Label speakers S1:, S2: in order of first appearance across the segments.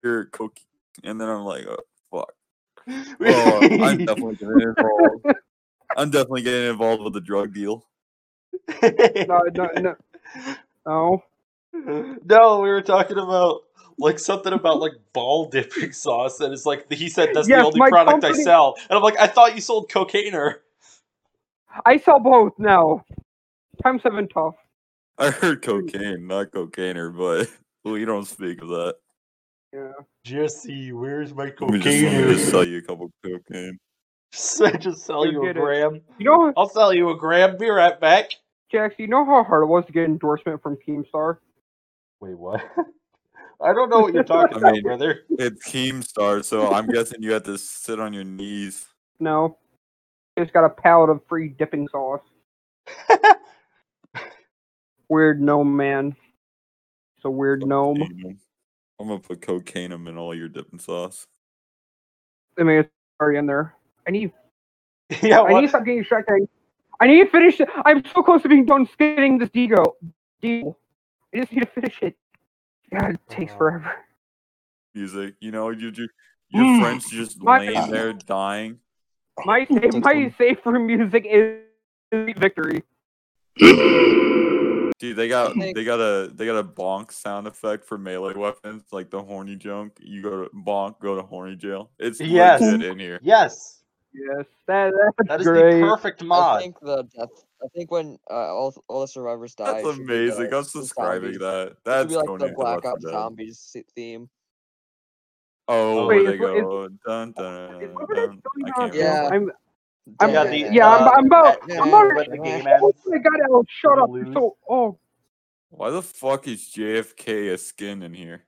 S1: pure coke, and then I'm like, oh, fuck.
S2: Oh,
S1: Well, I'm definitely getting involved. I'm definitely getting involved with the drug deal.
S2: no, no, no. No.
S3: No, we were talking about like something about like ball dipping sauce, and it's like he said that's
S2: Yes,
S3: the only
S2: my
S3: product I
S2: company-
S3: sell, and I'm like, I thought you sold cocaineer.
S2: I sell both now. Times have been tough.
S1: I heard cocaine, not cocainer, but we don't speak of that.
S2: Yeah.
S3: Jesse, where's my
S1: We just let me just sell you a couple cocaine.
S3: I just sell
S2: Go
S3: you a
S2: get it.
S3: gram.
S2: You know,
S3: I'll sell you a gram. Be right back.
S2: Jax, you know how hard it was to get endorsement from Keemstar?
S3: Wait, what? I don't know what you're talking
S1: I
S3: about,
S1: mean-
S3: brother.
S1: It's Keemstar, so I'm guessing you have to sit on your knees.
S2: No. Just got a pallet of free dipping sauce. Weird gnome man. It's a weird gnome.
S1: Cocaine. I'm gonna put cocaine in all your dipping sauce.
S2: I mean, it's already in there. I need.
S3: yeah,
S2: I need to
S3: Oh, what?
S2: stop getting distracted. I need to finish. it. I'm so close to being done skating this Digo. Deal. I just need to finish it. God, it takes
S3: Wow.
S2: forever.
S1: Music, you know, you, you your
S2: Mm.
S1: friends just
S2: My-
S1: laying there dying.
S2: My safe, my safe room music is is victory.
S1: Dude, they got
S4: Like-
S1: they got a they got a bonk sound effect for melee weapons, like the horny junk. You go to bonk, go to horny jail. It's
S3: Yes.
S1: legit in here.
S3: Yes,
S2: Yes, that, that's
S3: that is
S2: great.
S3: the perfect
S4: I
S3: mod.
S4: think the death. I think when uh, all all the survivors die.
S1: That's amazing. I'm subscribing that. That's
S4: That's like
S1: going
S4: the
S1: into
S4: Black
S1: Left 4
S4: Ops
S1: Dead.
S4: zombies se- theme.
S1: Oh, where
S3: Wait,
S1: they
S2: is what-
S1: go. dun, dun,
S2: Is
S1: dun,
S2: Lebanon
S1: dun.
S2: going
S1: Uh, I
S2: on?
S1: can't
S4: Yeah.
S1: remember.
S2: I'm,
S3: I'm-
S4: Dead
S3: yeah, the,
S4: Man.
S2: yeah,
S3: uh,
S2: I'm, I'm about.
S4: Dead
S2: Oh, I'm
S4: Man.
S2: already.
S3: When the game
S2: Oh
S3: ends.
S2: my god, El, shut
S3: Gonna
S2: up.
S3: lose.
S2: So, oh,
S1: Why the fuck is JFK a skin in here?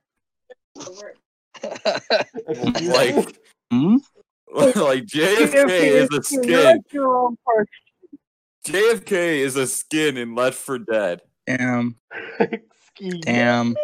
S3: Excuse
S1: Like,
S3: me? Hmm?
S1: like JFK is a
S2: You're
S1: skin.
S2: at your own park.
S1: JFK is a skin in Left 4 Dead.
S5: Damn.
S3: Excuse me.
S5: Damn.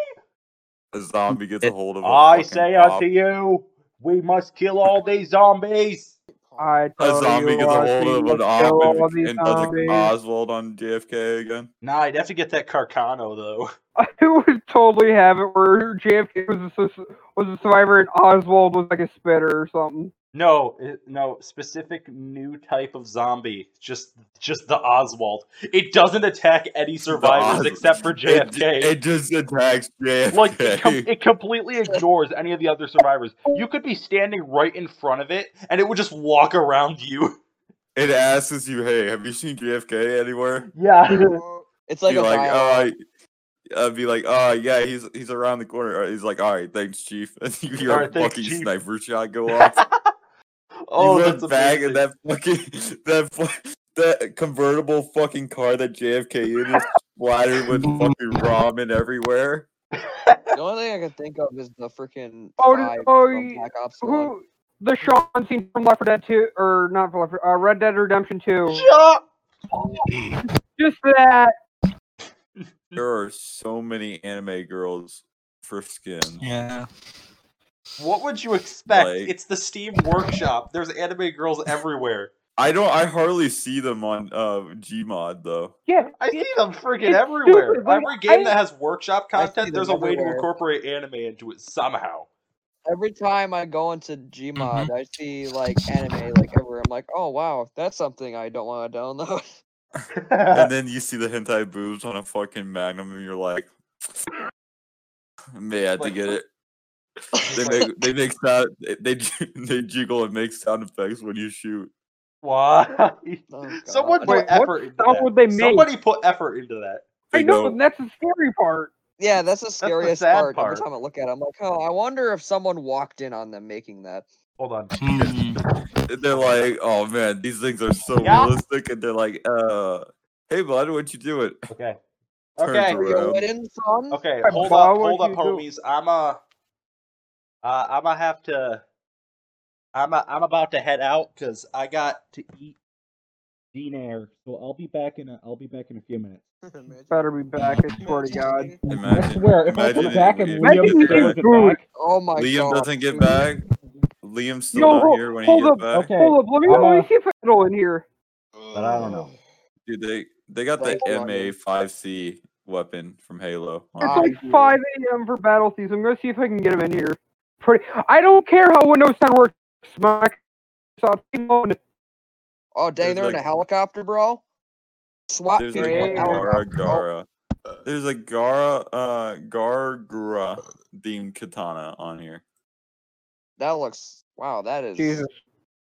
S1: A zombie gets a hold of. a
S3: I
S1: fucking
S3: say
S1: cop.
S3: unto you, we must kill all these zombies.
S2: I
S1: A
S2: tell
S1: zombie
S2: Oh, you
S1: gets a
S2: what,
S1: hold
S2: we
S1: of
S2: must
S1: an
S2: kill
S1: op
S2: all
S1: and,
S2: these
S1: and does
S2: zombies.
S1: a Oswald on JFK again.
S3: Nah, I'd have to get that Carcano though.
S2: I would totally have it where JFK was a, sus- was a survivor and Oswald was like a spitter or something.
S3: No, it, no, specific new type of zombie. Just, just the Oswald. It doesn't attack any survivors
S1: Os-
S3: except for
S1: It-
S3: JFK.
S1: It, just attacks JFK.
S3: like it, com- it completely ignores any of the other survivors. You could be standing right in front of it, and it would just walk around you.
S1: It asks you, "Hey, have you seen JFK anywhere?"
S3: Yeah.
S4: It's like
S1: Be
S4: a
S1: like,
S4: bio-
S1: "Oh, I- I'd be like, "Oh yeah, he's he's around the corner." He's like, "All right, thanks, chief." And you hear
S3: All
S1: a
S3: right, thanks,
S1: fucking
S3: Chief.
S1: sniper shot go off.
S3: oh,
S1: you
S3: that's
S1: look back
S3: amazing.
S1: and that fucking that fu- that convertible fucking car that JFK in is splattered with fucking ramen everywhere.
S4: the only thing I can think of is the freaking
S2: Oh, did-
S4: five
S2: oh,
S4: from
S2: y-
S4: Black Ops One.
S2: Who? The Sean scene from Left 4 Dead 2, or not from Left 4 uh, Red Dead Redemption 2.
S3: Yeah.
S2: Just that.
S1: There are so many anime girls for skin.
S5: Yeah.
S3: What would you expect?
S1: Like-
S3: It's the Steam Workshop. There's anime girls everywhere.
S1: I don't. I hardly see them on uh, Gmod though.
S2: Yeah.
S3: I see them freaking
S2: it's
S3: everywhere.
S2: stupid, like,
S3: Every game
S2: I-
S3: that has workshop
S4: I see
S3: content,
S4: them
S3: there's a way to
S4: everywhere.
S3: incorporate anime into it somehow.
S4: Every time I go into Gmod, I see like anime like everywhere. I'm like, oh wow, that's something I don't want to download.
S1: And then you see the hentai boobs on a fucking Magnum, and you're like, "May have to
S3: Like-
S1: get it." They make they make sound they j- they jiggle and make sound effects when you shoot.
S3: Why?
S4: Oh, God.
S3: Someone put
S2: Wait, what
S3: effort into
S2: sound
S3: that.
S2: would they make?
S3: Somebody put effort into that.
S2: I
S1: They
S2: know,
S1: go,
S2: and that's the scary part.
S4: Yeah, that's the
S3: the
S4: scariest
S3: sad
S4: part. Every
S3: part.
S4: time I look at it, I'm like, oh, I wonder if someone walked in on them making that.
S3: Hold on.
S1: they're like, "Oh man, these things are so
S3: Yeah.
S1: realistic," and they're like, "Uh, hey bud, what you doing?"
S3: Okay.
S1: Turns
S3: Okay.
S4: Are you
S1: around.
S4: going in, son?
S3: Okay,
S2: Hey,
S3: hold
S2: Bob,
S3: up,
S2: what
S3: hold
S2: do
S3: up,
S2: you
S3: homies. I'm uh, uh, I'm gonna have to. I'm i I'm about to head out because I got to eat dinner. So I'll be back in a I'i'll be back in a few minutes.
S2: Better be back, I swear to God.
S1: Imagine,
S6: I swear, if I
S1: imagine
S6: come back and
S1: if-
S2: Liam
S6: Liam
S2: Imagine if
S6: still isn't
S2: Dude.
S6: back,
S4: Oh my
S1: Liam
S4: god.
S1: doesn't get
S4: dude.
S1: back. Liam's still
S2: Yo,
S1: not
S2: ho-
S1: here when he
S2: hold
S1: gets
S2: up,
S1: back.
S6: okay.
S2: Hold up, let me,
S6: I'm,
S2: let
S6: uh,
S2: me see if I can in here.
S3: But I don't know.
S1: Dude, they they got the
S4: Like, why not?
S1: MA5C weapon from Halo. on
S4: Ah,
S2: It's
S1: there.
S2: like 5 a.m. for battle season. I'm gonna see if I can get him in here. pretty. I don't care how Windows 10 works. Microsoft
S4: Oh dang,
S1: There's,
S4: they're in a
S1: like-
S4: helicopter, bro. SWAT
S1: There's
S4: team
S1: like
S4: in
S1: a
S2: Yeah.
S4: a
S1: Gara
S4: helicopter, bro.
S1: Gara. There's a Gara uh Gargura themed katana on here.
S4: That looks wow. That is
S2: Jesus.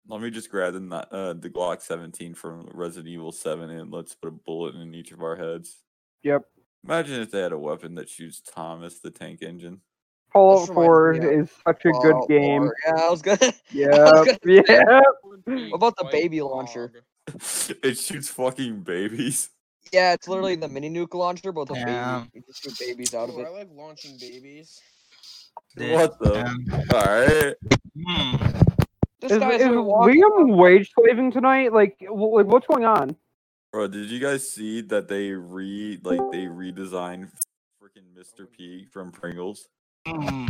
S1: Let me just grab the ni- uh, the Glock 17 from Resident Evil 7 and let's put a bullet in each of our heads.
S2: Yep.
S1: Imagine if they had a weapon that shoots Thomas the Tank Engine.
S2: Fallout
S4: This reminds
S2: 4
S4: me
S2: is such a good
S4: Fallout
S2: game.
S4: 4. Oh, Yeah, I was good.
S2: Yeah,
S4: gonna
S2: yeah.
S4: What about the baby launcher?
S1: it shoots fucking babies.
S4: Yeah, it's literally the mini nuke launcher, but the
S5: Damn.
S4: baby you just shoot babies out of
S6: Ooh, I
S4: it.
S6: like launching babies.
S1: What the?
S5: Damn.
S1: All right.
S5: Hmm.
S4: This
S2: Is, is
S4: guy's a walking-
S2: Liam wage slaving tonight? Like, w- like, what's going on?
S1: Bro, did you guys see that they re like they redesigned freaking Mr. P from Pringles?
S5: Hmm.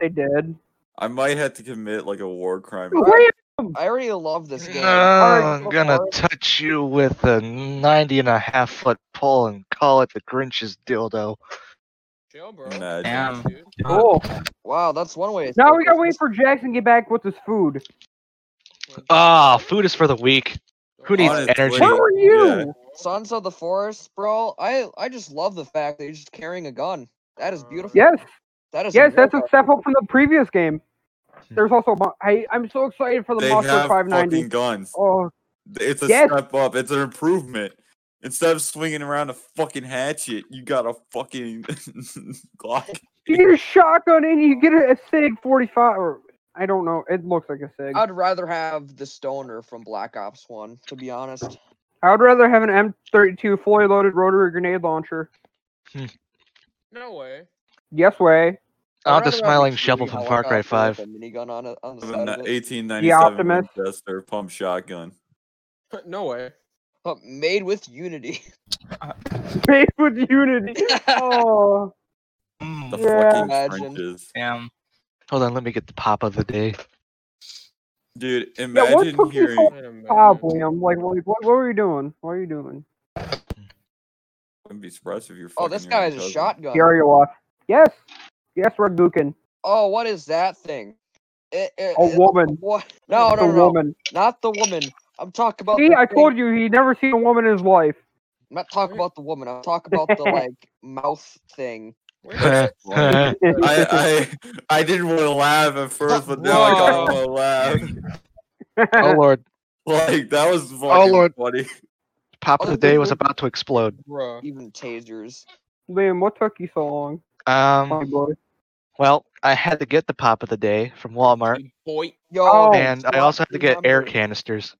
S2: They did.
S1: I might have to commit like a war crime.
S2: Wait,
S4: I already love this game.
S2: Alright,
S5: I'm
S2: go
S5: gonna
S4: for it.
S5: touch you with a 90 and a half foot pole and call it the Grinch's dildo.
S6: Chill, bro.
S1: Imagine.
S5: Damn.
S6: Dude.
S2: cool.
S4: Wow, that's one way. to
S2: Now
S4: start
S2: we gotta wait
S4: Christmas.
S2: for Jackson to get back with his food.
S5: Ah, food is for the weak. Who needs
S1: Honestly.
S5: energy?
S2: Where were you?
S1: Yeah.
S4: Uh, Sons of the Forest, bro. I I just love the fact that he's just carrying a gun. That is beautiful.
S2: Yes,
S4: That is
S2: yes, that's a
S4: real-
S2: step up from the previous game. There's also mo- I. I'm so excited for the
S1: They
S2: Monster
S1: have
S2: 590.
S1: fucking guns.
S2: Oh,
S1: It's a
S2: Yes.
S1: step up. It's an improvement. Instead of swinging around a fucking hatchet, you got a fucking Glock.
S2: you get a shotgun and you get a, a Sig 45. Or, I don't know. It looks like a Sig. I'd,
S4: I'd rather have the stoner from Black Ops One, to be honest.
S2: rather have an M32 fully loaded rotary grenade launcher.
S6: No way.
S2: Yes, way.
S4: I'd
S5: Oh, the
S4: rather have
S5: smiling
S4: shitty
S5: shovel from Far Cry
S4: helicopter with a Minigun on it on the
S1: Of an
S4: side of it.
S1: 1897
S2: Optimus.
S1: Winchester pump shotgun.
S6: No way.
S4: But made with Unity.
S2: Made with Unity. Oh,
S1: The
S2: Yeah.
S5: Mm,
S1: fucking
S4: Imagine.
S1: trenches.
S5: Damn. Hold on, let me get the pop of the day.
S1: Dude,
S2: what
S1: imagine
S2: took you so
S1: hearing
S6: Wait a minute.
S1: uh,
S2: Bob William. Like, like, what, what were you doing? What are you doing?
S1: wouldn't be surprised if you're fucking
S4: oh, this
S1: your
S4: guy
S1: own
S4: has a
S1: cousin.
S4: shotgun.
S2: Here you are. Yes. Yes, Red Lucan.
S4: Oh, what is that thing? It, it,
S2: A
S4: it-
S2: woman.
S4: What? No,
S2: The
S4: no, no,
S2: woman.
S4: not the woman. I'm talking about.
S2: See,
S4: the
S2: I
S4: thing-
S2: told you he'd never seen a woman in his life.
S4: I'm not talking about the woman. I'm talking about the like mouth thing.
S6: Wait a
S5: I
S6: minute.
S1: I, I I didn't want to laugh at first, but now I gotta want to laugh.
S5: oh lord,
S1: Like that was fucking
S5: Lord.
S1: funny.
S5: pop of
S4: Oh,
S5: the day was
S4: dude.
S5: about to explode.
S6: Bruh.
S4: Even tasers.
S2: Liam, what took you so long? My
S5: Um,
S2: boy.
S5: well, I had to get the pop of the day from Walmart,
S6: Boy.
S4: Yo,
S2: Oh,
S5: and I also had to get air
S4: remember.
S5: canisters.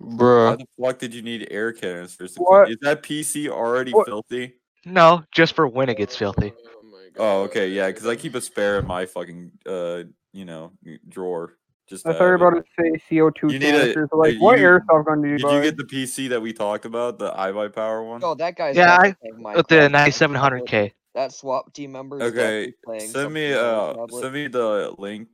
S1: Why
S6: Bruh.
S1: the fuck did you need air canisters? to clean-
S2: What?
S1: Is that PC already
S2: What?
S1: filthy?
S5: No, just for when it gets filthy.
S6: Oh, my God.
S1: Oh, okay, yeah, because I keep a spare in my fucking uh, you know, drawer. Just
S2: I
S1: to
S2: thought you were
S1: have it.
S2: about to say CO2
S1: Uh, You need a-
S2: canisters. Like,
S1: uh,
S2: what
S1: you-
S2: airsoft gun did you
S1: Did
S2: buy?
S1: you get the PC that we talked about, the iBuy Power one?
S4: Yo, that guy's.
S5: Yeah,
S4: definitely playing
S5: With the
S4: Minecraft.
S5: 9700K.
S4: That swap team member. is
S1: Okay,
S4: definitely playing
S1: send me
S4: something on
S1: uh
S4: his tablet.
S1: send me the link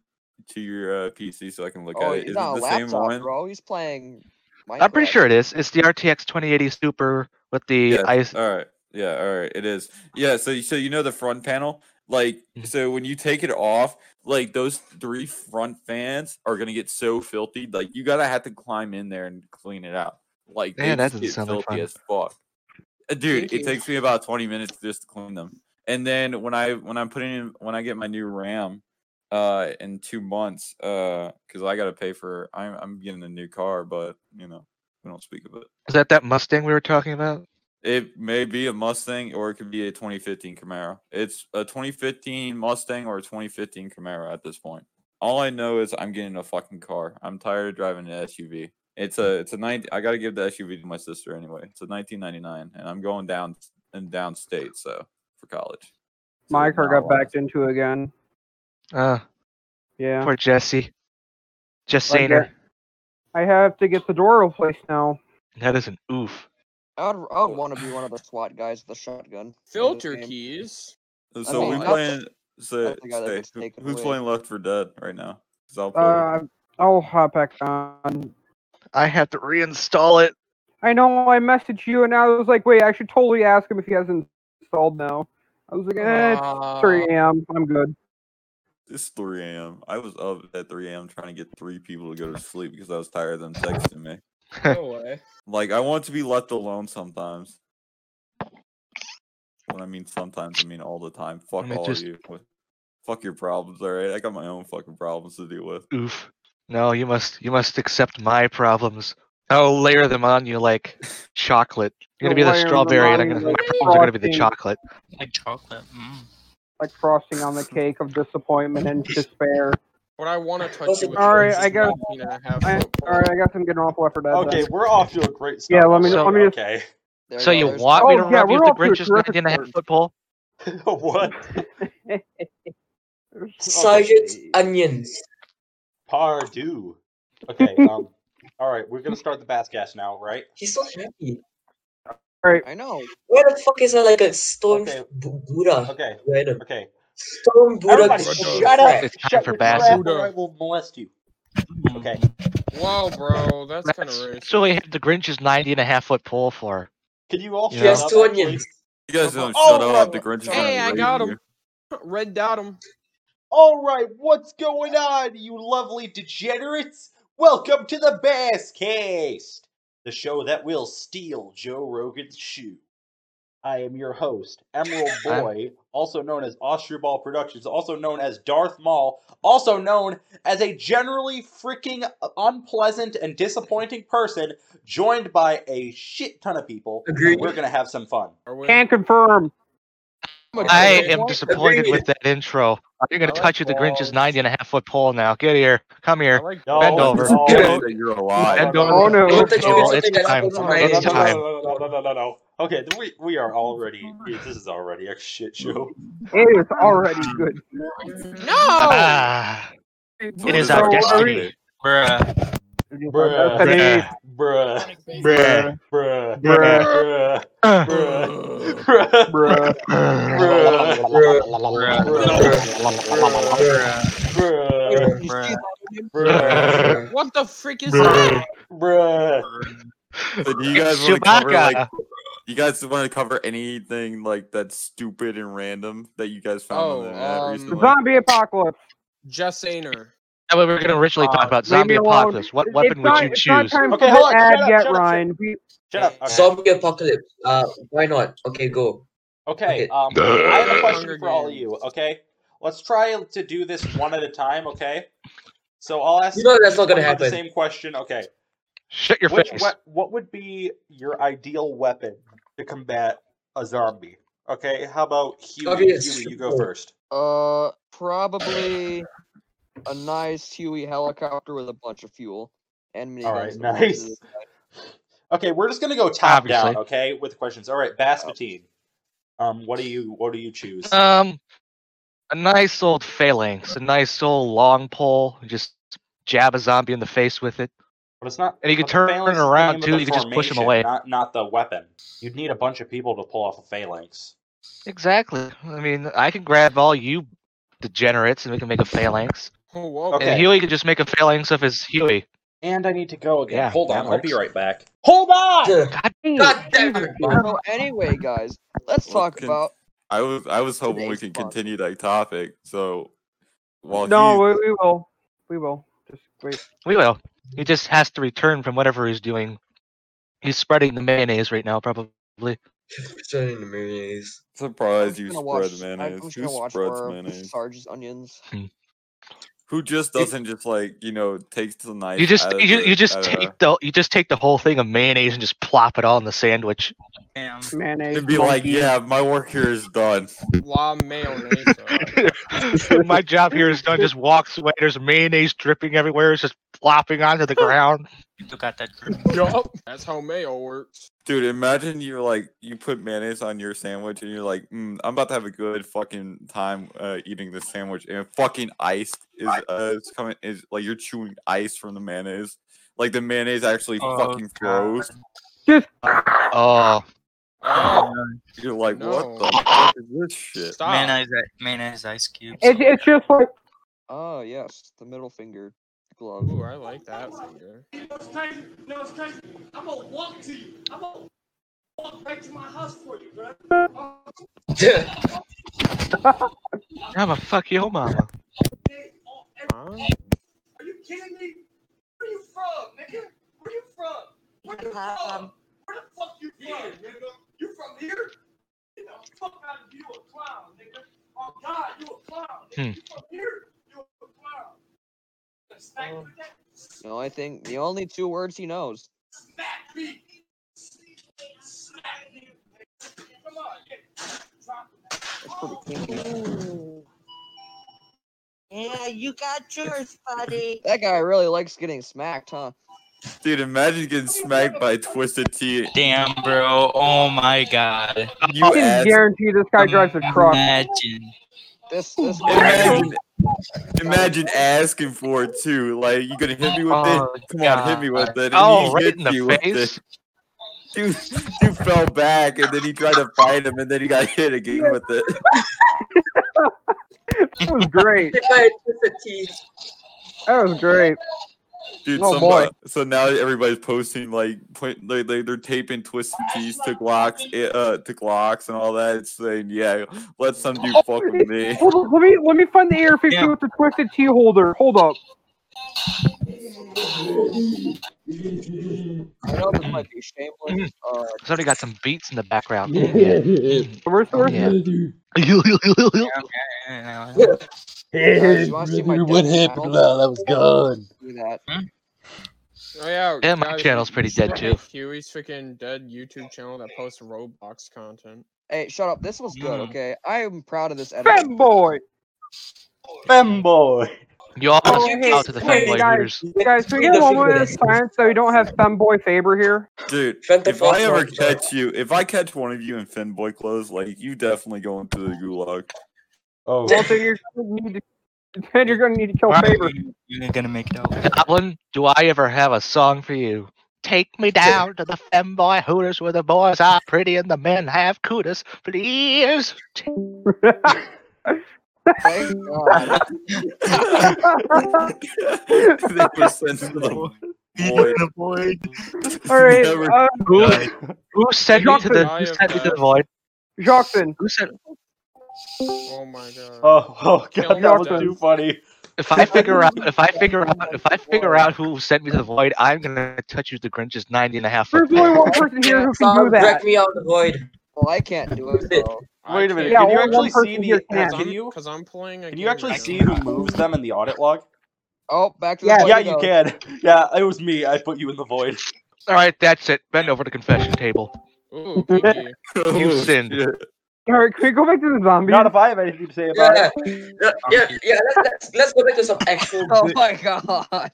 S1: to your uh, PC so I can look
S4: oh,
S1: at
S4: he's
S1: it. Is it
S4: on
S1: the
S4: a
S1: same
S4: laptop,
S1: one?
S4: bro. He's playing. Minecraft.
S5: I'm pretty sure it is. It's the RTX 2080 Super with the
S1: Yes,
S5: ice.
S1: All right. Yeah. All right. It is. Yeah. So you- so you know the front panel, like
S5: Mhm.
S1: so when you take it off, like those three front fans are gonna get so filthy. Like you gotta have to climb in there and clean it out. Like
S5: Man,
S1: they
S5: that
S1: just
S5: doesn't
S1: get
S5: sound
S1: filthy
S5: like fun.
S1: as fuck. Uh, Dude,
S6: Thank
S1: it
S6: you.
S1: takes me about twenty minutes just to clean them. And then when I when I'm putting in when I get my new RAM, uh, in two months, uh, because I gotta pay for I'm I'm getting a new car, but you know we don't speak of it.
S5: Is that that Mustang we were talking about?
S1: It may be a Mustang or it could be a 2015 Camaro. It's a 2015 Mustang or a 2015 Camaro at this point. All I know is I'm getting a fucking car. I'm tired of driving an SUV. It's a it's a 90 I got to give the SUV to my sister anyway. It's a 1999 and I'm going down and downstate so for college. So
S2: My
S1: it's
S2: car
S1: not
S2: got
S1: a lot.
S2: backed into again.
S5: Uh,
S2: Yeah.
S5: poor Jesse. Just
S2: Like
S5: Saner.
S2: I have to get the door replaced now.
S5: That is an oof.
S4: I would, I would want to be one of the SWAT guys with a shotgun. in this
S6: Filter
S4: game.
S6: keys.
S1: So
S4: mean,
S1: we
S4: that's-
S1: playing so,
S4: that's the guy that
S1: say,
S4: gets
S1: who-
S4: taken
S1: who's
S4: away.
S1: playing Left for Dead right now? 'Cause I'll play
S2: Uh, I'll hop back on.
S5: I have to reinstall it.
S2: I know I messaged you and I was like, wait, I should totally ask him if he hasn't installed now. I was like, eh, it's 3 a.m. I'm good.
S1: It's 3 a.m. I was up at 3 a.m. trying to get three people to go to sleep because I was tired of them texting me.
S6: No way.
S1: Like I want to be left alone sometimes. When I mean sometimes, I mean all the time. Fuck
S5: me
S1: all
S5: just-
S1: of you. What- Fuck your problems, all right? I got my own fucking problems to deal with.
S5: Oof. No, you must you must accept my problems. I'll layer them on you like chocolate. You're gonna be
S2: You'll
S5: the
S2: layer them
S5: strawberry, and I'm
S2: on
S5: gonna
S2: like
S5: my problems are gonna be the
S2: frosting.
S5: chocolate.
S7: Like chocolate. Mm.
S2: like frosting on the cake of disappointment and despair.
S6: But I want to touch
S7: Those
S6: you.
S7: are
S6: with
S2: All right,
S6: your
S2: I got-
S6: 15 and a half
S2: I,
S6: foot
S2: all right, I got some good awful effort. out of
S3: Okay,
S2: that.
S3: we're off to a great
S2: Yeah,
S3: start.
S2: let me-
S5: So-
S2: let me just-
S3: Okay.
S4: There
S5: So
S4: you
S5: you
S4: go, there's-
S5: want me to
S2: Oh, yeah,
S5: rub you
S2: we're
S5: with the
S2: off to a
S5: Grinch's
S2: terrific
S5: 90 and a half
S2: start.
S5: foot pole?
S3: what?
S7: Sergeant
S3: Okay.
S7: Onions.
S3: Pardew. Okay. Um. all right, we're gonna start the bass cast now, right?
S7: He's so happy.
S6: Oh,
S4: I know.
S7: Where the fuck is there like a stone
S3: Okay.
S7: Bu- Buddha?
S3: Okay.
S7: Where the
S3: Okay.
S7: stone Buddha?
S3: Everybody,
S7: is
S6: shut
S7: crap.
S3: up.
S5: It's time
S3: Shut
S5: for
S3: your
S5: bass.
S3: trap, or I will molest you. Okay.
S6: Whoa, bro, that's kind of
S5: That's
S6: racist.
S5: so we hit the Grinch's 90 and a half foot pole for.
S3: Can you all
S5: She
S3: shut
S7: has
S3: up,
S7: two
S3: actually?
S7: onions.
S1: You guys don't
S3: Oh,
S1: shut up.
S3: fuck.
S1: The Grinch is
S3: Hey,
S1: trying to
S6: I
S1: rape
S6: got
S1: you.
S6: him. Red dot him.
S3: All right, what's going on, you lovely degenerates? Welcome to the Bass Cast, the show that will steal Joe Rogan's shoe. I am your host, Emerald
S5: I'm-
S3: Boy, also known as Ostroball Productions, also known as Darth Maul, also known as a generally freaking unpleasant and disappointing person, joined by a shit ton of people.
S7: Agreed.
S3: We're gonna have some fun.
S6: Are we-
S2: Can confirm.
S6: I'm a
S5: I
S6: Grinch.
S5: am disappointed with that intro. You're gonna
S6: I like
S5: touch you with the Grinch's
S6: balls.
S5: 90 and a half foot pole now. Get here. Come
S6: I
S5: here.
S6: like
S3: No,
S1: All
S5: Bend
S1: I
S5: over.
S1: can
S3: no,
S1: say
S5: Bend
S1: is that you're alive.
S5: Bend
S3: no,
S5: over.
S2: Oh no.
S7: Don't touch me with
S5: Oh, it's
S7: something that's
S5: time.
S7: over my
S5: It's
S7: head.
S3: no,
S5: time.
S3: No, no, no, no, no, no, no. Okay, th- we we are already. This is already a shit show.
S2: It is already good.
S6: No!
S5: Ah,
S1: So
S5: it
S1: what
S5: is
S1: that
S5: our
S1: about
S5: destiny.
S7: Bruh.
S2: It is our
S3: Bruh.
S2: destiny.
S5: Bruh.
S3: Bruh, bruh,
S5: Bruh. Bruh.
S3: bruh,
S5: Uh,
S3: bruh, bruh,
S2: Bruh.
S3: bruh,
S7: Bruh.
S3: bruh,
S7: Bruh.
S3: bruh,
S4: You see
S7: Bruh.
S4: that?
S3: bruh,
S7: Bruh.
S6: What the freak is
S5: Bruh.
S6: that?
S3: bruh.
S1: So do you guys
S5: It's
S1: want to cover
S5: Chewbacca.
S1: like? You guys want to cover anything like that's stupid and random that you guys found on
S6: Oh,
S1: the internet
S6: um,
S1: recently?
S2: Zombie apocalypse.
S6: Jess Ainer.
S5: Now we were going to originally
S7: Uh,
S5: talk about
S2: leave
S5: zombie
S2: me alone.
S5: apocalypse. What
S2: It-
S5: weapon
S2: it's
S5: would
S2: not,
S5: you
S2: it's not
S5: choose?
S2: time
S3: Okay,
S2: for
S3: hold on,
S2: the ad
S3: shut up,
S2: yet,
S3: shut up, shut
S2: Ryan. We,
S3: Shut up. Okay.
S7: Zombie apocalypse. Uh, why not? Okay, go.
S3: Okay.
S7: okay.
S3: Um, I have a
S6: Hunger
S3: question for all of
S6: Games.
S3: you. Okay, let's try to do this one at a time. Okay. So I'll ask.
S7: You know that's not gonna
S3: each one of The
S7: happen.
S3: same question. Okay.
S5: Shut your
S3: Which,
S5: face.
S3: what, what would be your ideal weapon to combat a zombie? Okay, how about Huey?
S7: Zombie is
S3: Huey, you go
S7: simple.
S3: first.
S4: Uh, probably a nice Huey helicopter with a bunch of fuel and miniguns.
S3: All right,
S4: and launches
S3: nice.
S4: it.
S3: Okay, we're just gonna go top down.
S5: Obviously. Oh.
S3: Okay, with the questions. All right, Basmatine. Um, what do you what do you choose?
S5: Um, a nice old phalanx, a nice old long pole. Just jab a zombie in the face with it.
S3: But it's not.
S5: and you can
S3: but the
S5: turn
S3: phalanx is the
S5: around,
S3: name of
S5: too,
S3: the
S5: you can just push 'em
S3: formation,
S5: away.
S3: Not not the weapon. You'd need a bunch of people to pull off a phalanx.
S5: Exactly. I mean, I can grab all you degenerates and we can make a phalanx.
S6: Oh, whoa.
S3: Okay.
S5: And Huey could just make a phalanx of his Huey.
S3: And I need to go again.
S5: Yeah,
S3: Hold
S5: that
S3: on, I'll be
S5: works.
S3: right back. Hold on.
S5: God,
S7: God damn it.
S4: So anyway, guys, let's
S1: Well,
S4: talk
S1: can-
S4: about
S1: I was I was hoping we
S4: Today's
S1: could
S4: fun.
S1: continue that topic. So while
S2: No,
S1: he-
S2: we, we will. We will. Just wait.
S5: we will. He just has to return from whatever he's doing. He's spreading the mayonnaise right now, probably.
S7: Shut in the mayonnaise.
S1: surprised
S4: I'm
S1: you
S4: just
S1: spread
S4: gonna watch, I'm
S1: mayonnaise.
S4: just
S1: Who
S4: gonna watch
S1: spreads
S4: for
S1: mayonnaise?
S4: Sarge's onions.
S1: Who just doesn't just like you know takes the knife?
S5: You just
S1: out of
S5: you,
S1: the-
S5: you just
S1: out of
S5: take the you just take the whole thing of mayonnaise and just plop it all in the sandwich.
S7: Damn.
S1: the-
S2: Mayonnaise.
S1: and be like,
S2: monkey.
S1: yeah, my work here is done.
S6: La mayonnaise.
S5: My job here is done. Just walks away. There's mayonnaise dripping everywhere. It's just plopping onto the ground.
S7: You took out that group.
S6: yup. That's how mayo works.
S1: Dude, imagine you're like you put mayonnaise on your sandwich and you're like, mm, I'm about to have a good fucking time uh, eating this sandwich, and fucking ice is uh, is coming is like you're chewing ice from the mayonnaise, like the mayonnaise actually
S7: Oh,
S1: fucking froze.
S2: Just
S5: Oh,
S6: Oh,
S1: You're like,
S6: No.
S1: what the fuck is this shit?
S6: stop.
S7: Mayonnaise, mayonnaise ice cubes.
S2: it's, it's just like
S4: Oh yes, the middle finger glove.
S6: Ooh, I like that finger.
S5: I'm a fuck you, mama.
S8: Are you kidding me? Where are you from, nigga? Where are you from? Where are you from? Uh, um, Where the fuck you from, nigga? You from here? You know, fuck out of you, you a clown, nigga. Oh God, you a clown.
S5: Hmm.
S8: Nigga. You from here? You a clown. Smack
S2: Oh.
S8: you with that?
S4: The only thing, the only two words he knows.
S8: Smack me. Smack me. Come on, nigga. Drop it.
S4: That's pretty kinky.
S9: Yeah, you got yours, buddy.
S4: That guy really likes getting smacked, huh?
S1: Dude, imagine getting smacked by Twisted Tea.
S7: Damn, bro. Oh my god.
S1: You
S2: I can
S1: ass.
S2: guarantee this guy drives a truck.
S7: Imagine.
S4: This,
S10: Oh
S4: this.
S1: Imagine, imagine asking for it too. Like you gonna hit me with
S7: Oh,
S1: it? Come on, hit me with
S7: God.
S1: it. And
S5: Oh,
S1: he
S5: right
S1: hit
S5: in
S1: you
S5: the
S1: with
S5: face.
S1: it. Dude, dude fell back, and then he tried to fight him, and then he got hit again with it.
S2: That was great.
S11: Hit by a twisted teeth.
S2: That was great.
S1: Dude,
S4: Oh,
S1: some,
S4: boy.
S1: uh, so now everybody's posting like point, like, like they're taping twisted tees to Glocks, uh, to Glocks and all that, saying, "Yeah, let some dude fuck with me."
S2: Hold on, let me let me find the AR fifty
S7: Yeah.
S2: with the twisted T holder. Hold up.
S4: I know this might be shameless. Uh,
S5: Somebody got some beats in the background.
S2: Where's
S11: Oh,
S2: where's
S5: Yeah.
S4: guys, you wanna see my
S10: what
S4: dead
S10: happened
S4: channel?
S10: while I was gone?
S4: Do that.
S6: Oh, yeah,
S5: Yeah, my
S6: guys,
S5: channel's
S6: you
S5: pretty
S6: should
S5: dead,
S6: make
S5: too.
S6: Huey's freaking dead YouTube channel that posts Roblox content.
S4: Hey, shut up. This was good,
S7: Mm.
S4: okay? I am proud of this edit.
S2: Femboy.
S3: Femboy.
S5: You all
S2: Oh,
S5: shout
S2: hey,
S5: out to the
S2: hey,
S5: fanboy
S2: guys.
S5: haters.
S2: Guys, can we get a moment of silence so we don't have femboy Faber here?
S1: Dude,
S11: Fend the
S1: if I
S11: fuck
S1: ever
S11: off, bro.
S1: catch you, if I catch one of you in Finboy clothes, like you definitely going to the gulag.
S3: Oh,
S2: Well, then you're gonna need to, then you're gonna need to kill Faber.
S7: You're gonna make it out.
S5: Goblin, do I ever have a song for you? Take me down to the femboy hooters where the boys are pretty and the men have cootas. Please.
S4: Thank God.
S1: they present to the void.
S2: All right,
S1: Never-
S2: uh,
S5: Who, who sent me to the
S6: I
S5: who
S6: have
S5: sent me to the
S6: that.
S5: void?
S2: Jackson.
S5: Who sent
S6: Oh my god.
S3: oh, oh god, that was
S6: Kill
S3: too
S6: yourself.
S3: funny.
S5: if I figure out if I figure out if I figure out who sent me to the void, I'm gonna touch you with the Grinch's 90 and a half. foot
S2: there's only
S5: pole.
S2: one person here who can do
S11: Someone
S2: that.
S11: Wreck me out in the void.
S4: Well, I can't do it, though.
S6: I
S3: Wait a minute.
S2: Yeah,
S6: can't-
S3: can you
S2: one- one
S3: actually see
S2: person here
S3: the?
S2: can.
S3: Can you?
S6: Because I'm playing. A
S3: Can you
S6: game
S3: actually
S6: right
S3: see
S6: now.
S3: who moves them in the audit log?
S4: Oh, back to the
S2: Yeah.
S4: void
S3: Yeah,
S4: he
S3: you
S4: goes.
S3: can. Yeah, it was me. I put you in the void.
S5: All right, that's it. Bend over the confession table.
S6: Ooh, Kiki.
S5: You
S1: Oh,
S5: sinned.
S1: shit.
S2: All right, can we go back to the zombies?
S3: Not if I have anything to say about
S11: Yeah,
S3: it.
S11: yeah, yeah. yeah let, let's let's go back to some actual.
S4: Oh my god.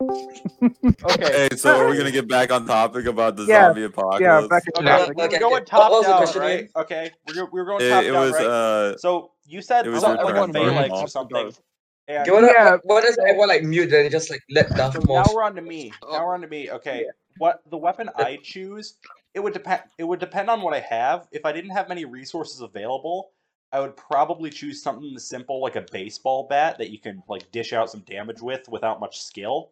S3: Okay.
S1: Hey, so are we gonna get back on topic about the
S2: Yeah,
S1: zombie apocalypse?
S2: yeah, back to
S3: Okay,
S5: No.
S3: we're going top
S11: What was the
S3: down,
S11: question
S3: right?
S11: again?
S3: Okay, we're, go- we're going top
S1: it, it
S3: down,
S1: was
S3: right?
S1: uh,
S3: so you said
S1: it was
S3: something
S1: returned from
S3: like a phalanx
S1: Mars.
S3: or something.
S11: Do you wanna,
S2: Yeah.
S11: what, what is everyone like mute and just like let
S3: So
S11: Darth
S3: now
S11: Maul?
S3: we're on to me.
S1: Oh.
S3: Now we're on to me. Okay, what the weapon I choose? It would depend. It would depend on what I have. If I didn't have many resources available, I would probably choose something simple like a baseball bat that you can like dish out some damage with without much skill.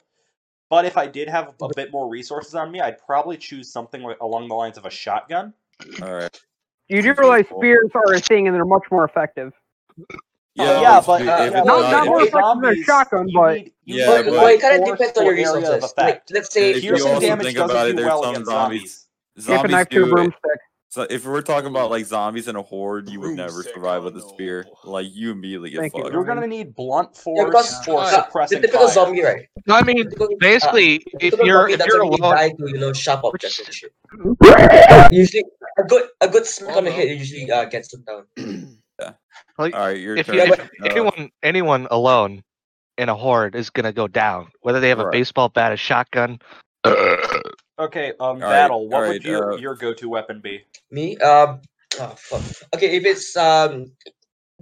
S3: But if I did have a bit more resources on me, I'd probably choose something like, along the lines of a shotgun.
S1: All right.
S2: You do realize spears are a thing and they're much more effective. Oh,
S1: Yeah,
S3: Um, yeah,
S1: if
S3: but
S1: it-
S11: uh,
S1: if it's
S2: Not-
S1: not-
S2: not
S1: if
S2: more
S1: it's-
S2: effective than a shotgun,
S3: you
S2: but-
S3: need- you
S1: Yeah,
S3: need
S11: well,
S1: but-
S11: well, it kind of
S3: force
S11: depends on your
S3: or area of
S11: resources.
S3: effect.
S11: Like, let's say
S1: If you
S3: Piercing
S1: also
S3: damage
S1: think
S3: doesn't
S1: about it,
S3: do
S1: there's
S3: well
S1: some
S3: against
S1: zombies-
S3: zombies.
S2: You have a
S1: zombies
S2: knife to a
S1: do it.
S2: broomstick.
S1: So if we're talking about like zombies and a horde, you would never
S6: Broomstick,
S1: survive
S6: oh
S1: with a
S6: no.
S1: spear. Like you immediately get
S2: Thank you.
S1: fucked.
S3: You're gonna need blunt
S11: Yeah,
S3: force
S11: because ah,
S3: for
S6: uh,
S11: the
S3: suppressing
S11: typical
S3: fire.
S11: zombie, right?
S5: No, I mean
S11: Typical, uh,
S5: basically,
S11: the
S5: if
S11: typical
S5: you're
S11: zombie
S5: if you're
S11: doesn't really
S5: alone,
S11: die to you know sharp objects and shit. Usually, a good a good smack on the head usually uh, gets them down.
S5: like,
S1: All right, your
S5: if,
S1: turn.
S5: you, if
S1: Uh,
S5: anyone anyone alone in a horde is gonna go down, whether they have a
S1: Right.
S5: baseball bat, a shotgun.
S3: Okay, um,
S1: right,
S3: battle. What
S1: all
S3: would
S1: right,
S3: your
S1: uh,
S3: your go-to weapon be?
S11: Me, um, oh, fuck. Okay, if it's um,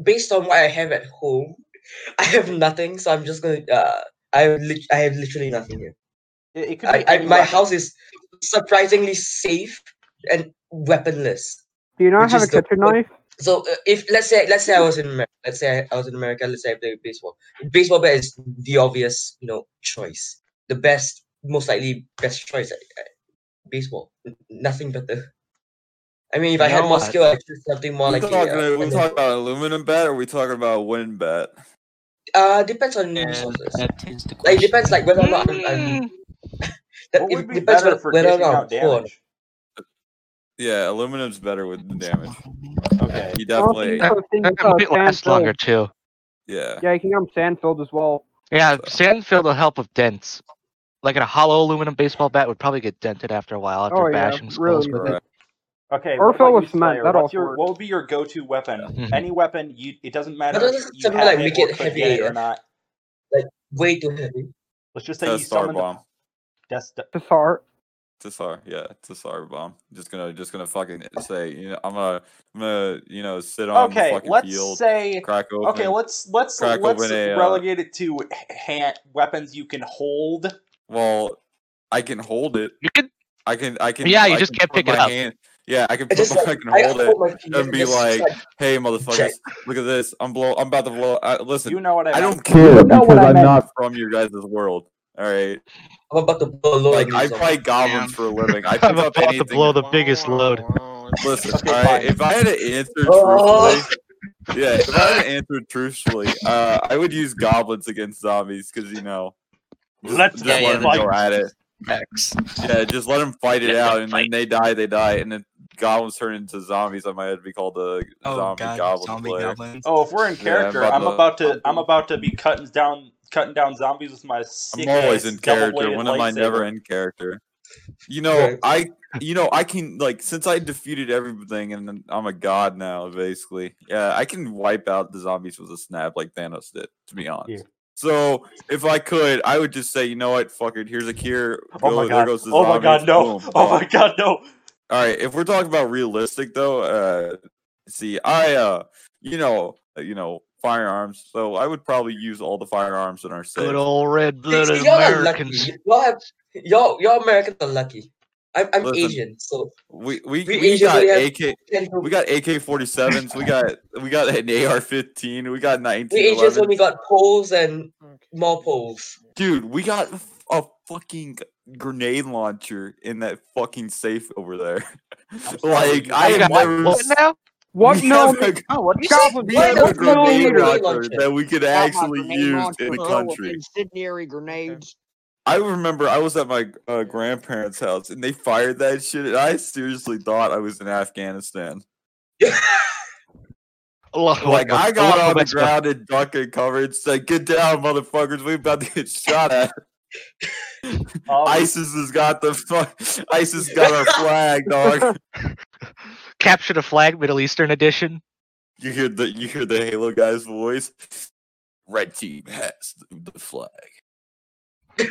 S11: based on what I have at home, I have nothing, so I'm just gonna uh, I have lit- I have literally nothing here.
S3: It, it could be
S11: I, I
S3: any
S11: my
S3: weapon.
S11: house is surprisingly safe and weaponless.
S2: Do you not
S11: Which
S2: have a
S11: is the-
S2: kitchen knife?
S11: So uh, if let's say let's say I was in Amer- let's say I was in America, let's say I played baseball. Baseball bat is the obvious, you know, choice. The best, most likely best choice. At, baseball, N- nothing better. I mean, if I
S5: You
S11: had
S5: know
S11: more
S5: what?
S11: skill, I'd choose something more
S1: we
S11: like.
S1: talking,
S11: a, uh,
S1: we
S11: an-
S1: talking about aluminum bat or we talking about a wooden bat?
S11: Uh, depends on resources. Like depends like whether or not I'm.
S2: Mm.
S11: I'm that,
S3: What would
S11: it
S3: be
S11: depends
S3: better
S11: whe-
S3: for
S11: whether or
S3: dishing
S11: not
S3: out
S11: I'm poor.
S3: damage?
S1: Yeah, aluminum's better with the damage.
S3: Okay.
S1: He definitely.
S2: Also, things,
S5: That
S2: uh,
S5: might last
S2: sand
S5: longer
S2: filled.
S5: too.
S1: Yeah.
S2: Yeah, you can get them sand filled as well.
S5: Yeah, sand filled will help with dents. Like in a hollow aluminum baseball bat would probably get dented after a while after
S2: Oh, yeah,
S5: bashing
S2: really
S5: skulls with
S1: Correct.
S3: Okay.
S2: Or
S3: what
S2: fill
S3: about
S2: with
S3: you,
S2: cement,
S3: Slayer?
S2: that
S3: What's
S2: also
S3: your
S2: works.
S3: what would be your go-to weapon?
S5: Mhm.
S3: Any weapon you it doesn't matter
S11: But it
S3: if
S11: doesn't
S3: you
S11: sound
S3: have
S11: like we
S3: it or
S11: get
S3: could
S11: heavy
S3: get it or
S11: AF.
S3: not.
S11: Way too heavy.
S3: Let's just say you
S1: Test star
S3: summon the
S1: bomb.
S3: Dest-
S2: Tassar.
S1: Tassar, yeah, Tassar bomb. Just gonna, just gonna fucking say, you know, I'm gonna, I'm gonna, you know, sit on
S3: Okay,
S1: the fucking
S3: let's
S1: field,
S3: say
S1: crack open.
S3: Okay, let's let's
S1: crack
S3: let's
S1: open a, uh,
S3: relegate it to h- hand weapons you can hold.
S1: Well, I can hold it.
S5: You could
S1: I can, I can.
S5: Yeah, you
S1: I
S5: just
S1: can
S5: can't
S1: put
S5: pick it
S1: my
S5: up.
S1: Hand, yeah, I can.
S11: I
S1: Put,
S11: just like,
S1: I can
S11: I
S1: hold it
S11: hold my fingers
S1: and be
S11: just
S1: like,
S11: like-
S1: "Hey, motherfuckers, look at this. I'm blow. I'm about to blow. I, listen,
S3: You know what I,
S1: I
S3: meant.
S1: don't care
S3: You know what I meant.
S1: from your guys' world. All right,
S11: I'm about to blow a load
S1: like
S11: on
S1: I
S11: you.
S1: play
S7: Man.
S1: goblins for a living. I
S5: I'm
S1: pick up
S5: about to
S1: anything.
S5: blow the biggest load.
S1: Listen,
S3: Okay,
S1: all right.
S3: fine.
S1: If I had to answer
S11: Oh.
S1: truthfully, yeah, if I had to answer truthfully, uh, I would use goblins against zombies because you know, just,
S3: Let's
S1: just
S7: Yeah,
S1: let
S7: yeah,
S1: them go at it.
S7: X.
S1: Yeah, just let them fight it
S7: Let 'em
S1: out, and
S7: fight.
S1: then they die, they die, and then goblins turn into zombies. I might have to be called a
S7: Oh
S1: zombie
S7: god,
S1: goblin
S7: zombie
S1: player.
S7: goblins.
S3: Oh, if we're in
S1: Yeah,
S3: character,
S1: about
S3: I'm
S1: the-
S3: about to I'm about to be cutting down cutting down zombies with my sick
S1: I'm always
S3: ass
S1: in character.
S3: double-bladed
S1: When am I
S3: lightsaber.
S1: never in character? You know,
S11: Right.
S1: I you know I can like since I defeated everything, and then I'm a god now, basically. Yeah, I can wipe out the zombies with a snap like Thanos did. To be honest. So if I could, I would just say, you know what, fuck it. Here's a cure.
S3: Oh
S1: Go-
S3: my
S1: there
S3: god.
S1: goes the
S3: Oh my god,
S1: zombies,
S3: no.
S1: boom,
S3: Oh
S1: gone.
S3: my god, no.
S1: All right, if we're talking about realistic though, uh see, I uh you know, uh, you know, firearms. So I would probably use all the firearms in our safe.
S5: Good old red
S11: See,
S5: blooded
S11: see, y'all are lucky.
S5: Americans.
S11: Y'all have y'all y'all Americans are lucky. I'm I'm
S1: Listen.
S11: Asian, so
S1: we we,
S11: we
S1: we
S11: Asians
S1: got
S11: only have
S1: AK
S11: ten
S1: we got AK-47s, we got we got an AR-15, we got
S11: we Asians
S1: 1911.
S11: only got poles and more poles.
S1: Dude, we got a fucking grenade launcher in that fucking safe over there. like I
S5: You
S1: have
S5: got
S1: never
S5: what
S1: s-
S5: now?
S2: What
S1: we
S2: known?
S1: have a
S5: Oh, what
S11: You see,
S2: Goblin
S1: We
S11: why
S1: have
S2: Slayer,
S1: a
S11: does
S2: what
S11: no
S1: grenade
S11: one have a
S2: millimeter?
S11: grenade
S1: launcher
S11: launcher?
S1: that we could
S4: Got my
S1: actually
S4: grenade
S1: use
S4: launcher Oh,
S1: in the
S4: full with
S1: country.
S4: incendiary grenades.
S1: I remember I was at my uh, grandparents' house and they fired that shit, and I seriously thought I was in Afghanistan. Like I got on the ground and duck and cover and said, "Get down, motherfuckers! We about to get shot at.
S3: Um,
S1: ISIS has got the fu- ISIS got our flag, dog."
S5: Capture the flag, Middle Eastern edition.
S1: You hear the you hear the Halo guy's voice. Red team has the flag.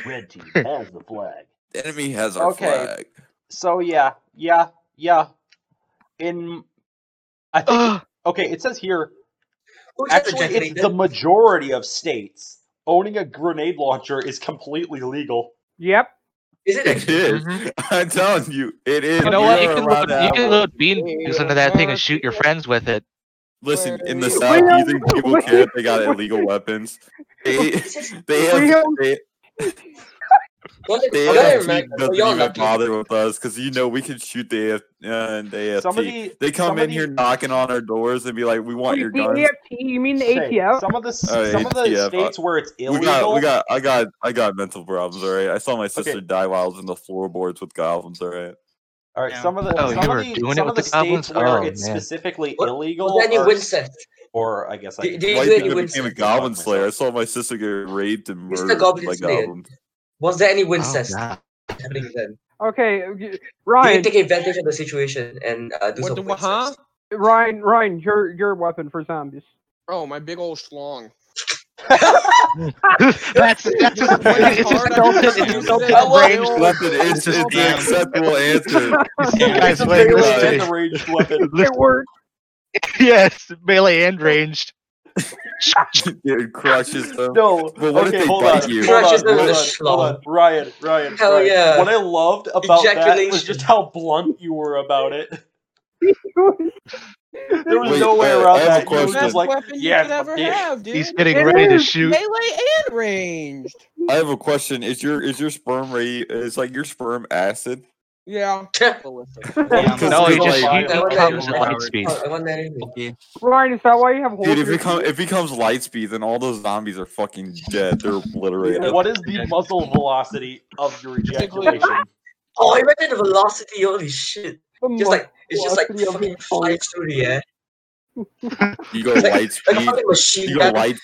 S3: red team has the flag.
S1: The enemy has our
S3: Okay.
S1: flag.
S3: So yeah, yeah, yeah. In I think
S5: Ugh.
S3: okay, it says here
S11: Who's that
S3: actually it's
S11: generator?
S3: the majority of states owning a grenade launcher is completely legal.
S2: Yep.
S11: Is it
S1: It
S11: actually?
S1: is.
S5: Mhm.
S1: I'm telling you, it is.
S5: You know
S1: we
S5: what? You
S1: are
S5: can
S1: allowed to
S5: load, you
S1: have
S5: can
S1: one.
S5: load beans into that thing and shoot your friends with it.
S1: Listen, in the
S4: Wait,
S1: South, do you
S2: wait,
S1: think people
S2: wait,
S1: care if they got
S2: wait.
S1: illegal weapons? They,
S11: Is it
S1: they
S2: We
S1: have
S2: don't-
S1: they,
S11: y'all,
S1: they
S11: y'all
S1: have
S11: are
S1: Jeep
S11: Americans, so
S1: doesn't
S11: y'all
S1: even
S11: lucky.
S1: bother with us because you know we can shoot the AF, uh, and the AFT.
S3: Somebody
S1: they come in here
S3: somebody-
S1: knocking on our doors and be like, "We want
S2: Wait,
S1: your
S2: the
S1: guns."
S2: AFT? You mean the
S3: Say,
S2: ATF?
S3: some of the s-
S1: All right,
S3: some of the
S1: ATF, uh,
S3: states where it's
S1: We
S3: illegal.
S1: got, we got, I got, I got mental problems. All right, I saw my sister
S3: Okay.
S1: die while I was in the floorboards with goblins. All right,
S3: All right,
S7: Yeah.
S3: some of the
S5: Oh,
S3: some
S5: you
S3: of
S5: were
S3: the
S5: doing it
S3: some of
S5: with
S3: the
S5: the
S3: states
S5: goblins?
S3: where
S5: Oh,
S3: it's
S5: man.
S3: specifically
S11: What,
S3: illegal
S11: was there any
S3: are s-
S11: Winchester?
S3: or I guess I
S11: Do,
S3: can
S11: do you
S1: white
S11: do any
S1: people became a
S11: Winchester?
S1: goblin
S3: myself.
S1: slayer. I saw my sister get raped and
S11: Mr.
S1: murdered
S11: Goblin
S1: by
S11: Slayer.
S1: goblins.
S11: Was there any
S5: Oh
S11: Winchester
S5: god.
S11: happening then?
S2: Okay, y-
S11: Did you
S2: Ryan,
S11: take advantage of the situation and uh, do some
S6: What do huh?
S11: Winchester?
S2: Ryan, Ryan, your your weapon for zombies.
S6: Oh, my big old schlong.
S5: that's that's just
S6: When it's
S5: it's just
S6: hard, I
S5: dumb,
S6: just
S5: it's
S6: use
S5: dumb
S6: it
S5: to the
S6: as a
S5: brain.
S6: big old-
S1: Listen, it's,
S5: just
S1: it's
S7: damn.
S1: an acceptable answer.
S7: Yeah.
S5: Guys,
S3: It's a
S5: wait,
S3: big old
S5: listen.
S3: and the rage weapon.
S2: It
S5: Listen,
S2: worked.
S5: yes, melee and ranged.
S1: Dude crushes them.
S3: No.
S1: uh, Well, what if
S3: okay,
S1: they
S3: hold
S1: bite
S3: on.
S1: you?
S3: Hold on.
S11: Crushes them
S3: Hold
S11: with a
S3: on. Hold on.
S11: schlong.
S3: Ryan. Ryan.
S11: Hell
S3: Ryan.
S11: yeah.
S3: What I loved about that was just
S11: Ejaculation.
S3: how blunt you were about it. There was
S1: Wait,
S3: no way
S1: uh, I
S3: around
S1: have a
S3: that. You were
S1: question.
S6: best
S3: just like,
S6: weapon you
S3: yeah, it's
S6: could
S3: my
S6: ever
S3: dick.
S6: have, dude.
S5: He's getting
S2: It
S5: ready to
S2: is.
S5: shoot.
S6: Melee and ranged.
S1: I have a question. Is your is your sperm ready? Is like your sperm acid?
S6: Yeah.
S5: no,
S1: we
S5: you just
S1: like-
S5: you, you
S11: I
S5: comes at
S11: want
S5: light speed.
S11: that- I want that anyway.
S2: Ryan, is that why you have holes?
S1: Dude, if
S2: in your
S1: it comes if he comes light speed, then all those zombies are fucking dead. They're obliterated.
S3: What is the muzzle velocity of your ejaculation?
S11: Oh, imagine the velocity! Holy shit!
S2: The
S11: Just like it's just like
S2: velocity of
S11: fucking
S2: your phone.
S11: flies through the air.
S1: You go light
S11: Like a
S1: speed.
S11: fucking machine
S1: You go
S11: gun.
S1: light.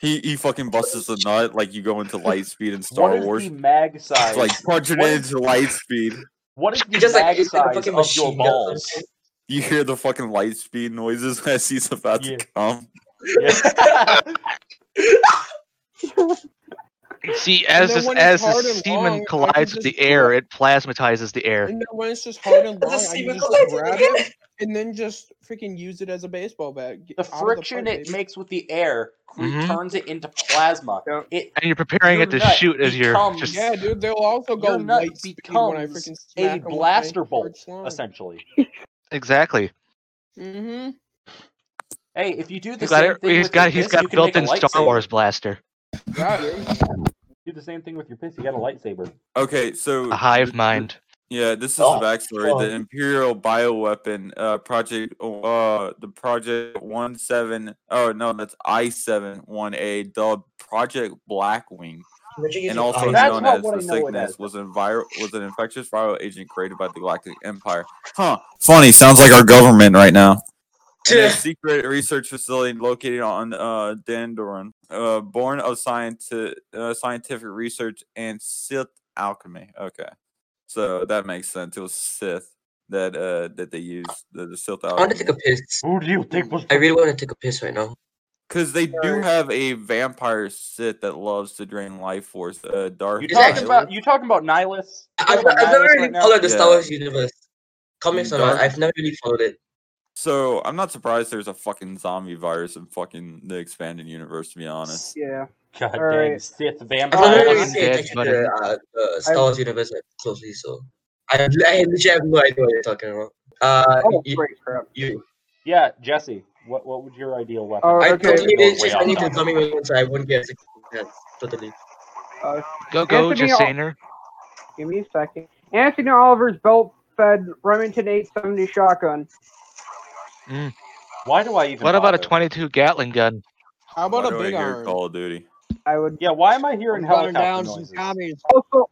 S1: He he fucking busts a nut like you go into light speed in
S3: what
S1: Star
S3: is
S1: Wars.
S3: the mag
S1: It's
S3: size?
S1: like punching
S3: What
S1: it
S3: is-
S1: into light speed.
S3: what is the
S11: It's just like
S3: mag
S11: it's like a
S3: size
S11: fucking
S3: of your
S11: machine gun. or
S3: balls?
S11: something.
S1: You hear the fucking light speed noises as he's about
S3: Yeah.
S1: to come.
S3: Yeah.
S5: See,
S6: And
S5: as
S6: then
S5: this,
S6: when it's
S5: as
S6: hard
S5: the
S6: and
S5: semen
S6: long, I
S5: collides
S6: can
S5: with
S6: just
S5: the air, it plasmatizes the air.
S6: And then when it's just hard and
S11: It's a
S6: long, I can
S11: semen
S6: just
S11: collision
S6: grab
S11: again.
S6: it and then just freaking use it as a baseball bat. Get
S3: the
S6: out of the
S3: friction
S6: pipe,
S3: it
S6: baby.
S3: makes with the air cre-
S5: Mhm.
S3: turns it into plasma.
S2: Yeah.
S3: It
S5: And you're preparing
S3: Your
S5: it to
S3: nut
S5: shoot as you're
S3: becomes-
S5: just
S6: Yeah, dude, they'll also go
S3: Your nut
S6: light speed when I freaking
S3: becomes
S6: smack
S3: a blaster bolt,
S6: Mm-hmm.
S3: essentially.
S5: exactly.
S4: Mm-hmm.
S3: Hey, if you do the
S5: He's got
S3: same
S5: it.
S3: thing
S5: He's
S3: with
S5: got.
S3: your
S5: He's
S3: fist, you
S5: got
S3: can make a
S5: built-in Star
S3: lightsaber.
S5: Wars blaster,
S6: Yeah, dude.
S3: Do the same thing with your fist, you got a lightsaber.
S1: Okay, so
S5: a hive
S1: th-
S5: mind.
S1: Yeah, this is
S11: Oh,
S1: the backstory.
S11: God.
S1: The Imperial Bioweapon uh, Project, uh, the Project One Seven, oh no, that's I Seven One A, dubbed Project Blackwing,
S11: Imagine using
S1: and also
S11: eyes.
S3: That's
S1: known
S3: not
S1: as
S3: what
S1: the
S3: I know it
S1: Cygnus,
S3: as.
S1: was an viral, was an infectious viral agent created by the Galactic Empire. Huh? Funny. Sounds like our government right now. in a secret research facility located on uh, Dandoran, uh, born of scienti- uh, scientific research and Sith alchemy. Okay, so that makes sense. It was Sith that uh, that they used the, the Sith
S11: I want to take a
S1: alchemy
S11: piss.
S3: Who do you think was
S11: I really want to take a piss right now.
S1: because they do have a vampire Sith that loves to drain life force. Uh, Darth.
S3: you
S11: It's actually-
S3: talking about? You talking about Nihilus? You
S11: I've,
S3: talking about
S11: I've never
S3: Nihilus
S11: really
S3: right now?
S11: followed the Star
S1: Yeah.
S11: Wars universe. Comics or not,
S1: Darth-
S11: I've never really followed it.
S1: So I'm not surprised there's a fucking zombie virus in fucking the expanded universe. To be honest.
S2: Yeah.
S3: God damn
S2: Alright.
S3: Sith
S11: I've never
S3: vampire.
S5: Alright.
S11: really
S5: Walking
S11: paid
S5: Dead,
S11: attention
S5: buddy.
S11: to uh, the Star
S2: I've-
S11: Wars universe like, closely, so I, I literally have no idea what you're talking about. Uh,
S2: Oh,
S11: you,
S2: great crap.
S11: you,
S3: Yeah, Jesse. What what would your ideal weapon?
S2: Oh,
S11: I
S2: okay.
S11: totally
S3: Going
S11: didn't
S3: way
S11: change
S3: off
S11: anything to
S3: topic.
S11: coming with, so I wouldn't get it. Yeah, totally.
S2: Uh,
S5: Go, go,
S2: Anthony, I'll-
S5: Jasaner.
S2: give me a second. Anthony Oliver's belt-fed Remington 870 shotgun.
S3: Why do I even?
S5: What about a
S3: bother?
S5: 22 Gatling gun?
S6: How
S1: Why
S6: about
S1: do
S6: a
S1: I
S6: big
S1: hear
S6: iron?
S1: Call of Duty.
S2: I would
S3: Yeah, why am I hearing
S4: I'm gunning
S3: helicopter
S4: down some
S3: noises?
S4: commies.
S2: also.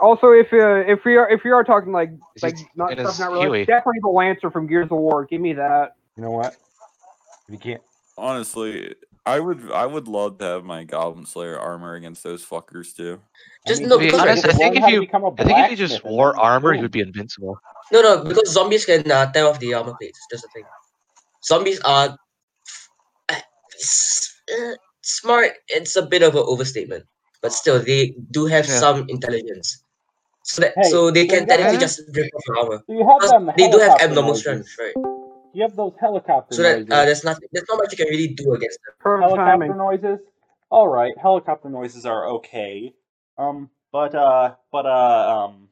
S2: Also, if uh, if we are if you are talking like
S5: Is
S2: like
S5: it-
S2: not
S5: it
S2: stuff
S5: is
S2: not really
S5: Huey.
S2: definitely the Lancer from Gears of War. Give me that.
S3: You know what? You can't.
S1: Honestly, I would I would love to have my Goblin Slayer armor against those fuckers too.
S3: I
S11: Just
S3: mean,
S11: no,
S5: Be
S11: because
S3: people
S5: honest, I
S3: learn
S5: think if
S3: how to
S5: you-
S3: become a
S5: I think if you
S3: blacksmith
S5: just
S3: and
S5: wore
S3: then
S5: armor,
S3: boom.
S5: you'd be invincible.
S11: No, no, because zombies can uh, tear off the armor plates. That's the thing. Zombies are uh, s- uh, smart. It's a bit of an overstatement, but still, they do have
S5: Yeah.
S11: some intelligence. So that
S3: Hey,
S11: so they
S3: so you
S11: can
S3: got
S11: technically
S5: that?
S11: just rip off armor.
S3: So you have
S11: Plus,
S3: them
S11: they do have
S3: helicopter
S11: abnormal
S3: noises.
S11: strength, right?
S3: You have those helicopter
S11: So that uh,
S3: noises.
S11: there's nothing. There's not much you can really do against them.
S2: Perfect
S3: Helicopter
S2: timing.
S3: noises. All right, helicopter noises are okay. Um, but uh, but uh, um,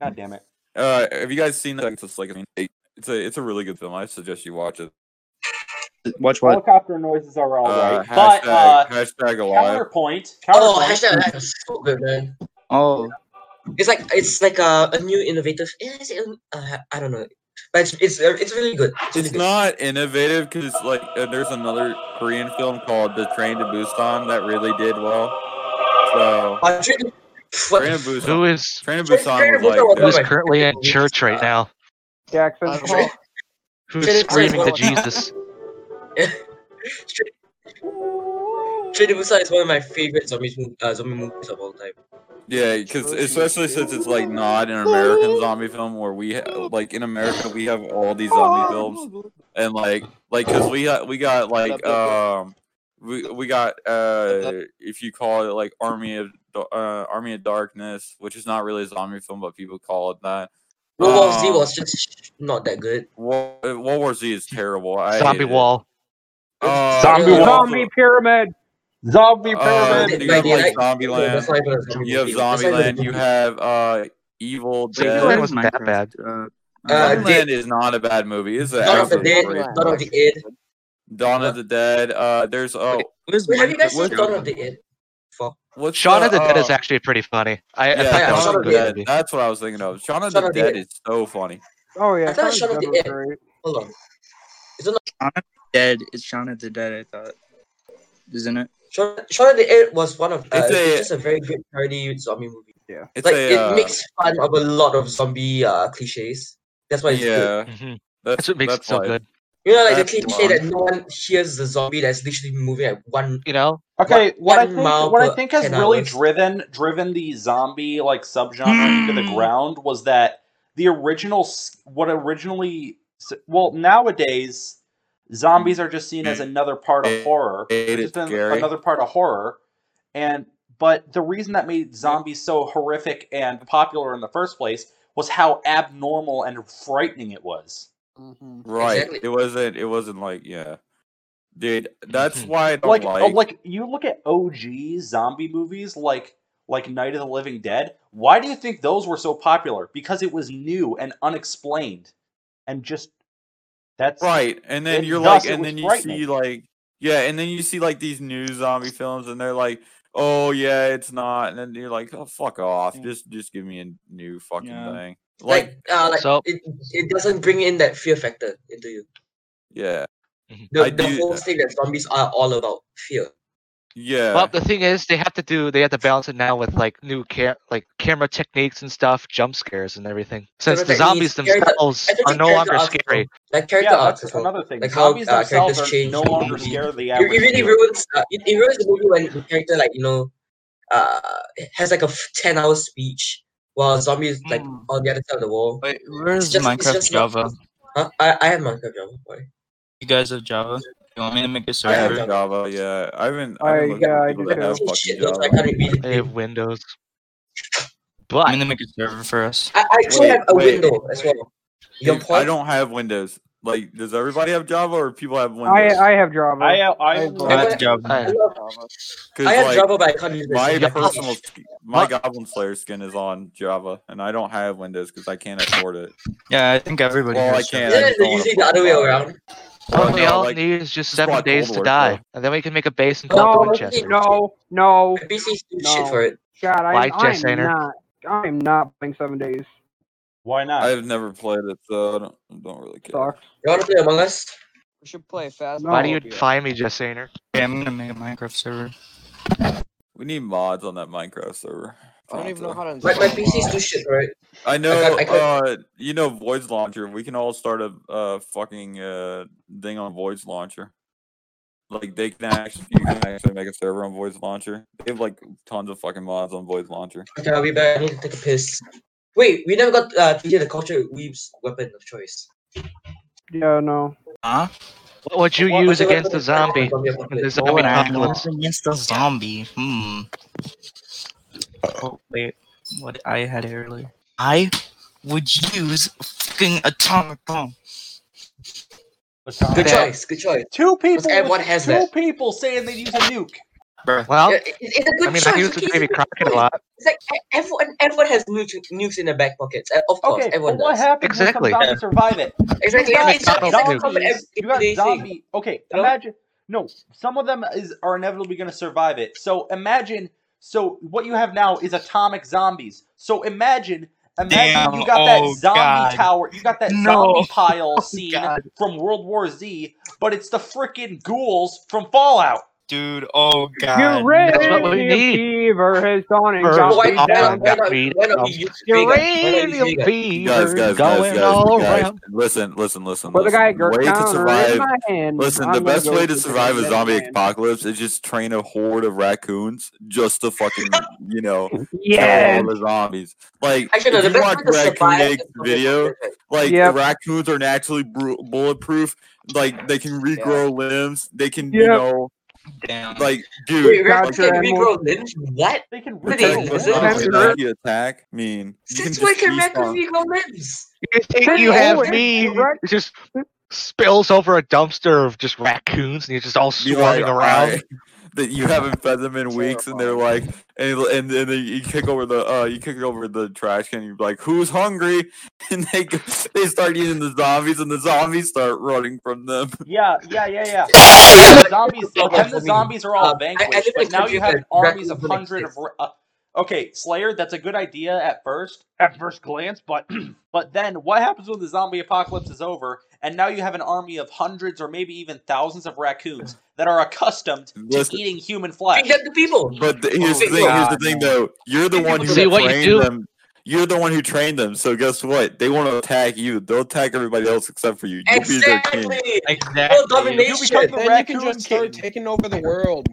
S3: god damn it.
S1: Uh, have you guys seen that? It's like I mean, it- it's a it's a really good film. I suggest you watch it.
S10: Watch what?
S3: Helicopter noises are all right.
S1: Uh, hashtag
S3: but uh,
S1: hashtag alive.
S3: counterpoint.
S11: Oh,
S3: Counterpoint.
S11: hashtag that is so good, man.
S10: Oh,
S11: It's like it's like uh, a new innovative. eh, is it, uh, I don't know, but it's it's, uh, it's really good. It's really
S1: It's
S11: good.
S1: not innovative because like uh, there's another Korean film called The Train to Busan that really did well. So
S11: Uh, Train- what-
S1: Train to Busan,
S5: Who is
S1: Train to
S11: Train- Train
S1: Busan
S11: to
S1: was like
S11: Busan was
S5: who
S11: one of
S5: is
S11: my
S5: currently
S11: favorite
S5: in
S11: movies.
S5: church right
S11: Uh,
S5: now?
S2: Jackson.
S4: I don't
S11: Train-
S4: know.
S5: Who's
S11: Train to Busan is
S5: screaming
S11: one
S5: to
S11: of my
S5: Jesus?
S11: Train- Train to Busan is one of my favorite zombie mo- uh, zombie movies of all time.
S1: yeah, because especially since it's like not an American zombie film where we ha- like in America we have all these zombie films. and like like because we got we got like um we we got uh if you call it like army of Da- uh army of darkness which is not really a zombie film but people call it that
S11: World War Z
S1: Um,
S11: was just not that good.
S1: Wo- uh, world war z is terrible i
S5: Zombie
S1: hate it.
S5: wall.
S1: Uh,
S3: Zombie
S1: you
S3: Wall.
S1: also-
S2: Zombie pyramid.
S3: Zombie
S1: uh,
S3: pyramid.
S11: Dead
S1: you
S11: by
S1: have like
S11: Daylight.
S1: zombie
S11: No, that's
S1: land
S11: not even a zombie
S1: you have
S11: movie. That's not even a
S1: zombie you
S11: movie.
S1: have uh evil
S10: so you
S5: Zombieland
S1: dead
S10: like
S5: wasn't that
S10: Minecraft?
S5: bad.
S10: Uh,
S11: Uh,
S1: zombie
S10: Minecraft.
S11: Dead,
S1: land is not a bad movie it's
S11: Uh, Dawn of the
S1: actually
S11: Dead,
S1: great
S11: Dawn of the Dead.
S1: dawn of the dead uh there's oh
S11: Wait,
S10: Where's
S11: have you guys
S10: Minecraft
S11: seen Dawn of
S10: Calvin?
S11: the Dead? fuck.
S1: What's
S5: Shaun
S1: the-
S5: of the Dead
S1: uh,
S5: is actually pretty funny. I, I
S1: Yeah,
S5: think that's
S1: Shaun
S5: a
S1: of the
S5: good
S1: Dead.
S5: movie.
S1: That's what I was thinking of. Shaun of the
S11: Shaun of the
S1: Dead
S11: Dead.
S1: is so funny.
S2: Oh yeah.
S11: I thought
S2: Shaun
S11: Shaun
S2: of the Dead was
S11: Ed.
S2: great.
S11: Hold on.
S7: Shaun of the Dead. It's Shaun of the Dead. I thought, isn't it?
S11: Shaun, Shaun of the Dead was one of uh,
S7: It's
S11: it's,
S7: a-
S11: just a very good parody zombie movie.
S2: Yeah,
S1: It's
S11: like
S1: a,
S11: it
S1: uh,
S11: makes fun of a lot of zombie uh, cliches. That's why it's
S1: yeah,
S11: good.
S5: Mm-hmm.
S1: that's,
S5: what makes it
S1: that's
S5: so
S1: why.
S5: good.
S11: You know, like the
S1: That's why.
S11: cliche that no one hears the zombie that's literally moving at one.
S5: You know.
S3: Okay, what I
S11: one
S3: think
S11: mile
S3: what I
S11: per
S3: think has
S11: 10
S3: really
S11: hours.
S3: driven driven the zombie like subgenre into the ground was that the original s- what originally s- well nowadays zombies are just seen as another part of horror. They've just been
S1: scary.
S3: another part of horror, and but the reason that made zombies so horrific and popular in the first place was how abnormal and frightening it was.
S1: Right.
S3: Exactly.
S1: It wasn't. It wasn't like yeah, dude.
S5: Hmm.
S1: That's why I don't
S3: like
S1: like.
S3: oh, like you look at OG zombie movies like like Night of the Living Dead. Why do you think those were so popular? Because it was new and unexplained, and just that's
S1: right. And then
S3: it-
S1: you're
S3: thus
S1: like,
S3: it
S1: and
S3: was
S1: then you
S3: frightening.
S1: see like yeah, and then you see like these new zombie films, and they're like, oh yeah, it's not. And then you're like, oh fuck off. Just just give me a new fucking thing. Like,
S11: Like, uh, like
S1: So-
S11: it, it doesn't bring in that fear factor into you.
S1: yeah.
S11: The,
S1: I
S11: the
S1: do-
S11: whole thing that zombies are all about fear.
S1: Yeah.
S5: Well, the thing is, they have to do. They have to balance it now with like new cam- like camera techniques and stuff, jump scares and everything. Since
S11: Camera
S5: the zombies
S11: techniques, character-
S5: themselves
S11: I think
S5: are no
S11: character
S5: longer
S11: arcs as well.
S5: scary.
S11: Like character
S3: yeah,
S11: arcs
S3: that's
S11: as well.
S3: another thing.
S11: Like how
S3: Zombies
S11: uh,
S3: themselves
S11: characters
S3: are
S11: change.
S3: no
S11: in the
S3: longer
S11: movie.
S3: scare the
S11: It,
S3: average
S11: it really
S3: viewer.
S11: ruins. Uh, it, it ruins the movie when the character like you know, uh, has like a f- ten hour speech while zombies like on the other side of the wall.
S7: Wait, where
S11: It's
S7: is
S11: just- it's
S7: Minecraft
S11: just not-
S7: Java?
S11: Huh? I I have Minecraft Java. Why?
S7: You guys have Java? You want me to make a
S1: I have
S7: server?
S1: Java. Yeah. I haven't.
S7: I-
S1: I haven't looked
S7: yeah,
S1: at
S7: I
S1: people
S7: do
S1: that have
S7: too.
S1: fucking
S7: Shit,
S1: Java.
S7: looks
S11: like I repeat
S5: They
S1: Mm-hmm.
S5: have Windows. But
S7: I'm gonna make a server for us.
S11: I, I actually
S1: Wait,
S11: have a
S1: wait.
S11: window as well. Your
S1: Dude, I
S11: point-
S1: don't have Windows. Like, does everybody have Java or people have Windows?
S2: I I have Java.
S1: I
S3: uh,
S1: have- I
S11: Oh,
S2: I
S1: have
S2: both.
S1: I have Java.
S11: I love-
S1: 'Cause,
S11: I have
S1: like,
S11: Java, but I can't use it.
S1: My
S11: Yeah.
S1: personal, sk- my Goblin Slayer skin is on Java, and I don't have Windows because I can't afford it.
S7: Yeah, I think everybody.
S1: Well, I
S7: has
S1: can't.
S7: server.
S1: I just don't wanna fucking buy it.
S5: All
S1: Oh,
S5: we
S1: no,
S5: all
S1: like,
S5: need is just
S1: just
S5: seven
S1: bought
S5: days
S1: Cold
S5: to
S1: War,
S5: die,
S1: bro.
S5: and then we can make a base and build the
S2: No,
S5: Winchester.
S2: no, no.
S11: PC's
S2: no.
S11: shit for it.
S2: God,
S5: Why,
S2: I'm,
S5: Jess
S2: I'm
S5: Ainer?
S2: not. I'm not playing seven days.
S3: Why not?
S1: I've never played it, so I don't, I don't really care.
S2: Sucks.
S11: You want to play Among Us?
S4: We should play fast.
S5: Why do you find me, Jessaner?
S7: Yeah, I'm gonna make a Minecraft server.
S1: We need mods on that Minecraft server.
S4: I don't even know how to
S11: My, my
S4: install
S11: PC's
S4: mods.
S11: too shit for it.
S1: I know.
S11: can't- I
S1: uh, you know, Void's Launcher. We can all start a uh, fucking uh, thing on Void's Launcher. Like they can actually, you can actually make a server on Void's Launcher. They have like tons of fucking mods on Void's Launcher.
S11: Okay, I'll be back. I need to take a piss. Wait, we never got uh, to hear the culture weeb's weapon of choice.
S2: Yeah, no.
S7: Huh?
S5: What would you
S11: What-
S5: use
S11: what's your
S5: against the
S11: weapon of
S5: zombie?
S11: choice on your
S5: in The
S11: weapon?
S5: zombie
S7: What I
S5: apocalypse.
S7: have against the zombie? Hmm. Oh wait, what I had earlier. I would use fucking atomic bomb.
S11: Good
S7: Yeah.
S11: choice. Good choice.
S3: Two people.
S11: Because everyone
S3: with-
S11: has
S3: two
S11: that.
S3: people saying they use a nuke.
S5: Well,
S11: it, it's a good
S5: I mean,
S11: choice.
S5: I use
S11: okay,
S5: the
S11: it's a
S5: Davy
S11: good
S5: Crockett a
S11: choice.
S5: lot.
S11: It's like e- everyone, everyone has nukes, nukes in their back pockets. Uh, Of course,
S3: Okay,
S11: everyone
S3: but what
S11: does.
S3: happens when some zombies survive it?
S11: Exactly.
S3: You
S11: I
S3: got
S11: mean, it's not, it's not
S3: zombies.
S11: common every
S3: You got
S11: day thing.
S3: zombie. Okay,
S11: know?
S3: imagine. No, some of them is are inevitably going to survive it. So imagine. So what you have now is atomic zombies. So imagine. Imagine
S7: Damn,
S3: you got that
S7: oh
S3: zombie
S7: God.
S3: tower. You got that
S7: No. Oh,
S3: zombie pile scene
S7: God.
S3: from World War Z, but it's the freaking ghouls from Fallout.
S7: Dude, oh
S2: Your radium fever has gone and
S5: First
S2: got me
S5: off,
S2: down.
S5: got me dumb. Uranium
S1: Guys,
S5: fever
S1: guys, guys,
S5: going
S1: guys,
S5: all
S1: guys.
S5: around.
S1: Listen, listen, listen.
S2: Put the
S1: listen.
S2: guy
S1: The way to
S2: Gurkhaner in
S1: survive.
S2: my hand.
S1: Listen, the
S2: I'm gonna
S1: best
S2: go
S1: way
S2: to
S1: to survive a
S2: the
S1: zombie
S2: man.
S1: apocalypse is just train a horde of raccoons just to fucking, you know, kill
S2: Yes.
S1: all the zombies. Like,
S11: Actually, no,
S1: if
S11: the
S1: you
S11: best
S1: watch
S11: way to
S1: Raccoon
S11: survive
S1: Egg's
S11: a zombie
S1: video,
S11: apocalypse,
S1: like,
S2: Yep.
S1: raccoons are naturally bru bulletproof. Like, they can regrow limbs. They can, you
S11: Yep.
S1: know, like, dude.
S11: Wait,
S1: like,
S11: raccoons can regrow limbs? What?
S3: They can
S11: What
S1: protect
S11: is
S1: the
S11: this? Is
S1: zombie
S11: this
S1: that you attack. mean, you can
S11: Since when
S1: just
S11: can
S1: eat
S11: raccoons
S1: some.
S11: regrow limbs?
S5: You think
S11: Pretty
S5: you have
S11: old.
S5: me? It just spills over a dumpster of just raccoons, and you're just all
S1: Be
S5: swarming
S1: like,
S5: around.
S1: "Alright, that you haven't fed them in weeks, and they're like, and and, and then you kick over the uh, you kick over the trash can, and you're like, "Who's hungry?" And they go- they start eating the zombies, and the zombies start running from them.
S3: Yeah, yeah, yeah, yeah. The zombies, then the zombies are all
S1: Um, I- I
S3: vanquished,
S1: think
S3: but now
S1: it's
S3: you have
S1: like
S3: armies of
S1: Dracula Blade
S3: hundred of. ra- Uh, okay, Slayer, that's a good idea at first, at first glance, but but then what happens when the zombie apocalypse is over, and now you have an army of hundreds or maybe even thousands of raccoons that are accustomed to
S1: Listen.
S3: eating human flesh?
S11: the people.
S1: But the, here's,
S3: Oh,
S1: the thing, here's the thing, though. You're the
S3: Think
S1: one
S3: people
S1: who
S3: See
S1: trained
S3: what you do-
S1: them. You're the one who trained them. So guess what? They want to attack you. They'll attack everybody else except for you. You'll be their king.
S7: Exactly.
S6: You become the
S4: then you can
S6: raccoon
S4: just start taking over the world.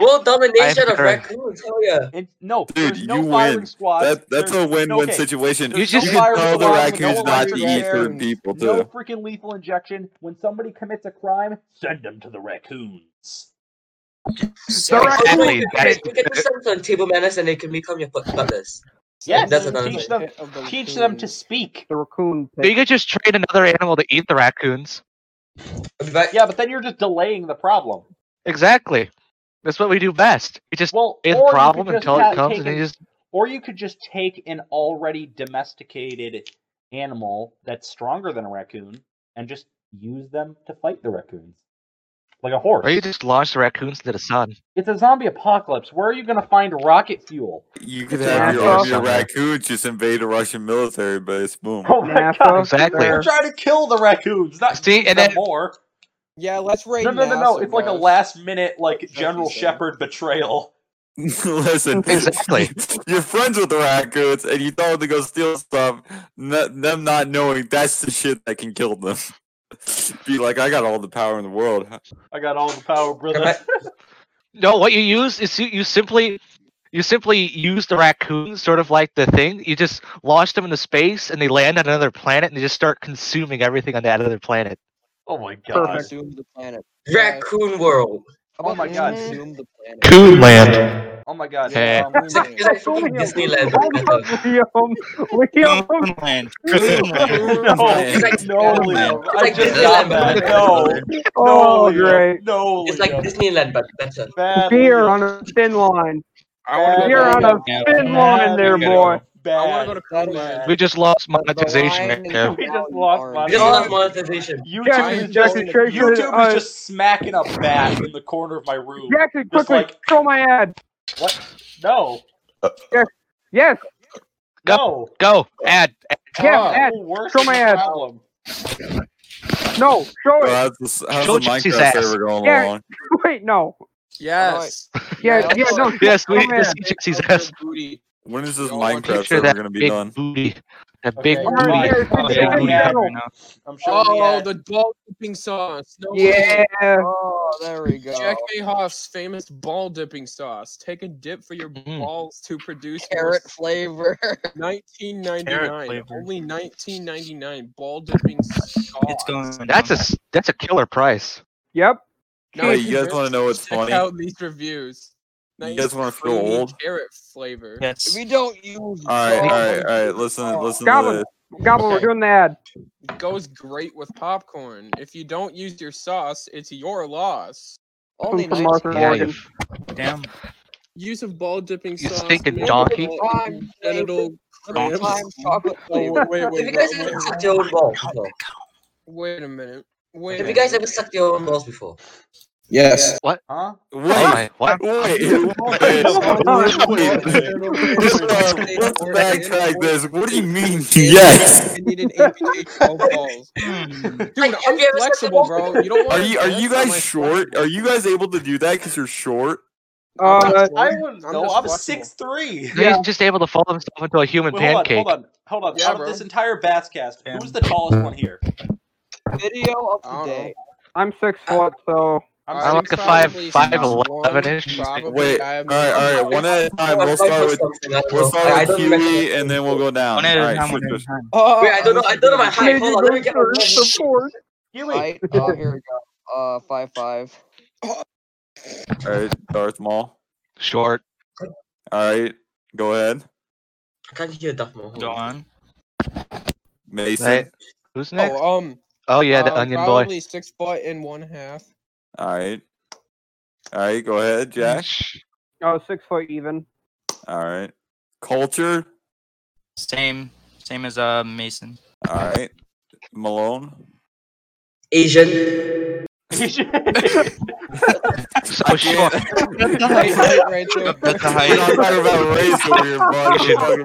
S11: World domination
S6: I've
S11: of
S6: heard-
S11: raccoons. Hell yeah.
S3: And no,
S1: Dude, you win. That, that's a win-win
S3: okay,
S1: situation.
S3: there's
S1: you
S3: no firing
S1: tell the
S3: squads,
S1: raccoons
S3: no
S1: not to
S3: electric
S1: eat
S3: chairs,
S1: certain people too.
S3: No freaking lethal injection. When somebody commits a crime, send them to the raccoons.
S11: Oh, you know,
S3: raccoons-
S11: you can- You can do something on table manners and they can become your butlers.
S3: Yes,
S11: that's another
S3: teach
S11: thing.
S3: them, teach them to speak.
S2: The raccoon.
S5: So you could just train another animal to eat the raccoons.
S11: Yeah,
S3: but then you're just delaying the problem.
S5: Exactly. That's what we do best. We just
S3: well,
S5: the
S3: or you could
S5: problem
S3: just
S5: until
S3: have-
S5: it comes,
S3: take
S5: and then
S3: an-
S5: you just
S3: or you could just take an already domesticated animal that's stronger than a raccoon and just use them to fight the raccoons, like a horse.
S5: or you just launch the raccoons into the sun.
S3: It's a zombie apocalypse. Where are you going to find rocket fuel?
S1: You could
S3: It's
S1: have your
S3: NASA.
S1: army of raccoons just invade the Russian military base. Boom.
S3: Oh my god!
S5: Exactly.
S3: We're trying to kill the raccoons, not
S5: See,
S3: and then, more.
S4: Yeah, let's raid
S3: No, no, no, no!
S4: NASA,
S3: It's like a
S4: guys.
S3: last minute, like
S4: what
S3: General
S4: she said.
S3: Shepard betrayal.
S1: Listen,
S5: exactly.
S1: You're friends with the raccoons, and you tell them to go steal stuff. N- them not knowing that's the shit that can kill them. Be like, I got all the power in the world.
S3: I got all the power, brother.
S5: No, what you use is you, you simply you simply use the raccoons, sort of like the thing. You just launch them into space, and they land on another planet, and they just start consuming everything on that other planet.
S3: Oh my
S5: God.
S4: Consume the planet.
S11: Raccoon world.
S4: Oh my
S3: God.
S4: Consume the planet.
S5: Coonland.
S3: Oh my god.
S5: Yeah.
S11: It's like, it's like fucking Disneyland. but better.
S2: Liam, Liam.
S7: Land.
S3: No,
S11: It's like
S3: no, Liam.
S11: It's
S3: I
S11: like
S3: just
S11: Disneyland,
S3: got
S11: but
S3: that.
S11: better.
S3: No,
S2: Oh,
S3: Liam.
S2: great.
S3: no.
S11: It's like Disneyland, but better.
S3: Bad
S2: Beer
S3: Liam.
S2: on a thin line.
S6: I wanna go
S2: You're
S6: to
S2: on a
S6: Cleveland.
S2: thin line there, boy.
S6: I wanna go to Cleveland.
S5: We just lost monetization.
S6: line is
S5: Kev.
S3: We just lost
S11: We just lost
S3: money.
S11: monetization.
S3: YouTube is just,
S2: Jackson, Jackson,
S3: YouTube
S2: uh,
S3: is just smacking a bat in the corner of my room.
S2: Jackson,
S3: Just
S2: quickly,
S3: like
S2: show my ad.
S3: what? No,
S2: Yes, yes,
S3: no.
S5: Go ad.
S2: yes,
S3: Oh,
S2: ad.
S3: well, worse
S2: Show
S3: is
S2: my
S3: the
S2: ad.
S3: problem.
S2: No, show it.
S1: How's the, how's
S5: Show
S1: the
S5: Gypsy's
S1: Minecraft
S5: ass.
S1: server going
S2: Yeah.
S1: along?
S2: Wait, no.
S6: Yes.
S2: Yeah, yeah, no.
S5: Yes,
S2: show
S5: we
S2: my
S5: need
S2: ad.
S5: to see Gypsy's ass.
S6: Booty.
S1: When is this
S6: all want
S1: Minecraft
S5: Picture
S1: server
S5: that
S1: going to be
S5: big
S1: done?
S5: booty. That big
S3: Okay,
S2: Alright,
S5: booty.
S2: here,
S3: fine. I'm
S2: it's
S3: showing
S2: the
S3: the ad.
S2: channel.
S3: I'm showing the
S6: Oh,
S3: ad.
S6: the ball dipping sauce. No
S2: Yeah.
S6: way.
S4: Oh, there we go.
S6: Jack Mayhoff's famous ball dipping sauce. Take a dip for your balls to produce
S4: Carrot
S6: more-
S4: flavor.
S6: 1999.
S7: Carrot flavor.
S6: Only 1999 ball dipping sauce.
S7: It's going.
S5: That's a s- that's a killer price.
S2: Yep.
S6: Now
S1: Wait, you guys
S6: can
S1: want to know what's
S6: check
S1: funny?
S6: out these reviews.
S1: You
S6: Nice
S1: guys want to feel
S6: creamy
S1: old?
S6: Carrot flavor.
S7: Yes.
S4: we don't use
S1: All right, all right,
S4: dogs.
S1: all right.
S2: Oh,
S1: Listen, listen to
S2: Goblin,
S1: this.
S2: Goblin, we're
S6: Okay.
S2: doing the ad.
S6: Goes great with popcorn. If you don't use your sauce, it's your loss.
S4: Only
S2: From Martha
S4: 1999.
S5: Yeah, you
S2: Morgan.
S7: Damn.
S6: Use of ball dipping
S5: You
S6: sauce.
S5: stinking
S6: may
S5: donkey.
S6: result in
S4: Prime
S6: Genital
S4: flavor.
S6: cramps.
S4: Prime chocolate
S6: Oh,
S4: flavor.
S6: wait, wait,
S11: Have you
S6: wait,
S11: guys
S6: wait,
S11: ever
S6: wait,
S11: sucked your own balls before?
S6: wait a minute. Wait a
S11: Have you
S6: minute.
S11: guys ever sucked your own balls before?
S7: Yes.
S5: What?
S3: Huh?
S5: Oh
S1: Wait,
S5: my! What?
S1: wait, wait.
S6: What? Genital cramps.
S1: Let's,
S6: Wait,
S1: uh,
S6: wait,
S1: let's
S6: wait,
S1: backtrack
S6: wait.
S1: this. What do you mean? Yes.
S6: I needed HHO balls.
S11: Like, have you ever sucked
S6: Dude, I'm
S11: your
S6: flexible,
S11: balls
S6: bro. You don't want
S1: Are
S6: to
S1: you are you guys short? Are you guys able to do that because you're short?
S6: I'm
S2: Uh,
S6: just
S3: I
S6: flexible.
S3: wouldn't
S6: I'm
S3: know.
S6: just
S3: I'm
S6: flexible.
S3: six three.
S5: He's just able to fold himself into a human
S3: Wait, hold on,
S5: pancake.
S3: hold on, hold on.
S6: Yeah,
S3: Out of
S6: bro.
S3: this entire bass cast, who's
S7: Um,
S3: the tallest one here?
S4: Video of
S6: I don't
S11: Oh.
S4: the day.
S2: I'm six foot, so
S3: I'm
S5: I'm
S3: six.
S5: like a five five eleven
S1: Wait.
S5: inch.
S1: All right, all right. One at a time.
S11: I'm
S1: We'll
S11: five
S1: start
S11: foot
S1: with
S11: something, I don't
S1: we'll
S11: know.
S1: start
S11: I- I
S1: with
S11: don't remember
S1: Huey,
S11: my
S1: and then we'll go down.
S7: One at
S1: All
S7: a
S1: right,
S7: time. One at a
S1: shooters.
S7: time.
S4: Oh,
S11: Wait, I don't know. I don't know my height.
S2: made you
S11: Hold on, let me
S2: go
S11: get my
S2: through
S11: measure sheet.
S2: support.
S3: Huey.
S4: Height. Oh, here we go. Uh, five five.
S1: All right, Darth Maul.
S5: Short.
S1: All right, go ahead,
S11: I can't hear Darth Maul. hold
S7: Go
S11: on.
S7: on.
S1: Mason.
S5: Right. Who's next? Oh,
S6: Oh, um,
S5: yeah, the
S6: um,
S5: onion boy.
S6: probably six foot and one half.
S1: All right, All right, go
S7: Mm.
S1: ahead, Jack.
S2: Oh, six foot even.
S1: All right. Culture.
S7: Same, same as uh Mason.
S1: All right. Malone.
S11: Asian.
S7: so
S1: short.
S7: That's the height
S4: right there.
S7: That's the height.
S1: We're not talking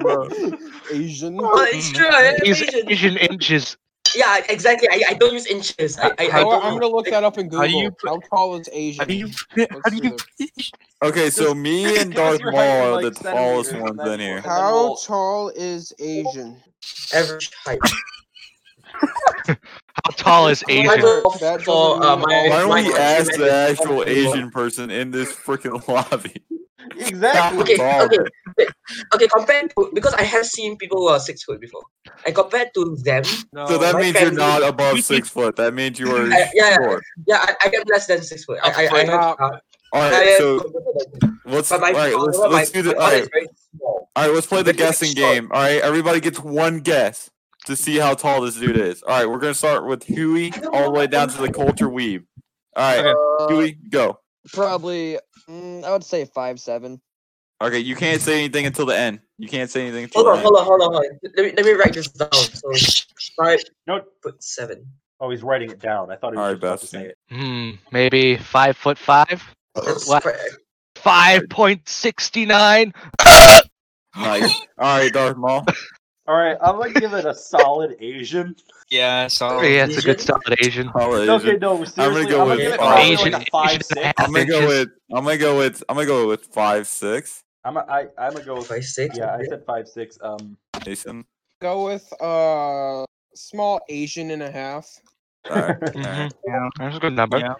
S1: about race over here, bud. We're talking about
S4: Asian.
S11: Well, Oh, it's true. I am
S5: He's
S11: Asian.
S5: Asian inches.
S11: Yeah, exactly. I, I don't use inches. I, I, I
S4: How-
S11: don't
S6: I'm gonna look that up in
S7: How
S6: Google.
S7: do you
S6: How tall is Asian? How do you? How do you?
S1: Okay, so me and Darth
S3: your
S1: Maul
S3: height in,
S1: are
S3: like,
S1: the tallest
S3: centimeters,
S1: ones
S3: and
S1: in here.
S6: How tall is Asian?
S11: average height.
S5: How tall is
S11: I
S5: Asian?
S11: don't
S6: That doesn't
S11: for uh,
S6: mean
S11: my,
S6: all-
S1: Why don't
S11: my
S1: we ask the actual
S11: Asian?
S1: Asian person in this freaking lobby?
S3: Exactly.
S11: okay,
S1: Bald.
S11: okay, okay, okay. Compared to because I have seen people who are six foot before, and compared to them,
S6: No.
S1: So that
S11: my
S1: means you're
S11: family-
S1: not above six foot. That means you are
S11: I- yeah, yeah.
S1: short.
S11: yeah, I, I am less than six foot. I, I, I, am,
S6: Wow.
S11: uh,
S1: All
S11: I
S1: right,
S11: am
S1: so let's
S11: but
S1: all
S11: my
S1: right, let's,
S11: father,
S1: let's
S11: my,
S1: do the
S11: my
S1: all
S11: father
S1: right,
S11: is very small.
S1: all right. Let's play the
S11: Very
S1: guessing
S11: short.
S1: game. All right, everybody gets one guess to see how tall this dude is. All right, we're gonna start with Huey all the way down to the culture weeb. All right,
S4: Uh,
S1: Huey, go.
S4: probably, mm, I would say five seven.
S1: Okay, you can't say anything until the end. You can't say anything until
S11: Hold on,
S1: the
S11: hold on, hold on, hold on. Let me, let me write this down. So five
S3: No.
S11: foot seven.
S3: Oh, he's writing it down. I thought he
S1: All
S3: was
S1: right,
S3: just about to say
S1: Bastion.
S3: it.
S5: Hmm, maybe five foot five.
S11: That's
S5: What?
S11: quite-
S5: Five point sixty nine.
S1: end. Nice. All right, Darth Maul.
S3: All right, I'm gonna give it a solid Asian.
S7: Yeah, solid.
S5: Oh, Yeah, it's a good
S11: Asian?
S5: solid Asian.
S1: Solid
S3: No,
S1: Asian.
S3: Okay, no,
S1: go
S3: seriously, I'm gonna
S1: with
S3: give
S1: five.
S3: it probably like
S5: Asian-
S3: a
S5: Asian
S3: five
S5: and a
S3: six.
S5: half.
S1: I'm gonna go
S5: Bitches.
S1: with I'm gonna go with I'm gonna go with five six.
S3: I'm a, I, I'm gonna go.
S11: Five six.
S3: Yeah, I
S11: okay.
S3: said five six. Um,
S1: Jason.
S6: Go with uh small Asian and a half.
S1: All right, all
S5: hmm
S1: right,
S7: Yeah,
S5: That's a good number.
S7: yeah.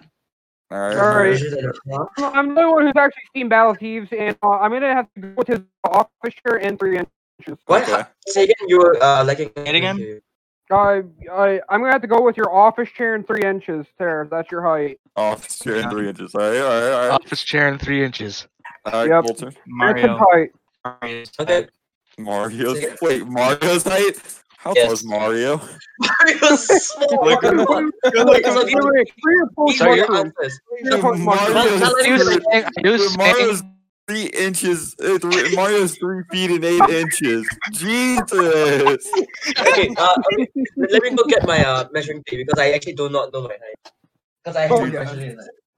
S1: all right.
S2: All right.
S11: Asian and a half.
S2: I'm the only one who's actually seen Battle Thieves, and uh, I'm gonna have to go with his officer and three inches.
S11: What?
S1: Okay.
S11: Say again. You were uh, like a
S7: Say it again?
S2: I, I, I'm gonna have to go with your office chair and three inches, Tara. That's your height.
S1: Office chair and
S7: Yeah.
S1: three inches. All right, all right, all right.
S5: Office chair and three inches.
S1: All right,
S2: Yep.
S1: Coulter.
S2: That's his
S7: Mario.
S2: height.
S7: Mario's
S11: Okay.
S7: type.
S1: Mario's
S11: Say it.
S1: wait, Mario's height? How tall is
S7: Yes.
S1: Mario?
S11: Mario's small.
S7: Look
S11: Come
S7: at-
S11: on.
S2: Wait,
S11: That's what
S2: wait,
S11: these,
S2: wait, three or four
S11: these were the
S2: markers.
S11: answers.
S2: Three or four
S1: Dude,
S2: markers.
S1: Mario's
S11: Tell
S5: I do
S11: him
S1: three,
S11: like
S5: saying, I do
S1: dude,
S5: saying,
S1: Mario's three inches. eh, Three, Mario's three feet and eight inches. Jesus.
S11: okay. Uh, okay. Let, let me go get my uh, measuring tape because I actually do not know my height. Because I
S2: Oh,
S11: haven't
S2: yeah.
S11: measured it.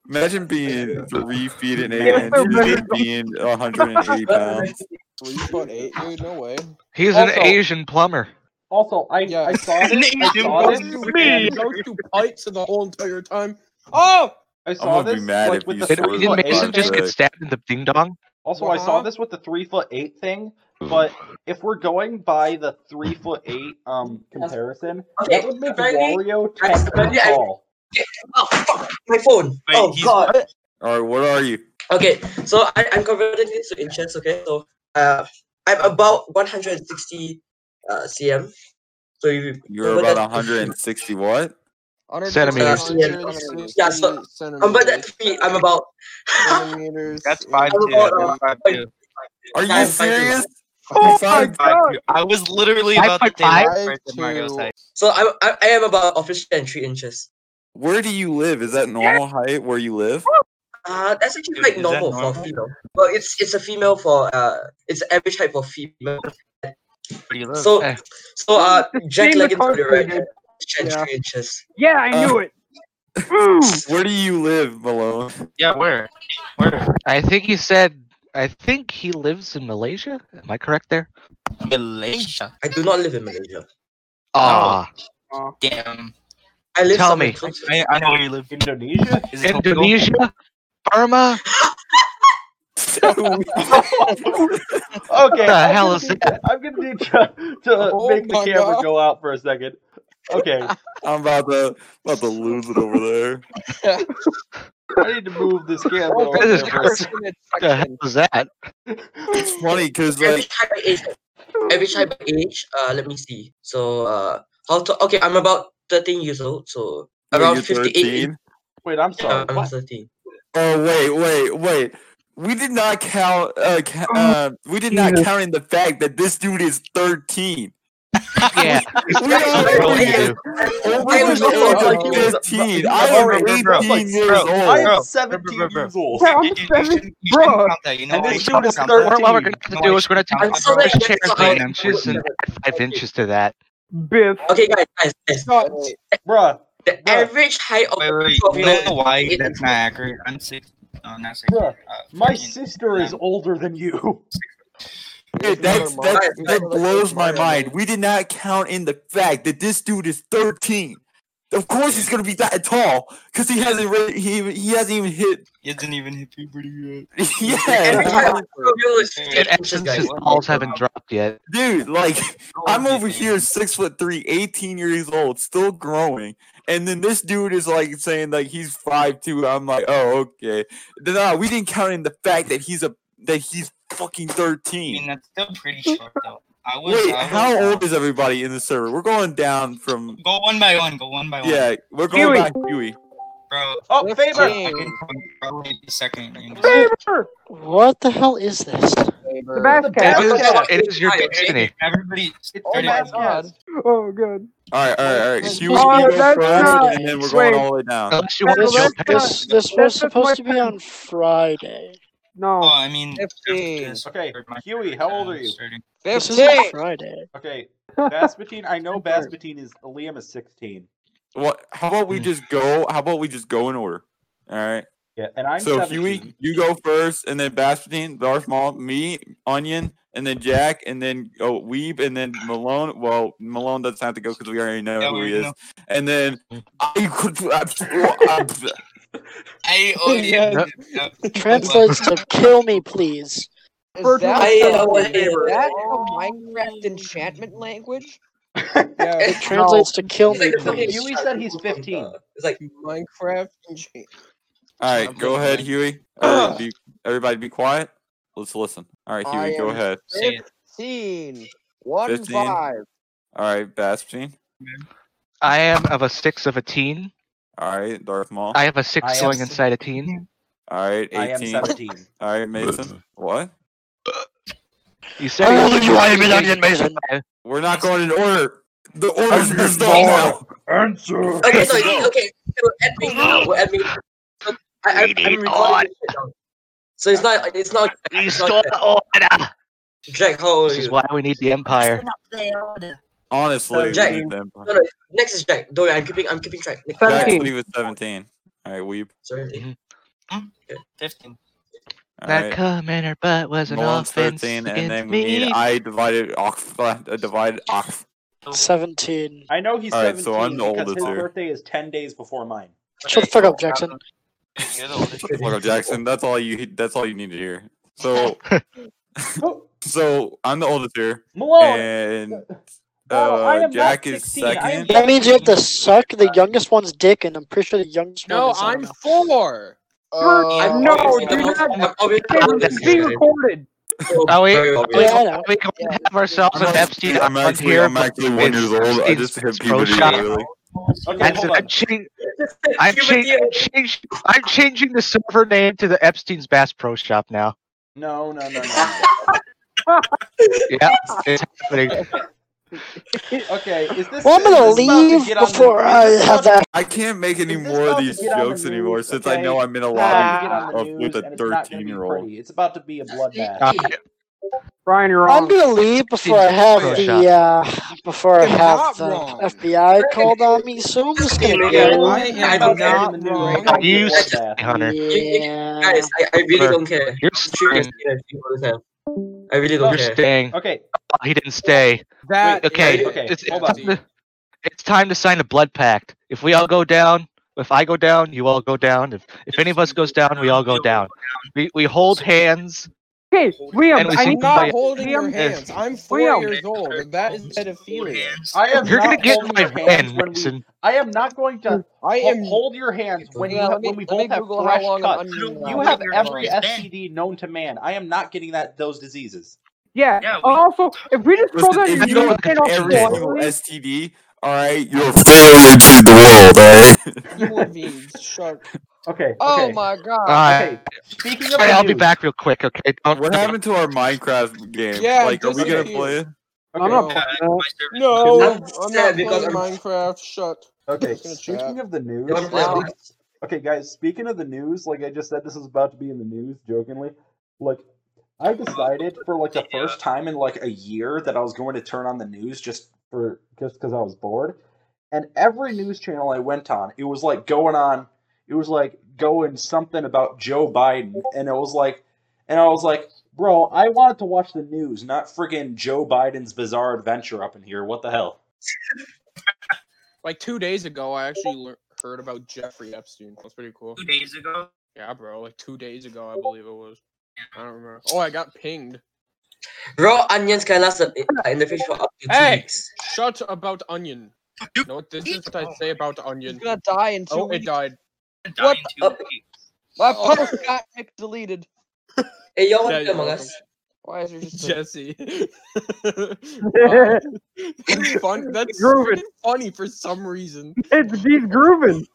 S1: Imagine being three feet and eight
S2: Yeah, so
S1: inches
S2: measure-
S1: and being 180 pounds.
S6: Three foot eight, dude. No way.
S5: he's
S3: Also-
S5: an Asian plumber.
S3: also, I,
S6: Yeah.
S3: I saw this. I
S7: Asian
S3: saw
S6: Those
S3: this.
S6: two,
S3: and-
S6: those two pipes the whole entire time. Oh,
S3: I
S1: I'm
S3: saw
S1: gonna be
S3: this
S1: mad
S3: like
S1: if
S3: with
S1: you
S3: the
S5: Did,
S1: swear
S3: three
S1: to
S5: did
S3: foot
S5: Mason
S3: eight
S1: five
S5: just
S3: thing.
S5: get
S1: six.
S5: stabbed in the ding dong?
S3: Also, I saw
S6: Uh-huh.
S3: this with the three foot eight thing. But if we're going by the three foot eight um comparison,
S11: Okay,
S3: that would make
S11: apparently-
S3: Wario
S11: I-
S3: ten feet
S11: apparently I-
S3: tall.
S11: Oh fuck! My phone.
S7: Wait,
S11: oh
S7: he's-
S11: god.
S1: All right, what are you?
S11: Okay, so I, I'm converting this to inches. Okay, so uh, I'm about 160 uh, cm. So if you
S1: You're
S11: convert
S1: about
S11: that to
S1: 160
S11: feet,
S1: what?
S11: Centimeters.
S6: 160
S11: Yeah, so- convert that to
S6: centimeters.
S11: feet, I'm about.
S6: Centimeters.
S7: That's
S6: is-
S7: five two.
S11: about,
S7: That's
S11: uh,
S7: five two.
S1: Are
S11: yeah,
S1: you
S11: I'm five feet.
S1: serious?
S2: Oh my
S1: Five-
S7: Five
S2: god!
S7: two. I was literally
S5: Five
S7: about to
S5: foot
S7: say that
S5: five?
S7: when I said Mario's
S6: Five
S7: height.
S11: So I, I, I am about officially 3 inches.
S1: Where do you live? Is that normal height where you live?
S11: Uh, that's actually
S7: Dude,
S11: like
S7: is that
S11: normal for a
S7: normal?
S11: female. Well, it's it's a female for uh, it's average height for female.
S7: Where do you live?
S11: So
S5: Eh.
S11: so uh, Jack
S2: Name the
S11: Leggins to the
S2: country,
S11: right,
S2: dude.
S11: Shen
S2: Yeah.
S11: three inches.
S2: Yeah, I knew it. Mm.
S1: Where do you live, Malone?
S7: Yeah, where? Where?
S5: I think he said, I think he lives in Malaysia. Am I correct there?
S7: Malaysia.
S11: I do not live in Malaysia.
S5: Ah,
S7: Damn.
S11: I live
S5: Tell
S11: somewhere
S5: me.
S11: close.
S7: I, I know where you live.
S3: Indonesia.
S7: Is it Tobago?
S5: Indonesia, Burma.
S3: Okay,
S5: The
S3: I'm
S5: hell
S3: gonna
S5: is
S3: need,
S5: that?
S3: I'm gonna need to, to
S6: Oh
S3: make the
S6: my
S3: camera
S6: God.
S3: go out for a second. Okay,
S1: I'm about to about to lose it over there.
S3: I need to move this camera
S4: Oh,
S3: over there
S5: this is
S3: for a
S5: gross.
S3: second.
S5: The hell is that?
S1: It's funny because
S11: Average
S1: like
S11: height by age. Average height by age. Uh, let me see. So uh, how to? Okay, I'm about 13 years old. So
S1: wait,
S11: around
S1: you're
S11: 58. in-
S1: 13.
S3: Wait, I'm
S11: Yeah,
S3: sorry.
S11: I'm
S3: What?
S11: 13.
S1: Oh wait, wait, wait. We did not count. Uh, ca- uh, we did not
S2: Oh, Jesus.
S1: count in the fact that this dude is 13.
S5: Yeah.
S8: We already did.
S11: I was over like
S8: Oh,
S11: fifteen.
S8: I am 18 years old. I am
S11: 17 years old.
S8: Bro, I'm
S11: seven,
S5: bro.
S11: And this dude
S5: What
S11: was
S5: we're going
S11: 13.
S5: to do is we're going to
S11: I'm
S5: take
S11: so
S5: first
S11: glad-
S5: chair
S11: I'm so
S5: thing
S11: glad-
S5: and she's an- five inches to that.
S2: Biff.
S11: Okay, guys, guys, guys.
S3: Bruh.
S11: The average height of
S7: Wait, wait,
S11: of
S7: you
S11: your-
S7: know why
S11: it-
S7: that's not accurate? I'm six. Oh, not six.
S3: Bruh,
S7: uh,
S3: my
S7: 14.
S3: sister is older than you.
S1: Dude, that's, that's, that blows my mind. We did not count in the fact that this dude is 13. Of course he's gonna be that tall, cause he hasn't really, he even- he hasn't even hit.
S7: He hasn't even hit puberty
S1: yet. yeah,
S7: Every time
S1: like,
S5: In essence, his balls haven't dropped yet.
S1: dude, like
S7: Oh,
S1: I'm over here six foot three, 18 years old, still growing, and then this dude is like saying like he's five two. I'm like, oh okay. Then, uh, we didn't count in the fact that he's a that he's fucking 13.
S7: I mean, that's still pretty short though. I was.
S1: Wait,
S7: I was- uh,
S1: how old is everybody in the server? We're going down from
S7: Go one by one. Go one by one.
S1: yeah, we're going
S7: Huey.
S1: back to Huey.
S7: Bro.
S3: Oh,
S7: I
S3: Faber.
S7: can probably the second. youngest.
S12: What the hell is this?
S2: The basket.
S5: It is your destiny.
S7: Everybody.
S2: Oh my god. Oh god.
S1: All right, all right, all right.
S2: That's
S1: Huey, you
S2: not-
S1: go
S2: Oh, that's
S1: first,
S2: not-
S1: and then we're going
S2: wait.
S1: all the way down.
S5: Unless you
S2: want
S12: this,
S2: to jump
S12: this,
S2: ahead.
S12: this was
S2: That's just
S12: supposed
S2: my
S12: to be on Friday.
S2: No.
S7: Oh, I mean.
S3: Okay, Huey, how old are you?
S12: This is on Friday.
S3: Okay, Basbatine. I know Basbatine is Liam is sixteen.
S1: What? How about
S7: Hmm.
S1: we just go? How about we just go in order? All right.
S3: Yeah, and I'm
S1: so
S3: 17.
S1: Huey, you go first, and then Bastardine, Darth Maul, me, Onion, and then Jack, and then oh, Weeb, and then Malone. Well, Malone doesn't have to go because we already know
S7: Yeah,
S1: who
S7: we
S1: he is.
S7: already Hmm.
S1: And then I could. I'm, I'm,
S7: I only.
S1: Yeah.
S12: Translates to kill me, please.
S4: Is that,
S12: I,
S4: the-
S12: uh,
S4: is
S12: whatever.
S4: that the Minecraft enchantment language?
S12: It translates to kill me, please.
S3: Huey said he's fifteen.
S11: It's like
S4: Minecraft enchant.
S1: All right, go ahead, Huey. Everybody be, everybody be quiet. Let's listen. All right,
S4: I
S1: Huey, go
S4: am
S1: ahead.
S4: Fifteen. One
S1: 15.
S4: five.
S1: All right, Bastardine.
S5: I am of a six of a teen.
S1: All right, Darth Maul.
S5: I have a six going inside a teen.
S1: All right, 18.
S3: I am 17.
S1: All right, Mason. what?
S5: Oh, You
S1: said How old you- are you, I am an
S12: onion mason.
S1: We're not going in order. The order's messed up now.
S3: Answer.
S11: Okay, so okay, so at me now. At me. I, I, I'm recording. this shit now. So it's not. It's not. It's not
S5: order.
S11: Jack, how old are
S5: This is
S11: you?
S5: why we need the empire.
S1: Honestly,
S11: Uh, Jack,
S1: we need
S11: no,
S1: them.
S11: no, next is Jack. Don't worry, I'm keeping. I'm keeping track. Nick,
S1: Jack,
S11: Jack,
S1: leave with 17. All right, Weep.
S11: Sorry.
S7: Fifteen.
S1: All
S5: That
S1: right.
S5: cum in her butt was an
S1: Malone's
S5: offense
S1: 13, and
S5: against
S1: then we
S5: me.
S1: need I divided off. Uh, divided off.
S12: 17.
S3: I know he's
S1: All right,
S3: seventeen
S1: so I'm the
S3: because
S1: oldest
S3: his
S1: here.
S3: birthday is ten days before mine.
S12: Shut the fuck up, Jackson.
S1: Look up, Jackson. That's all you. That's all you need to hear. So, so I'm the oldest here,
S3: Oh, Malone.
S1: and
S3: No, Oh. I
S1: uh,
S3: am
S1: Jack
S3: not
S1: is
S3: 16. I am
S1: second.
S12: That means you have to suck the youngest one's dick, and I'm pretty sure the youngest
S6: No,
S12: one is. I don't
S6: I'm
S12: know.
S6: four.
S12: Uh,
S2: no,
S12: obviously,
S2: you're
S12: I'm-
S2: not.
S11: I'm obviously the
S2: This is
S11: oldest
S2: being
S11: here.
S2: recorded.
S5: Are we, are we,
S12: Yeah, I
S5: are
S12: know.
S5: we going to have ourselves an Epstein
S1: I'm
S5: Island
S1: actually,
S5: here?
S1: I'm actually one years old. I just hit
S5: pro
S1: puberty
S5: shot.
S1: early.
S3: Okay,
S5: That's
S3: hold
S5: it.
S3: on.
S5: I'm, changing, I'm, chang- I'm, chang- I'm changing the server name to the Epstein's Bass Pro Shop now.
S3: No, no, no, no.
S5: Yeah, it's happening. Uh,
S3: Okay, is this?
S12: Well, I'm gonna
S3: is this about
S12: leave
S3: to get on
S12: before
S3: the,
S12: I
S3: is this
S12: have
S3: about
S12: that.
S1: I can't make any
S3: Is this
S1: more
S3: about
S1: of
S3: to
S1: these
S3: get on the
S1: jokes
S3: news,
S1: anymore since I know
S3: okay?
S1: I'm in a
S3: to get
S1: lobby
S3: on the
S1: of, with a
S3: news, and it's not gonna
S1: 13
S3: be
S1: year old.
S3: pretty. It's about to be a bloodbath.
S5: Uh,
S2: Brian, you're
S12: I'm
S2: wrong.
S12: gonna leave before I have the uh, before I
S6: You're
S12: have
S6: not
S12: the
S6: wrong.
S12: FBI called on me, so I'm just gonna
S11: Okay,
S12: go.
S11: I
S6: I am
S11: don't care.
S6: not wrong.
S5: Are you serious, Hunter?
S12: Yeah.
S11: Guys, I, I really
S5: Hunter,
S11: don't care.
S5: You're
S11: It's true,
S5: staying.
S11: it's true, it's true. I really don't
S5: You're
S11: care.
S5: staying.
S3: Okay,
S5: Oh, he didn't stay.
S6: That
S5: Wait, okay,
S6: is
S3: okay,
S5: It's, it's,
S3: hold
S5: time
S3: on.
S5: to, it's time to sign a blood pact. If we all go down, if I go down, you all go down. If if any of us goes down, we all go down. We we hold hands.
S2: Okay, Liam,
S5: And we
S2: I
S5: see
S2: need
S6: I'm
S2: to
S6: not
S5: somebody-
S6: holding your
S2: Liam.
S6: hands. I'm four
S2: Liam.
S6: years old, and that is pedophilia.
S7: uh,
S3: I am
S5: You're gonna
S3: not
S5: get
S3: holding
S5: my
S3: your hands
S5: van,
S3: when we.
S5: Mason.
S3: I am not going to
S6: I
S3: ho-
S6: am.
S3: hold your hands when
S4: Yeah,
S3: you
S4: let
S3: have,
S4: me-
S3: when we
S4: let me
S3: both have
S4: Google how
S3: fresh
S4: long uh, an
S3: cuts.
S4: onion
S3: You
S4: lasts.
S3: have
S4: Hold
S3: every
S4: on.
S3: STD known to man. I am not getting that those diseases.
S2: Yeah.
S7: Yeah, we-
S2: also, if we just scroll
S1: Listen,
S2: down,
S1: if
S2: you
S1: you don't
S2: know,
S1: look at every single
S2: quarterly.
S1: STD, all right, you're failing to the world, all right?
S6: You will be shocked.
S3: Okay.
S4: Oh
S3: okay.
S4: my god.
S5: Uh,
S3: Okay. Speaking of
S5: sorry,
S3: the
S5: I'll be
S3: news-
S5: back real quick. Okay, don't.
S1: What happened to our Minecraft game?
S6: Yeah,
S1: like, are we gonna
S6: disappeared.
S1: play it?
S2: I'm not
S6: Uh,
S2: playing that.
S6: No,
S2: I'm
S6: I'm not
S2: sad
S6: playing
S2: because I'm-
S6: Minecraft. Shut.
S3: Okay,
S6: Just gonna
S3: speaking
S6: chat.
S3: of the news.
S6: Yeah, I'm playing
S3: um,
S6: with-
S3: okay, guys, speaking of the news, like I just said, this is about to be in the news, jokingly. Like, I decided for like the first time in like a year that I was going to turn on the news just for just because I was bored. And every news channel I went on, it was like going on. It was like going something about Joe Biden, and it was like, and I was like, bro, I wanted to watch the news, not friggin' Joe Biden's bizarre adventure up in here. What the hell?
S6: Like two days ago, I actually lear- heard about Jeffrey Epstein. That's pretty cool. Two
S7: days ago?
S6: Yeah, bro. Like two days ago, I believe it was. I don't remember. Oh, I got pinged.
S11: Raw onions can last in in the fridge for up to two
S6: Hey,
S11: weeks.
S6: shut about onion. No, this is what I say about onion. It's
S4: gonna die in two
S6: Oh,
S4: weeks.
S6: it died.
S4: What?
S11: Oh,
S4: My post got deleted.
S11: Hey, y'all want to
S6: Yeah,
S11: play
S6: you're
S11: Among
S6: welcome.
S11: Us?
S4: Why is there just a-
S6: Jesse. Wow. that's fun. That's
S2: Groovin'.
S6: freaking funny for some reason.
S2: It's these grooving.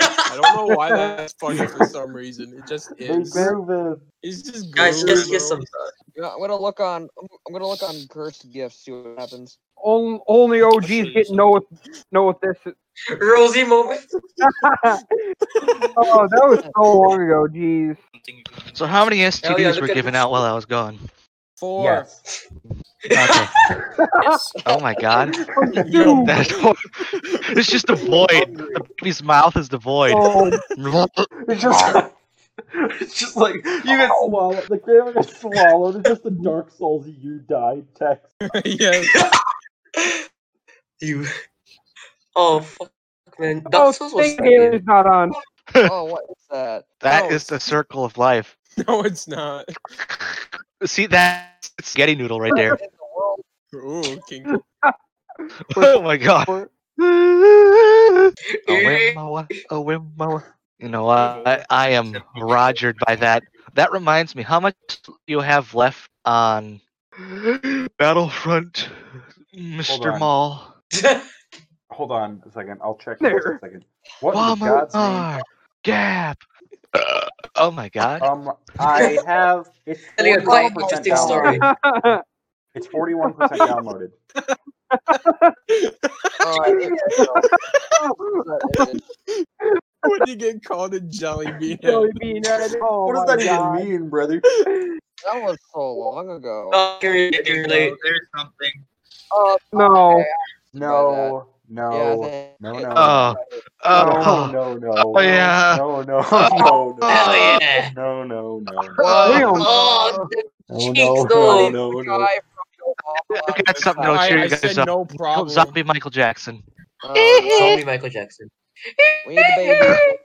S6: I don't know why that's funny for some reason. It just is. It's just
S11: Guys,
S6: groovy,
S11: just get
S6: bro.
S11: some. uh,
S4: Yeah, I'm gonna look on. I'm I'm gonna look on cursed gifts. See what happens.
S2: On- Only OGs get know what know what this is.
S11: Rosie moment.
S2: Oh, that was so long ago. Jeez.
S5: So how many STDs
S2: Hell yeah,
S5: were
S2: look at
S5: given
S2: this.
S5: out while I was gone?
S6: Four.
S5: Okay. oh my god.
S2: Yo.
S5: That's hor- it's just a void. The baby's mouth is the void.
S2: Oh.
S3: It's just, it's just like you get swallowed. The camera gets swallowed. It's just the Dark Souls "you died" text.
S6: yes.
S11: You. Oh fuck, man.
S2: Oh,
S11: Dark Souls was
S2: Sting Game is not on.
S4: oh, what is that?
S5: That
S3: Oh.
S5: is the circle of life.
S6: No, it's not.
S5: See that spaghetti noodle right there.
S6: Ooh, King.
S5: oh my god. oh, Wimawa, oh, Wimawa. You know, uh, I, I am rogered by that. That reminds me, how much you have left on Battlefront, Mr.
S3: on.
S5: Maul?
S3: Hold on a second. I'll check in just
S5: There.
S3: a second. What in the
S5: Walmart,
S3: God's name?
S5: Gap. Uh, oh my god.
S3: Um, I have it's
S11: Telling a
S3: forty-one
S11: quite
S3: percent
S11: interesting story.
S3: downloaded. It's forty-one percent downloaded.
S4: Oh, I think I know. That is-
S6: What do you get called a jelly bean?
S2: Jelly bean head. Oh
S3: What does
S2: my
S3: that even
S2: God.
S3: mean, brother?
S4: that was so long ago.
S11: Oh, can we can we relate?
S7: There's something.
S4: Oh,
S2: No.
S3: No, no,
S4: Yeah,
S3: no, no,
S5: Oh,
S3: no,
S5: oh,
S3: no, no, no,
S5: oh, yeah. Oh,
S3: no, no, no, no,
S11: Hell yeah.
S3: no, no, no,
S11: Oh,
S3: no,
S11: cheeks,
S3: no,
S11: though.
S3: Oh, no, no, no.
S5: I got something that'll
S6: I-
S5: cheer
S6: I
S5: you guys
S6: said
S5: up.
S6: no
S5: Michael-
S6: problem.
S5: Zombie Michael Jackson.
S11: Zombie Michael Jackson.
S4: we need the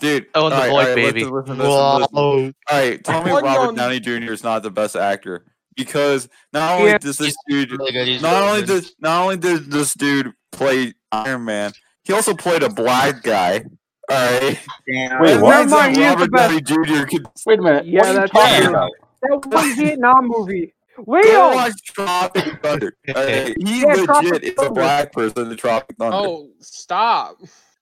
S1: Dude,
S5: Oh, and the
S1: alright,
S5: Void
S1: alright,
S5: Baby.
S1: Listen, listen, listen, listen. All
S5: Whoa.
S1: right, tell me
S6: One
S1: Robert
S6: young-
S1: Downey Jr. is not the best actor because not only
S2: Yeah.
S1: does this dude,
S11: Really good. He's
S1: not
S11: really
S1: only
S11: good.
S1: does not only does this dude play Iron Man, he also played a black guy. All right,
S7: Damn.
S3: Wait,
S1: That
S3: what?
S1: means
S2: Never mind,
S1: that
S2: he is the
S1: Robert Downey Jr. could
S3: Wait a minute.
S2: Yeah,
S3: What are you
S2: that's
S3: talking
S2: true.
S3: about?
S2: That one Vietnam movie.
S1: go
S2: Leo.
S1: watch Tropic Thunder. All right, he
S2: Yeah,
S1: legit
S2: Tropic
S1: is a
S2: Thunder.
S1: black person in Tropic Thunder.
S6: Oh, stop.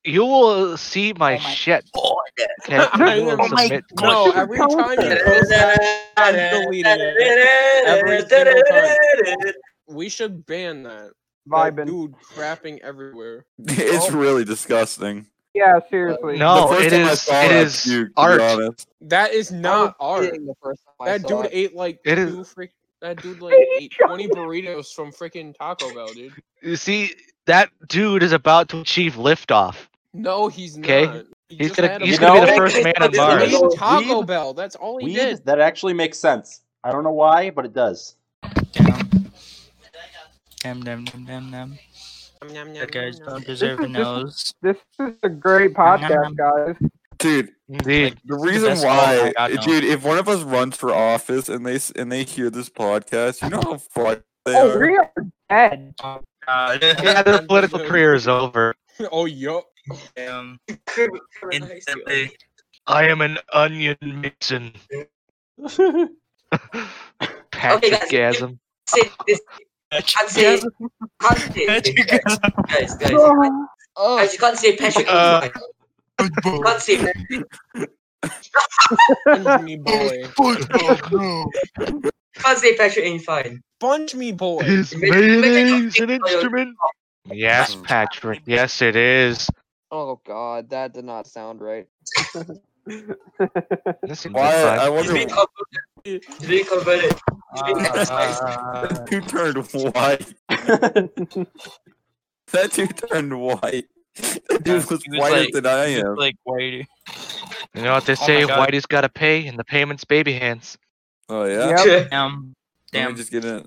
S5: You will see my, shit. Okay,
S6: I
S5: you will
S6: am-
S5: submit to my
S6: No, every time you post that, I'm deleting it. Every single time. We should ban that. That
S2: Vibin.
S6: dude crapping everywhere.
S1: it's really disgusting.
S2: Yeah, seriously.
S5: No,
S1: the first
S5: it
S1: time I
S5: is
S1: saw
S5: it
S1: that,
S5: is
S1: dude, to be
S5: art.
S1: honest.
S6: That is not art.
S4: thing the first time I
S6: That
S4: saw
S6: dude
S4: it.
S6: ate like
S5: It is-
S6: two freak. That dude like ate twenty burritos from freaking Taco Bell, dude.
S5: You see, that dude is about to achieve liftoff.
S6: No, he's not.
S5: Okay,
S6: He
S5: he's
S6: just
S5: gonna
S6: had a
S5: he's
S3: You
S5: gonna be
S3: know-
S5: the first man on
S6: He ate
S5: Mars.
S3: know-
S6: Taco
S3: Weeb-
S6: Bell. That's all he
S3: Weed?
S6: did.
S3: That actually makes sense. I don't know why, but it does.
S7: Damn, damn, damn, damn, damn.
S6: Nom, nom, nom,
S7: That guys
S6: nom, nom.
S7: don't deserve a nose.
S2: This is a great podcast, guys.
S1: Dude,
S5: Indeed.
S1: the
S7: the
S1: reason
S7: best
S1: why,
S7: call I got,
S1: dude, if one of us runs for office and they s- and they hear this podcast, you know how fucked they
S2: Oh,
S1: are.
S2: we are dead.
S7: God.
S5: Yeah, their political career is over.
S6: Oh, yup.
S7: Damn.
S11: Criminalized you.
S7: Instantly.
S5: I am an onion mixin.
S11: Okay, guys.
S5: Patrickgasm.
S11: Say this. Can't say. Can't say. Guys, guys. guys. Guys, you can't say Patrick.
S5: Uh,
S11: O'Brien. You can't say.
S6: Me boy.
S7: Football, no.
S11: you can't say Patrick ain't fine.
S6: Bunch me, boy.
S5: Is mayonnaise an instrument? Yes, Patrick. Yes, it is.
S4: Oh god, that did not sound right.
S1: Why? I wonder.
S11: Be converted.
S3: ah. Uh,
S1: That dude turned white. that dude turned white. That dude was
S7: He was
S1: whiter
S7: like-
S1: than I
S7: he was
S1: am.
S7: Like whiter.
S5: You know what they
S7: Oh my
S5: say?
S7: God.
S5: Whitey's got to pay, and the payment's baby hands.
S1: Oh yeah.
S7: um, Damn.
S1: Let me just get in.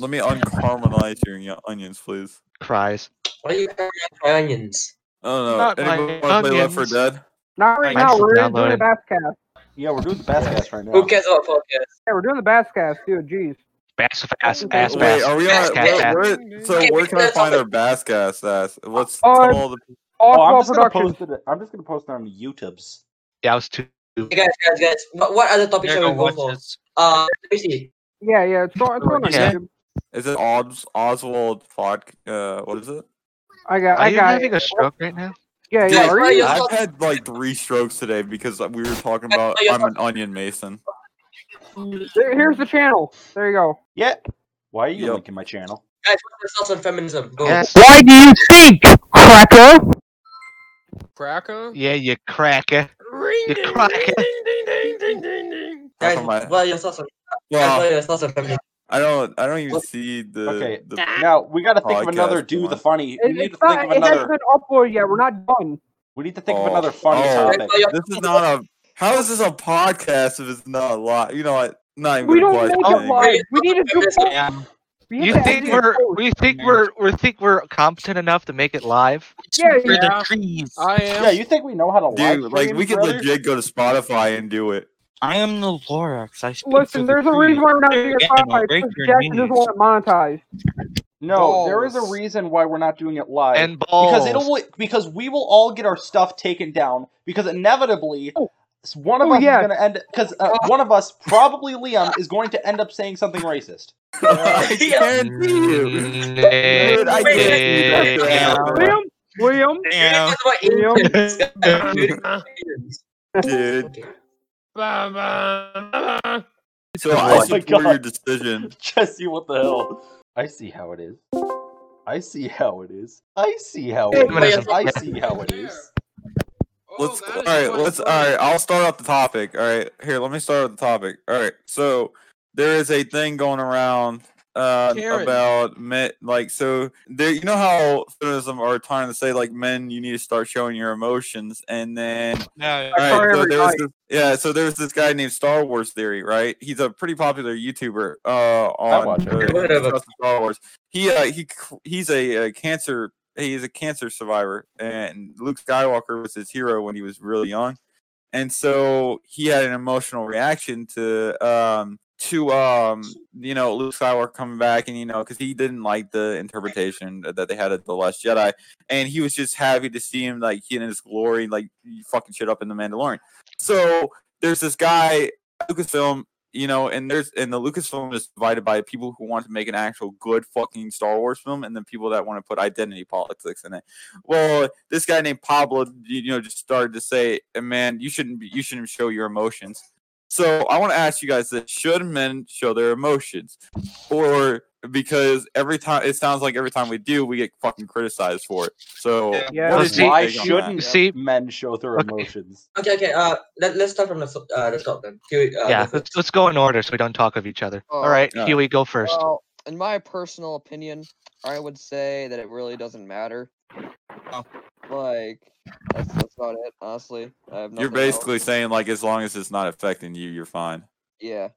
S1: Let me uncaramelize your yo- onions, please.
S5: Cries.
S11: Why are you carrying my onions?
S1: I don't know.
S11: Not my
S1: Anyone want to play Left 4
S11: onions.
S1: Dead?
S2: Not right
S1: Mine's
S2: now. We're
S1: downloaded.
S2: doing the bass cast.
S3: Yeah, we're doing the bass cast right now.
S11: Who cares about podcast?
S2: Yeah, we're doing the bass cast, dude. Jeez.
S5: Bass, ass, ass,
S1: Wait, are we
S5: bass,
S1: on?
S5: ass, ass.
S1: Where, where, so where can I find our bass ass ass? What's
S2: On
S1: tell all the
S3: Oh, I'm
S2: Oswald
S3: just gonna
S2: Productions.
S3: post it. I'm just gonna post it on YouTube's.
S5: Yeah, I was too.
S11: Hey guys, guys, guys. What, what other topic shall we go for? Uh, let me see.
S2: Yeah, yeah. It's on, it's on
S1: Yeah.
S2: YouTube.
S1: Is it Os- Oswald Pod? Uh, what is it?
S2: I got. I
S5: you
S2: got.
S5: having
S2: it.
S5: a stroke right now?
S2: Yeah, yeah. Are you?
S1: I've had like three strokes today because we were talking about I'm an onion mason.
S2: There, here's the channel. There you go.
S3: Yeah. Why are you
S1: Yep.
S3: linking my channel?
S11: Guys, what's your thoughts on feminism? Go.
S2: Why do you think, cracker?
S6: Cracker.
S5: Yeah, you cracker. You cracker.
S11: Guys,
S1: How come I-
S11: what are your thoughts on? guys, what are
S1: Well,
S11: your thoughts on feminism?
S1: I don't. I don't even see the.
S3: Okay,
S1: The,
S3: Now we
S1: Oh,
S3: gotta think of another
S1: Podcast
S3: do the
S1: one.
S3: funny. We
S2: It-
S3: need to
S2: it's
S3: think of
S2: not, it hasn't
S3: another.
S2: been uploaded yet. We're not done.
S3: We need to think of
S1: Oh,
S3: another funny
S1: oh,
S3: topic.
S1: This is not a. How is this a podcast if it's not a lot? You know what? Not even
S2: We
S1: gonna
S2: don't
S1: question
S2: make it
S1: anything.
S2: live. We need to do
S11: Feminism.
S2: polls. We need
S5: You
S2: to
S5: think
S2: actually
S5: we're
S2: poll.
S5: we think we're we think we're competent enough to make it live?
S2: Yeah,
S7: For
S2: yeah.
S7: the trees.
S6: I am.
S3: Yeah, you think we know how to live
S1: Dude, like
S3: stream,
S1: we could
S3: brother?
S1: legit go to Spotify and do it.
S7: I am the Lorax. I speak
S2: Listen,
S7: for the
S2: there's a
S7: trees.
S2: reason why we're not doing it
S7: Yeah,
S2: Spotify.
S7: break
S2: It's because
S7: your
S2: Jackson doesn't
S7: knees.
S2: want it monetized.
S3: No, there is a
S6: Balls.
S3: reason why we're not doing it live.
S5: And
S3: Because it'll
S5: balls.
S3: because we will all get our stuff taken down because inevitably
S2: Oh.
S3: s- one of
S2: Oh,
S3: us
S2: yeah. Oh.
S3: is going to end because uh, one of us, probably Liam, is going to end up saying something racist.
S1: I guarantee you.
S5: Mm,
S1: Dude, I can't do that.
S2: William, William,
S7: Damn.
S2: William.
S1: Dude,
S6: Ba-ba-ba-ba.
S1: so I
S3: my
S1: support
S3: God.
S1: your decision.
S3: Jesse, what the hell? I see how it is. I see how it is. I see how
S5: Hey,
S3: it is.
S5: feminism.
S3: I see how it is.
S1: Let's all right. Let's all right. I'll start off the topic. All right, here. Let me start with the topic. All right. So there is a thing going around uh,
S6: Karen.
S1: about men. Like so, there. You know how feminism are trying to say like men, you need to start showing your emotions, and then
S7: No,
S1: All
S2: Sorry,
S1: right, so there was
S2: everybody.
S1: this, yeah, so there was this guy named Star Wars Theory, right? He's a pretty popular YouTuber uh, on
S3: watch him.
S1: uh,
S11: I've heard of him.
S1: discussing Star Wars. He uh, he c- he's a, uh cancer he's a cancer survivor, and Luke Skywalker was his hero when he was really young, and so he had an emotional reaction to um to um you know Luke Skywalker coming back, and you know because he didn't like the interpretation that they had of the Last Jedi, and he was just happy to see him like he in his glory, like fucking shit up in the Mandalorian. So there's this guy Lucasfilm, you know, and there's and the Lucasfilm is divided by people who want to make an actual good fucking Star Wars film, and then people that want to put identity politics in it. Well, this guy named Pablo, you you know, just started to say, "Eh, "Man, you shouldn't be, you shouldn't show your emotions." So I want to ask you guys this: Should men show their emotions, or because every time it sounds like every time we do, we get fucking criticized for it. So what
S2: Yeah.
S5: Well,
S1: is
S5: see-
S1: your
S3: Why
S1: take on that?
S3: shouldn't
S5: See-
S3: men show their
S5: Okay.
S3: emotions?
S11: Okay, okay. Uh, let, let's start from the so- uh, the top then. Here we- Uh,
S5: Yeah,
S11: the-
S5: let's, let's go in order so we don't talk of each other.
S4: Oh.
S5: All right,
S1: Yeah.
S5: Huey, go first.
S4: Well, in my personal opinion, I would say that it really doesn't matter.
S6: Oh.
S4: Like that's that's about it, honestly. I have
S1: You're
S4: nothing else.
S1: basically saying like as long as it's not affecting you, you're fine.
S4: Yeah.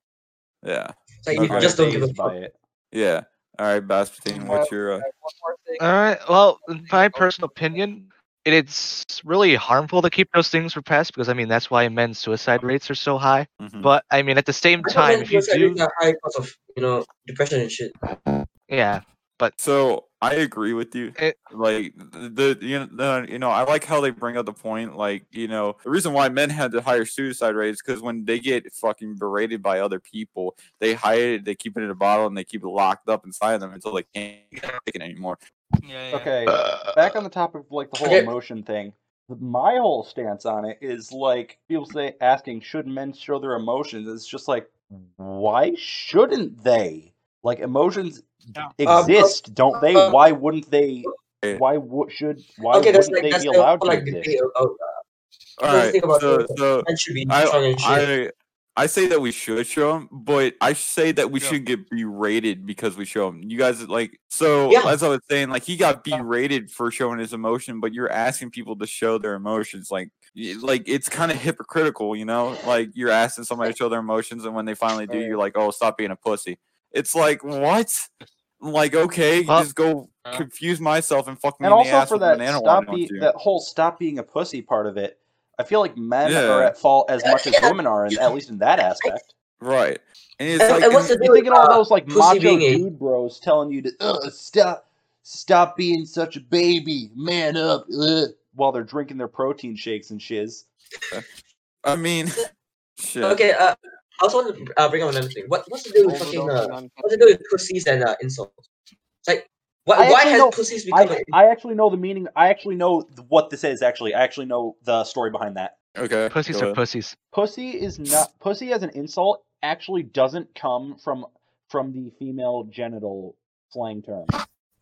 S1: Yeah.
S11: like, you
S1: Okay.
S11: just don't give a
S3: Phased
S11: fuck.
S3: by it.
S1: Yeah. All right, Bastine, what's your uh,
S4: I have one more thing.
S5: All right. Well, in
S1: oh,
S5: my personal opinion, it- it's really harmful to keep those things repressed because I mean that's why men's suicide
S1: Mm.
S5: rates are so high.
S1: mhm.
S5: But I mean at the same
S11: I
S5: time, if you do,
S11: high cost of you know depression and shit.
S5: yeah,
S1: So I agree with you.
S5: It-
S1: like the you know the, you know I like how they bring up the point. Like you know the reason why men had the higher suicide rates because when they get fucking berated by other people, they hide it, they keep it in a bottle, and they keep it locked up inside them until they can't take it anymore.
S7: Yeah, yeah.
S3: Okay, back on the topic of like the whole
S11: Okay.
S3: emotion thing. My whole stance on it is like people say asking should men show their emotions. It's just like why shouldn't they? Like emotions
S11: Yeah.
S3: exist, don't they?
S11: uh,
S3: why wouldn't they? Why wo- should? Why
S11: okay, that's
S3: wouldn't
S11: like
S3: they
S11: that's
S3: be
S11: the whole
S3: allowed to
S11: like
S3: exist?
S11: debate about uh,
S1: All
S11: that's the
S1: right,
S11: thing about
S1: so,
S11: it.
S1: so
S11: Men should be strong
S1: I,
S11: and
S1: I
S11: shit.
S1: I say that we should show them, but I say that we should get berated because we show them. You guys like so
S11: Yeah.
S1: as I was saying, like he got berated for showing his emotion, but you're asking people to show their emotions. Like, y- like it's kind of hypocritical, you know? Like you're asking somebody to show their emotions, and when they finally do, you're like, "Oh, stop being a pussy." It's like what? Like okay, just go confuse myself and fuck me
S3: and
S1: in the
S3: also
S1: ass
S3: for
S1: with a
S3: that
S1: banana
S3: stop
S1: wand.
S3: be- that whole stop being a pussy part of it i feel like men
S1: Yeah.
S3: are at fault as much as women are in, at least in that aspect
S1: Right. And it's
S11: Uh,
S1: like
S3: you think of all those like macho dude bros telling you to Ugh, stop stop being such a baby man up ugh," while they're drinking their protein shakes and shiz
S1: i mean shit
S11: Okay, uh, I also want to uh, bring up another thing. What what's to do with
S3: Overdose
S11: fucking
S3: and
S11: uh, what's to do with pussies and uh, insults? It's like, why, why
S3: actually
S11: has
S3: know-
S11: pussies become?
S3: I,
S11: an-
S3: I actually know the meaning i actually know th- what this is actually i actually know the story behind that
S1: Okay.
S5: Pussies
S3: go
S5: are
S3: ahead.
S5: pussies.
S3: pussy is not pussy as an insult actually doesn't come from from the female genital slang term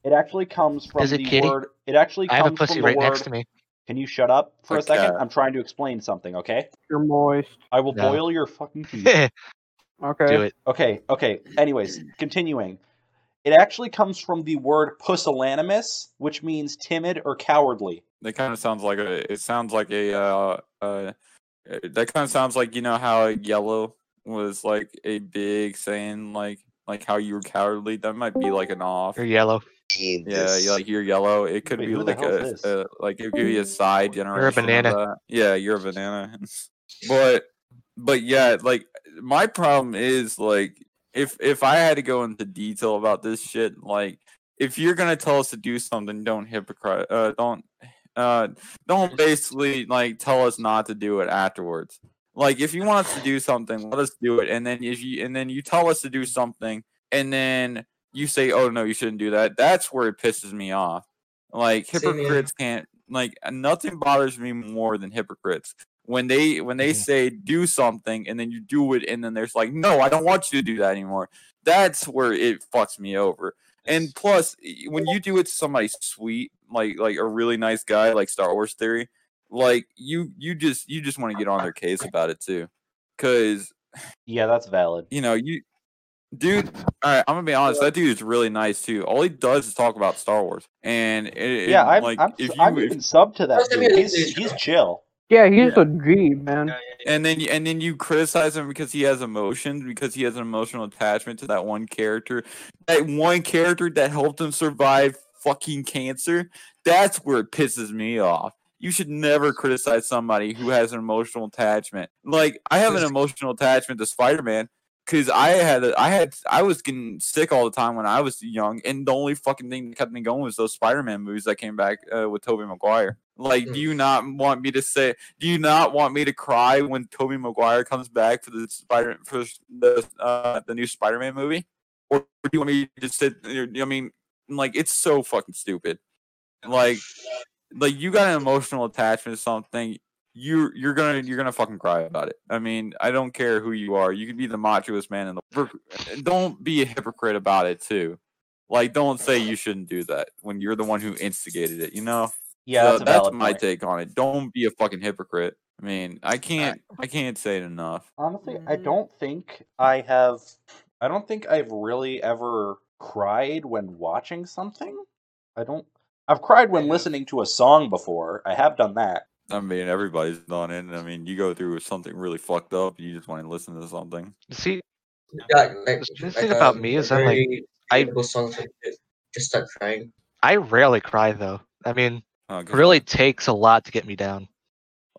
S3: it actually comes from
S5: Is it
S3: the
S5: kitty?
S3: word it actually
S5: I
S3: comes
S5: have a pussy
S3: from the
S5: right
S3: word
S5: next to me.
S3: can you shut up for a
S5: A
S3: second
S1: uh,
S5: cat.
S3: i'm trying to explain something okay
S2: you're moist
S3: i will
S5: No.
S3: boil your fucking
S1: Mm.
S3: teeth
S2: okay
S3: okay okay anyways continuing it actually comes from the word pusillanimous which means timid or cowardly
S1: That kind of sounds like a. It sounds like a. Uh, uh, uh, that kind of sounds like you know how yellow was like a big saying, like like how you were cowardly. That might be like an off.
S5: You're yellow.
S1: Yeah, you like you're yellow. It could
S5: Wait,
S1: be
S5: who the
S1: like
S5: hell
S1: a,
S5: is
S1: a like it could be a side generation.
S5: banana.
S1: Of that. Yeah, you're a banana. but but yeah, like my problem is like if if I had to go into detail about this shit, like if you're gonna tell us to do something, don't hypocrite. Uh, don't uh don't basically like tell us not to do it afterwards. Like if you want us to do something, let us do it. And then if you and then you tell us to do something, and then you say, "Oh no, you shouldn't do that." That's where it pisses me off. Like
S11: Same here.
S1: hypocrites can't like nothing bothers me more than hypocrites when they when they say do something and then you do it and then there's like, "No, I don't want you to do that anymore." That's where it fucks me over. And plus, y- when you do it to somebody sweet, like like a really nice guy, like Star Wars Theory, like you you just you just want to get on their case about it too, because
S3: yeah, that's valid.
S1: You know, you dude. All right, I'm gonna be honest. That dude is really nice too. All he does is talk about Star Wars, and it,
S3: yeah
S1: and,
S3: i'm
S1: like
S3: i'm,
S1: if you
S3: I'm
S1: if-
S3: even sub to that
S1: First time
S3: dude
S1: you-
S3: he's he's chill
S2: Yeah, he's a G man.
S1: and then you- and then you criticize him because he has emotions because he has an emotional attachment to that one character that one character that helped him survive fucking cancer that's where it pisses me off you should never criticize somebody who has an emotional attachment like i have an emotional attachment to spider-man because i had a- i had i was getting sick all the time when i was young and the only fucking thing that kept me going was those spider-man movies that came back uh, with Tobey maguire like do you not want me to say do you not want me to cry when Toby Maguire comes back for the Spider for s- the uh, the new Spider-Man movie? Or do you want me to just sit? there- I mean, like it's so fucking stupid. Like, like you got an emotional attachment to something, you you're gonna you're gonna fucking cry about it. I mean, I don't care who you are. You could be the machoest man in the. wor- Don't be a hypocrite about it too. Like, don't say you shouldn't do that when you're the one who instigated it. You know.
S3: Yeah,
S1: So
S3: that's a valid
S1: my
S3: point.
S1: take on it. Don't be a fucking hypocrite. I mean, I can't I can't say it enough.
S3: Honestly, I don't think I have. I don't think I've really ever cried when watching something. I don't. I've cried when listening to a song before. I have done that.
S1: I mean, everybody's done it. I mean, you go through something really fucked up, you just want to listen to something.
S5: See,
S11: Yeah, like,
S5: the
S11: like,
S5: thing about
S11: um,
S5: me is I'm like,
S11: very
S5: I
S11: relatable songs like this. Just start crying.
S5: I rarely cry though. I mean,
S1: Oh,
S5: it really takes a lot to get me down.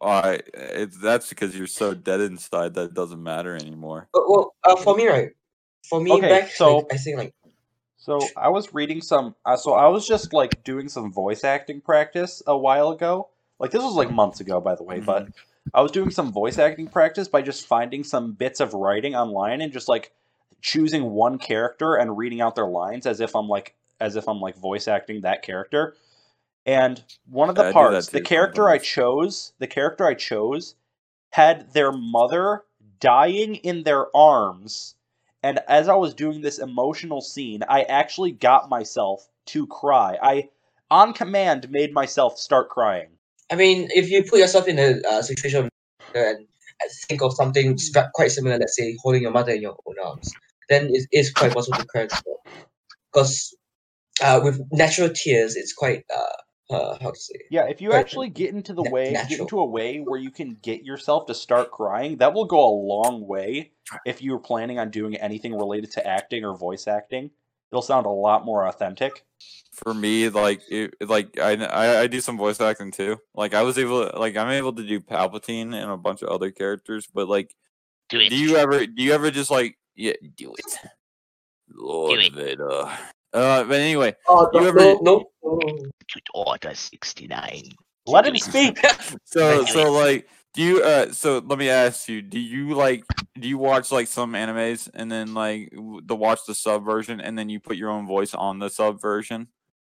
S1: All right, it's that's because you're so dead inside that it doesn't matter anymore.
S11: But, well, uh, for me, right? For me,
S3: Okay,
S11: back
S3: so-
S11: like I think like
S3: So I was reading some. Uh, so I was just like doing some voice acting practice a while ago. Like this was like months ago, by the way. But I was doing some voice acting practice by just finding some bits of writing online and just like choosing one character and reading out their lines as if I'm like as if I'm like voice acting that character. And one of the
S1: Yeah, I do that
S3: parts, the
S1: too
S3: character I chose, the character I chose had their mother dying in their arms. And as I was doing this emotional scene, I actually got myself to cry. I, on command, made myself start crying.
S11: I mean, if you put yourself in a uh, situation and think of something stra- quite similar, let's say holding your mother in your own arms, then it is quite possible to cry Because uh, with natural tears, it's quite uh, uh how to say.
S3: Yeah, if you
S11: Right.
S3: actually get into the
S11: Na-
S3: way, get
S11: natural.
S3: into a way where you can get yourself to start crying, that will go a long way. If you're planning on doing anything related to acting or voice acting, it'll sound a lot more authentic.
S1: for me like it, like I, I i do some voice acting too like i was able to, like i'm able to do palpatine and a bunch of other characters but like
S5: do,
S1: you ever do you ever just like yeah do it lord vader uh but anyway
S11: Oh,
S1: you
S11: no,
S1: ever
S11: no, no.
S5: Order 69.
S3: Let him speak.
S1: so so like do you uh so let me ask you do you like do you watch like some animes and then like w- the watch the sub version and then you put your own voice on the sub version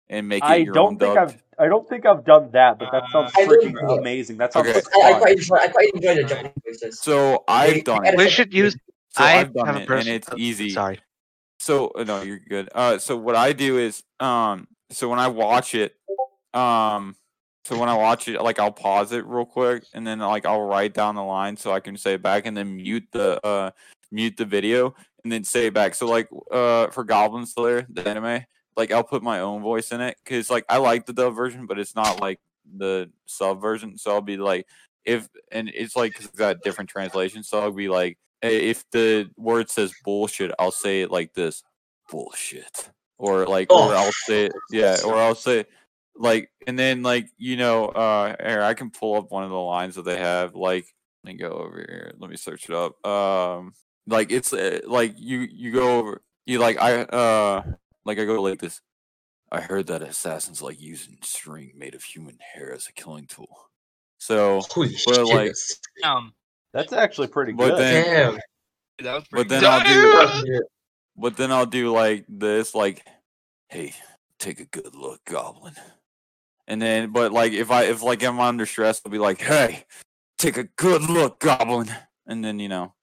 S1: and make it
S3: I
S1: your
S3: don't
S1: own
S3: think
S1: dubbed?
S3: I've I don't think I've done that, but that sounds
S11: I don't
S3: freaking
S11: know.
S3: amazing. That sounds
S1: Okay.
S11: I, I
S3: fun.
S11: quite enjoy. I quite enjoy the Japanese voices.
S1: So
S11: They-
S1: I've done
S11: they
S1: it.
S11: added some-
S1: So
S5: I
S1: I've done
S5: have a
S1: it, and
S5: personal-
S1: it's easy.
S5: Sorry.
S1: So uh, no, you're good. Uh, so what I do is, um, so when I watch it, um, so when I watch it, like I'll pause it real quick, and then like I'll write down the line so I can say it back, and then mute the uh mute the video, and then say it back. So like uh for Goblin Slayer, the anime, like I'll put my own voice in it because like I like the dub version, but it's not like the sub version. So I'll be like, if and it's like 'cause it's got different translations. So I'll be like, i- if the word says bullshit, I'll say it like this, bullshit, or like, or I'll say, it, yeah, or I'll say, like, and then like you know, uh, here I can pull up one of the lines that they have. Like, let me go over here. Let me search it up. Um, like it's uh, like you you go over you like I uh like I go like this. I heard that assassins like using string made of human hair as a killing tool. So,
S11: Holy
S1: but
S11: shit,
S1: like,
S11: that's-
S7: Um,
S3: That's actually pretty
S1: but
S3: good.
S1: then, but then I'll do, but then I'll do like this, like, hey, take a good look, goblin. And then, but like, if I if like I'm under stress, I'll be like, hey, take a good look, goblin. And then you know,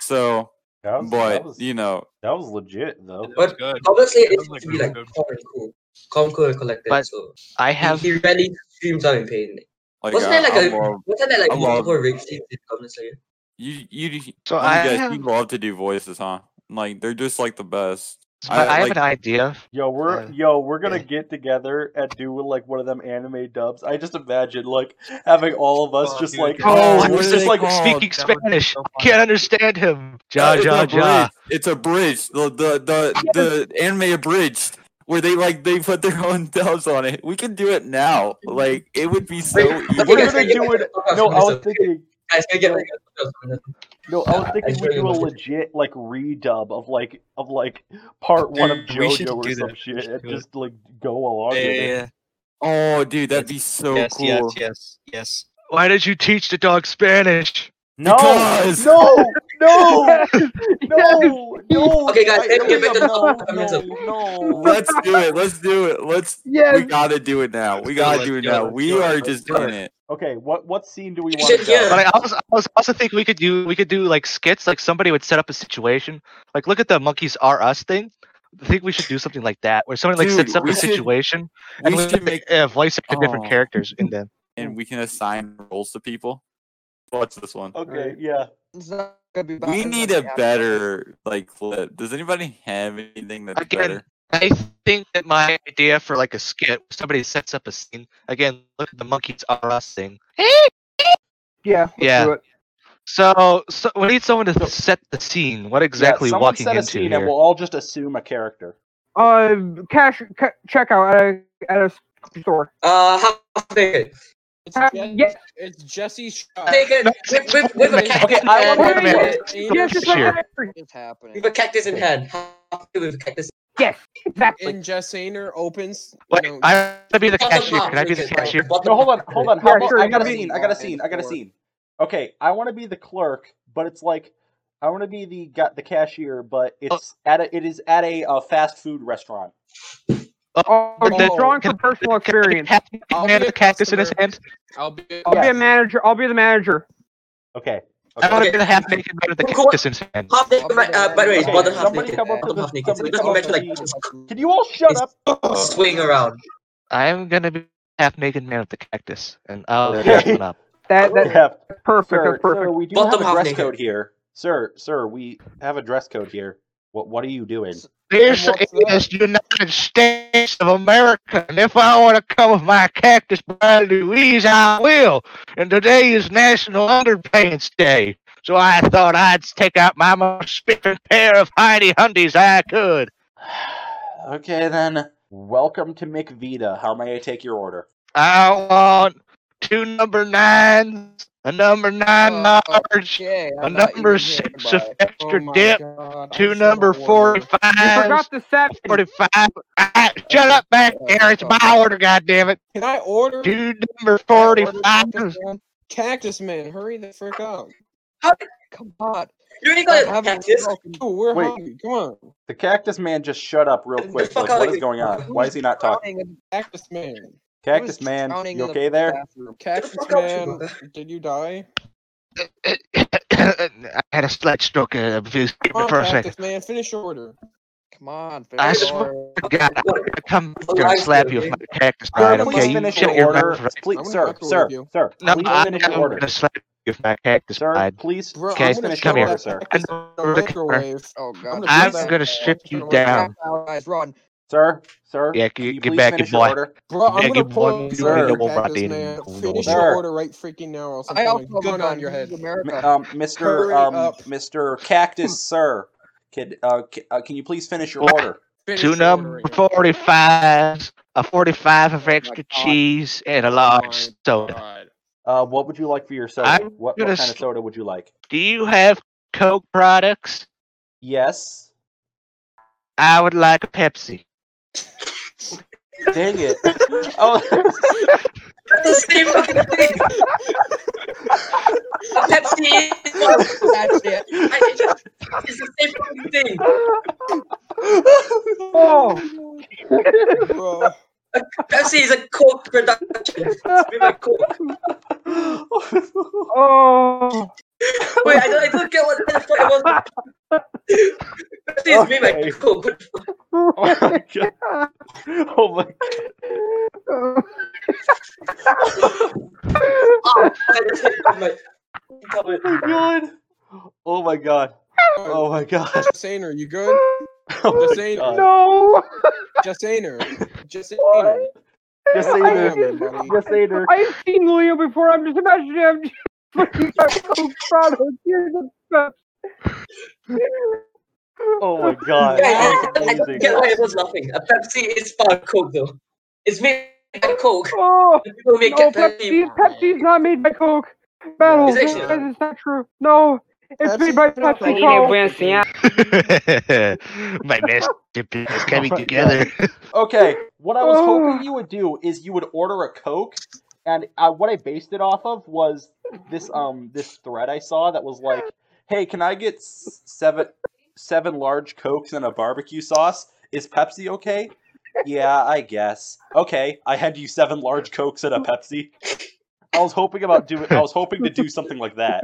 S1: so,
S3: That was- that
S1: but
S3: was-
S1: you know,
S3: that was legit though.
S11: But obviously, it's to be like calm and cool, calm, cool, and collected.
S5: But
S11: so
S5: I
S11: he-
S5: have-
S11: he rarely screams out in pain.
S1: Like,
S11: wasn't
S1: I-
S11: there like
S1: I
S11: a
S1: love-
S11: wasn't there like
S1: I love-
S11: multiple rape scenes in Goblin Slayer?
S1: You you
S5: So
S1: so
S5: I
S1: I guess
S5: have-
S1: you love to do voices, huh? Like they're just like the best.
S5: I, have
S1: like,
S5: an idea.
S3: Yo, we're yo, we're gonna get together and do like one of them anime dubs. I just imagine like having all of us just like
S5: oh,
S3: we're
S5: he's
S3: just like
S5: speaking Spanish. I can't understand him. Ja,
S1: it's
S5: ja,
S1: a
S5: ja.
S1: bridge. It's a bridge. The the the, the anime abridged where they like they put their own dubs on it. We can do it now. Like it would be so easy.
S3: We're gonna do it. No, I was thinking.
S11: Guys, can I get
S3: no.
S11: back to the-
S3: No, I was
S11: Uh,
S3: thinking
S11: I
S3: we do
S11: really
S3: a
S11: wanted-
S3: legit like redub of like of like part one of
S11: Dude, we should
S3: JoJo or
S11: do
S3: some
S11: that.
S3: shit and just like go along with it.
S1: Oh, dude, that'd be so
S7: yes,
S1: cool.
S7: yes, yes, yes.
S5: Why did you teach the dog Spanish?
S3: No,
S1: Because-
S3: no, no, no, no.
S11: Okay, guys,
S3: I-
S11: let's get back to the
S3: Liam,
S11: topic.
S3: no, no, no.
S1: Let's do it. Let's do it. Let's. Yeah. We gotta do it now. We gotta
S3: it,
S1: do it
S3: let's
S1: now.
S3: do
S1: We
S3: it,
S1: are
S3: let's
S1: just
S3: do
S1: doing it.
S3: Okay, what what scene do we want to
S11: should
S3: dub?
S5: But I also, I was also think we could do we could do like skits. Like somebody would set up a situation. Like look at the monkeys are us thing. I think we should do something like that, where somebody like
S1: Dude,
S5: sets up
S1: we
S5: a
S1: should-
S5: situation
S1: we
S5: and we
S1: should
S5: make uh, voice of different
S1: Oh.
S5: characters in them.
S1: And we can assign roles to people. Watch this one.
S3: Okay, yeah.
S4: It's not gonna be
S1: We
S4: bad,
S1: need
S4: like,
S1: a
S4: after-
S1: better like clip. Does anybody have anything that's
S5: Again,
S1: better?
S5: I think that my idea for like a skit, somebody sets up a scene. Again, look at the monkeys are us thing.
S2: Yeah. let's
S5: Yeah.
S2: do it.
S5: So, so we need someone to set the scene. What exactly
S3: yeah, someone
S5: walking
S3: set a
S5: into
S3: scene
S5: here?
S3: and we'll all just assume a character.
S2: Uh, cash ca- checkout at a at a store.
S11: Uh, how naked?
S6: It's, Je- it's Jesse Shaw.
S11: Naked with with with a cactus.
S6: Okay,
S11: in
S6: I
S11: hand.
S6: love it.
S2: Oh, Yes, it's
S5: Sure.
S4: It's happening.
S11: With a cactus in hand. Half naked with a cactus.
S2: Yes, exactly.
S6: And Jessaner opens.
S5: Wait, I to be the cashier. Can I be the
S11: naked, like,
S5: cashier?
S11: bottom
S3: No, hold on,
S11: half
S3: hold on.
S11: naked.
S3: How
S2: Yeah,
S3: about
S2: sure,
S3: I got a
S2: yeah.
S3: scene. I got a scene. I got a scene. Okay, I want to be the clerk, but it's like I want to be the got the cashier, but
S6: Oh.
S3: it's at a, it is at a, uh fast food restaurant.
S2: Oh,
S5: Or the-
S2: drawing for personal experience.
S5: man with the cactus in his hand.
S6: I'll be.
S2: I'll be a manager. I'll be the manager.
S3: Okay.
S5: I don't want to be the half naked man with the cactus in his hand.
S11: Half naked man. Uh, by the way, it's
S5: Okay,
S11: bottom half
S5: somebody
S11: naked.
S5: come up
S11: Bottom
S5: with
S11: half
S5: a-
S11: naked. So it
S5: somebody
S11: doesn't
S5: come up
S11: matter like.
S5: with
S3: Can you all shut up?
S11: Swing around.
S5: I'm gonna be half naked man with the cactus, and I'll dress one up.
S2: That
S3: that
S2: perfect.
S3: Sir,
S2: that's perfect.
S3: sir, we do
S2: Bottom
S3: have a
S2: half
S3: dress
S2: naked.
S3: code here. Sir, sir, we have a dress code here. What what are you doing?
S5: This is United States of America, and if I want to come with my cactus by Louise, I will. And today is National Underpants Day, so I thought I'd take out my most spiffing pair of Heidi Hundies I could.
S3: Okay then. Welcome to McVita. How may I take your order?
S5: I want two number nines, a number nine
S3: Oh,
S5: large, a
S6: I'm not
S5: number
S6: even here
S5: six
S6: by
S5: of
S6: it. Oh
S5: extra
S6: my
S5: dip,
S6: God, I
S5: two
S6: just
S5: number
S6: wanna
S5: forty
S6: order. You
S5: five.
S6: forgot
S5: the seven. Forty five. Ah, shut up back
S3: Oh,
S5: there. It's my order, goddammit.
S6: Can I order?
S5: Two number
S6: Can I
S5: forty
S6: order
S5: five.
S6: Cactus Man? Cactus Man, hurry the frick up. Come on.
S11: You already
S6: got it, Cactus? Dude, we're
S3: Wait.
S6: hungry. Come on.
S3: The cactus man just shut up real quick. Like, what is going on? Why is he not talking?
S6: Drowning in- Cactus Man.
S3: Cactus man,
S6: Drowning
S3: you
S6: in the
S3: okay there?
S6: bathroom. Cactus
S11: out your
S6: Man, did you die?
S5: I had a slight stroke uh, before
S6: Come
S3: Oh,
S6: on,
S5: a second.
S6: Cactus Man, finish your order. Come on, finish
S5: I
S6: your
S5: swear
S6: order.
S5: to "Oh, God, I'm gonna come up there and slap you with my cactus
S3: Sir,
S5: ride,
S3: please
S5: okay? You
S3: finish
S5: shut
S3: your
S5: your
S3: order.
S5: mouth right
S3: Please,
S6: I'm gonna
S3: sir,
S6: knuckle
S3: sir,
S6: with you.
S3: sir.
S5: No,
S3: please
S5: I'm
S3: finish your order.
S5: gonna slap you with my cactus
S3: Sir,
S5: ride.
S3: please,
S6: Bro,
S5: okay,
S6: I'm gonna
S5: come
S6: shove
S5: here.
S6: that
S5: Bend
S6: cactus in the
S5: over the counter.
S6: microwave. Oh
S5: I'm
S6: god,
S5: gonna,
S6: shove that
S5: strip
S6: cactus in
S5: you
S6: the microwave.
S5: down.
S6: Guys, run.
S3: Sir, sir,
S5: Yeah,
S3: can you
S5: get, get
S3: please
S5: back, you
S3: finish your
S5: boy.
S3: order?
S6: Bro, I'm
S5: Yeah,
S6: gonna
S5: get
S6: pull
S5: boy.
S6: up
S5: You
S3: Sir.
S6: something
S5: know
S6: in
S5: what I
S6: Cactus
S5: did.
S6: Man. Finish your
S3: Sir,
S6: order right freaking now, or else I'm
S4: I
S6: pulling
S4: also
S6: a gun
S4: gun
S6: on
S4: on
S6: your
S4: this
S6: head.
S4: is America.
S3: m- um, Mr.
S6: Hurry
S3: Um,
S6: up.
S3: Mr. Cactus, sir, can uh, c- uh, can you please finish your
S5: What?
S3: order?
S5: Two number 45s, a 45
S2: Oh
S5: of extra cheese, and a large soda.
S3: Uh, what would you like for your soda?
S5: I'm
S3: what
S5: gonna
S3: what kind of
S5: sl-
S3: soda would you like?
S5: Do you have Coke products?
S3: Yes.
S5: I would like a Pepsi.
S3: Dang it. oh.
S11: the same fucking thing. Pepsi is one. That's it. I, it just, it's the same fucking thing.
S2: Oh.
S6: Bro.
S11: Pepsi is a Coke production. It's made by Coke.
S2: Oh.
S11: Wait, I don't, I don't get what the fuck it was. Pepsi is made by Coke. What the fuck?
S3: Oh my god. Oh my
S11: Oh, I just hit my-
S3: Oh my god. Oh my god. Oh my god.
S6: Jasaner, you good?
S3: Oh my
S6: Jasaner.
S3: God.
S2: No.
S6: Jasaner. Jasaner.
S3: Just
S2: I-
S3: say
S6: Damn,
S3: there.
S6: buddy.
S3: Just say there.
S2: I've seen Leo before. I'm just imagining him just fucking so proud of you.
S3: Oh my god.
S11: Guys,
S3: That
S11: I,
S3: was
S11: I don't
S3: amazing.
S11: get why everyone's laughing. A Pepsi is part of Coke though. It's made by Coke.
S2: Oh,
S11: The people who make
S2: no,
S11: Pepsi.
S2: Pepsi, Pepsi is not made by Coke. Battle,
S11: Is it
S2: guys,
S11: actually not?
S2: it's not true. No, it's made by Pepsi Coke.
S5: My master plan is coming
S3: my
S5: together.
S3: Okay, what I was
S2: Oh.
S3: hoping you would do is you would order a Coke, and I, what I based it off of was this um this thread I saw that was like, "Hey, can I get s- seven seven large Cokes and a barbecue sauce? Is Pepsi okay?" Yeah, I guess. Okay, I had you seven large Cokes and a Pepsi. I was hoping about doing. I was hoping to do something like that,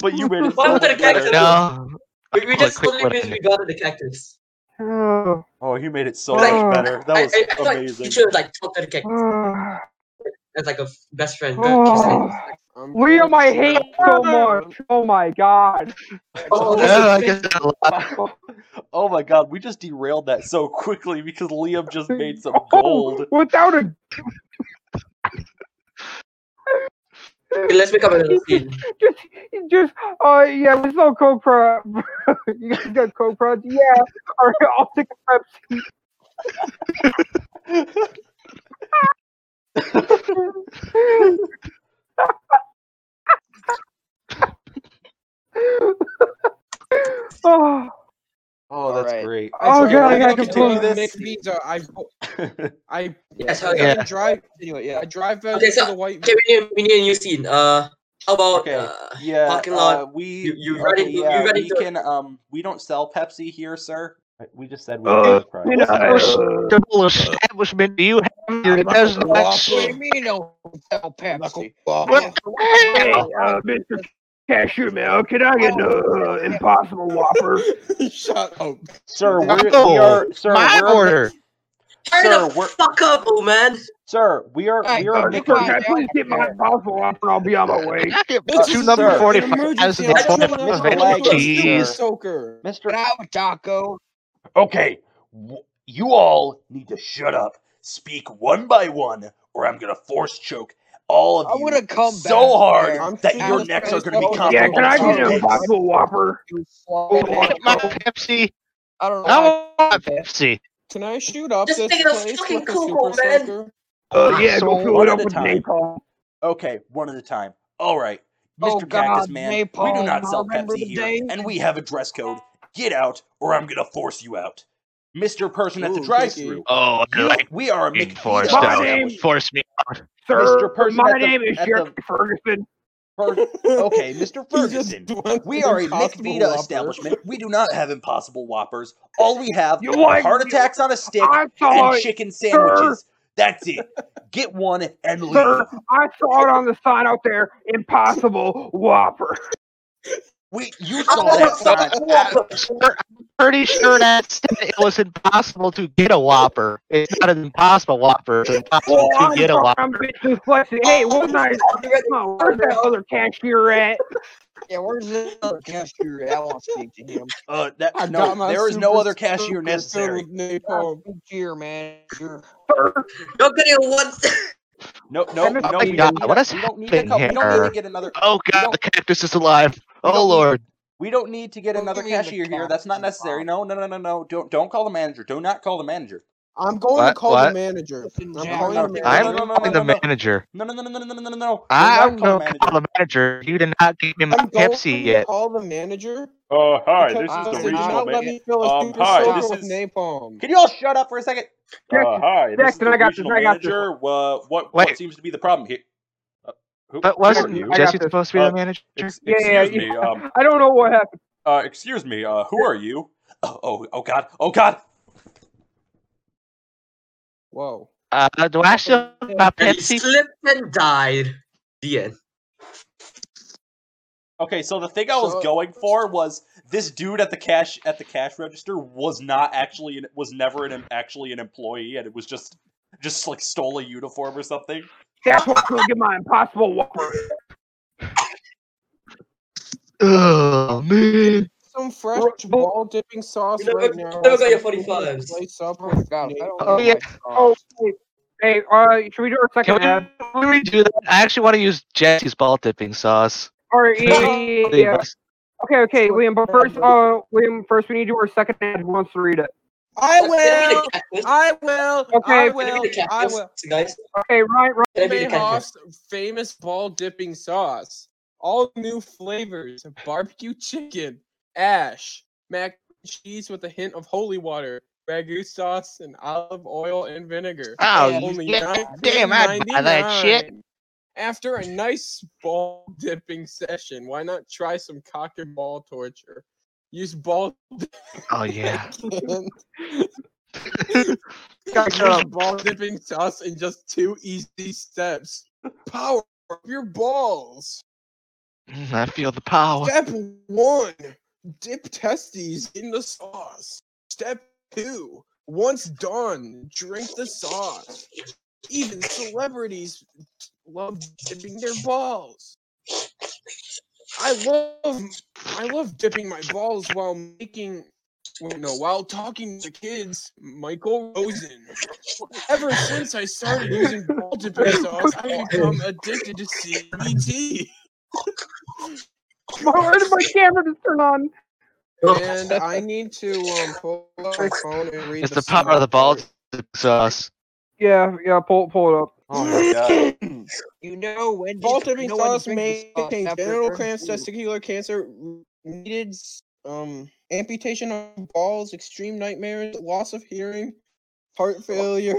S3: but you made it
S11: Why
S3: so
S11: would
S3: much
S11: the cactus?
S3: better.
S5: No.
S11: We, we
S5: Hold on,
S11: just
S5: quick
S11: only
S5: one minute.
S11: disregarded the cactus.
S2: Oh.
S3: Oh, you made it so
S11: Like,
S3: much better. That
S11: I,
S3: was
S11: I, I feel like
S3: amazing.
S11: you should have like talked to the cactus
S2: Oh.
S11: as like a f- best friend. but just like-
S2: Oh. Liam, I hate you so much. Oh my god.
S5: Oh,
S11: Oh, that's the
S5: I
S11: thing.
S5: guess not a lot.
S3: My- oh my god, we just derailed that so quickly because Liam just made some gold.
S2: Without a.
S11: Okay, let's make up another scene.
S2: Just, just, uh, yeah, we sell Coke pro. you guys got Coke pro? Yeah. All right, I'll take a Pepsi. oh,
S3: Oh, that's great.
S2: Oh,
S6: I
S2: God, I
S6: wanna
S2: gotta
S6: go to
S2: complain.
S6: McVita. I I
S11: Yes,
S6: I
S11: hurry up.
S5: Yeah.
S6: drive I drive back
S11: Okay,
S6: to
S11: so
S6: the white
S11: okay, we need we need a new scene. Uh, how about
S3: Okay,
S11: uh,
S3: yeah,
S11: parking lot?
S3: uh, we
S11: You you run
S3: okay,
S11: into you
S3: yeah,
S11: run
S3: we
S11: into
S3: can um we don't sell Pepsi here, sir.
S13: We just said we
S5: Uh,
S13: were
S5: you
S3: Oh,
S5: know,
S2: uh,
S5: Establishment, establishment, do you have your Tesla?
S4: What do you mean, no hotel Pepsi?
S5: What
S2: Hey, uh, Mr. Cashew Mail, can I get an uh, Impossible Whopper?
S13: Shut up, sir. We're,
S2: No,
S13: we are, sir.
S2: my
S13: we're a mi-
S2: order.
S13: sir, we're, fuck up, old man. Sir, we are.
S2: Hey,
S13: we are.
S2: uh, sir, can I please get my Impossible Whopper? I'll be on my way.
S5: Two number
S13: sir.
S5: 45s and the
S13: Mr.
S5: 25
S13: Laggett,
S5: Jeez.
S13: sir.
S4: Soaker.
S13: Mr.
S4: Taco.
S2: Okay,
S3: w- you all need to shut up. Speak one by one, or I'm gonna force choke all of
S4: I
S3: you
S4: would have come
S3: so
S4: back
S3: hard
S4: there. I'm
S3: that
S4: trying
S3: your
S4: to
S3: necks are
S4: finish
S3: gonna be
S4: my
S3: comfortable.
S4: order.
S3: as pigs.
S2: Oh, Whopper?
S4: You
S2: Oh,
S4: slimy
S2: Whopper.
S4: asshole.
S5: Pepsi.
S4: I don't know.
S5: I
S4: why I
S5: want
S4: did that.
S5: Pepsi.
S6: Can I shoot up
S3: Just
S6: this
S3: think of those
S6: place
S3: fucking
S6: like a
S3: cuckoo,
S6: super
S3: man.
S6: soaker?
S2: Uh, yeah, go fill
S13: one
S2: it
S13: at
S2: up
S13: a
S2: with
S13: time.
S2: napalm.
S13: Okay, one at a time. All right,
S4: Oh
S13: Mr. Cactus
S4: God,
S13: Man, we do
S4: napalm!
S3: not
S4: I
S3: sell
S4: remember
S3: Pepsi
S4: the
S3: here,
S4: day.
S3: and we have a dress code. Get out, or I'm gonna force you out, Mister Person at the
S6: Ooh,
S3: drive-through.
S5: Oh, I
S3: You,
S5: like
S3: we are a
S5: being
S3: McDonald's
S5: forced
S2: My
S5: out.
S2: name-
S3: establishment.
S5: Force me out.
S2: Sir,
S13: Mr. Person
S2: my
S13: at the-
S2: name is
S13: at
S2: Sheriff
S13: the-
S2: Ferguson.
S13: Fer- okay, Mr.
S6: He just
S13: Ferguson.
S6: went
S3: We
S6: for
S3: are a
S6: Impossible
S3: McVita
S6: Whopper.
S3: establishment. We do not have Impossible Whoppers. All we have
S2: You
S3: are
S2: like-
S3: heart attacks on a stick
S2: I
S3: and
S2: saw it,
S3: chicken sandwiches. That's it. Get one and leave.
S2: sir. I saw it on the sign out there. Impossible Whopper.
S3: We, you
S5: I
S3: saw that
S5: want the
S3: sign.
S5: Whopper. Sir, I'm pretty sure that said it was impossible to get a Whopper. It's not an impossible Whopper. It's impossible
S2: Well,
S5: to
S2: I'm
S5: get a
S2: sorry,
S5: Whopper.
S2: I'm a bit too flexible. Hey, what night? Come on, where's that other cashier at?
S4: Yeah, where's the other cashier? at? I want to speak to him.
S3: Uh, that,
S6: I
S3: no,
S6: got my
S3: there is no
S6: super
S3: other cashier
S6: soaker filled
S3: necessary.
S6: with
S4: I
S6: napalm.
S4: speak to your manager.
S14: Don't get it once.
S3: No,
S5: Oh
S3: no,
S5: my
S3: no. We
S5: God,
S3: don't need.
S5: what
S3: A,
S5: is
S3: we don't need a.
S5: happening
S3: co- We don't need to
S5: here?
S3: get another.
S5: Oh
S3: We
S5: god,
S3: don't.
S5: the cactus is alive.
S3: We
S5: Oh
S3: don't need.
S5: lord.
S3: We don't need to get
S4: Don't
S3: another
S4: give me the
S3: cashier here.
S4: cat.
S3: That's not necessary. No, no, no, no, no. Don't don't call the manager. Do not call the manager.
S6: I'm going to
S5: What?
S6: call the
S5: What?
S6: manager.
S4: Listen,
S6: I'm
S4: Jack.
S3: No,
S6: calling the
S3: no, no, no, no, no, no,
S5: I'm
S6: manager.
S5: calling
S3: no,
S5: the
S3: no.
S5: manager.
S3: No, no, no, no, no, no, no, no, no. Do not call
S5: I'm
S3: the
S5: gonna call
S3: manager.
S5: the manager. You did not give me my
S6: I'm going
S5: Pepsi
S6: to
S5: yet.
S6: call the manager
S3: Uh,
S2: Oh, hi.
S6: because
S2: This is
S6: he
S2: the
S6: did
S2: regional
S6: not let
S2: man.
S6: me fill a
S2: Um,
S6: super
S2: hi.
S6: soaker
S2: This
S6: with
S2: is
S6: napalm.
S3: Can you all shut up for a second?
S2: Jackson.
S3: Uh, hi. This is
S2: Jackson,
S3: the
S2: I got this.
S3: regional
S2: I got this.
S3: manager. Uh, what what
S5: Wait,
S3: seems to be the problem here? Uh, who,
S5: but
S3: who are
S5: wasn't
S3: you?
S2: I got
S5: Jesse
S2: this.
S5: supposed to be
S3: Uh,
S5: the manager?
S3: ex-
S2: Yeah, yeah,
S3: excuse
S2: yeah.
S3: me. Um,
S2: I don't know what happened.
S3: uh, excuse me. Uh, who are you? Oh, oh, oh God. Oh God.
S6: Whoa.
S5: Uh, do I still have my
S11: And he
S5: Pepsi?
S11: slipped and died. The end.
S3: Okay, so the thing I was
S6: So
S3: going for was this dude at the cash at the cash register was not actually an, was never an actually an employee, and it was just just like stole a uniform or something.
S2: That's why I'm gonna get my Impossible Whopper.
S5: Oh man.
S6: some fresh
S2: Ro- bo-
S6: ball dipping sauce
S11: You never,
S6: right
S11: you
S6: now.
S11: never got
S6: so
S11: your
S6: we can
S11: 45s.
S6: Slice up
S4: Oh
S6: with
S4: my God, I don't
S5: Oh
S4: know
S5: yeah.
S4: my
S2: Oh,
S4: sauce.
S2: wait. hey, uh, should we do our
S5: Can
S2: second
S5: we,
S2: ad?
S5: can we redo that? I actually want to use Jesse's ball dipping sauce.
S2: All right, yeah, yeah, yeah, yeah. Okay, okay,
S6: Sure.
S2: Liam. But first, uh, Liam, first we need to do our second ad. Who wants to read it?
S6: I
S11: Can I
S6: will.
S11: be the cactus?
S6: I will. I
S2: Okay,
S11: Can I
S6: will.
S11: be the
S6: I
S11: cactus,
S6: will.
S11: guys?
S2: okay, right, right.
S11: Can I be the cactus?
S6: Mayhoff's famous ball dipping sauce. All new flavors: barbecue chicken, ash, mac and cheese with a hint of holy water, ragu sauce, and olive oil and vinegar.
S5: Oh
S6: For Only
S5: yeah, damn! I'd buy that shit.
S6: $19.99. After a nice ball dipping session, why not try some cock and ball torture? Use ball
S5: Oh yeah.
S6: dipping.
S2: Gotta shut up.
S6: ball dipping sauce in just two easy steps. Power up your balls.
S5: Mm, I feel the power.
S6: Step one, dip testes in the sauce. Step two, once done, drink the sauce. Even celebrities love dipping their balls. I love I love dipping my balls while making well, no, while talking to kids, Michael Rosen. Ever since I started using ball dipping sauce, I've become addicted to CBD.
S2: My, where did my camera just turn on?
S6: And I need to um pull up my phone and read
S5: It's
S6: the
S5: the power of the ball
S6: summary.
S5: dipping sauce.
S2: Yeah, yeah. Pull, pull it up.
S3: Oh my God.
S4: You know when
S6: Ball
S4: to,
S6: dipping
S4: you know when to
S6: sauce
S4: drink the
S6: may
S4: sauce
S6: contain
S4: after
S6: genital
S4: drink
S6: cramps,
S4: food.
S6: testicular cancer, r- needed s- um amputation of balls, extreme nightmares, loss of hearing, heart failure,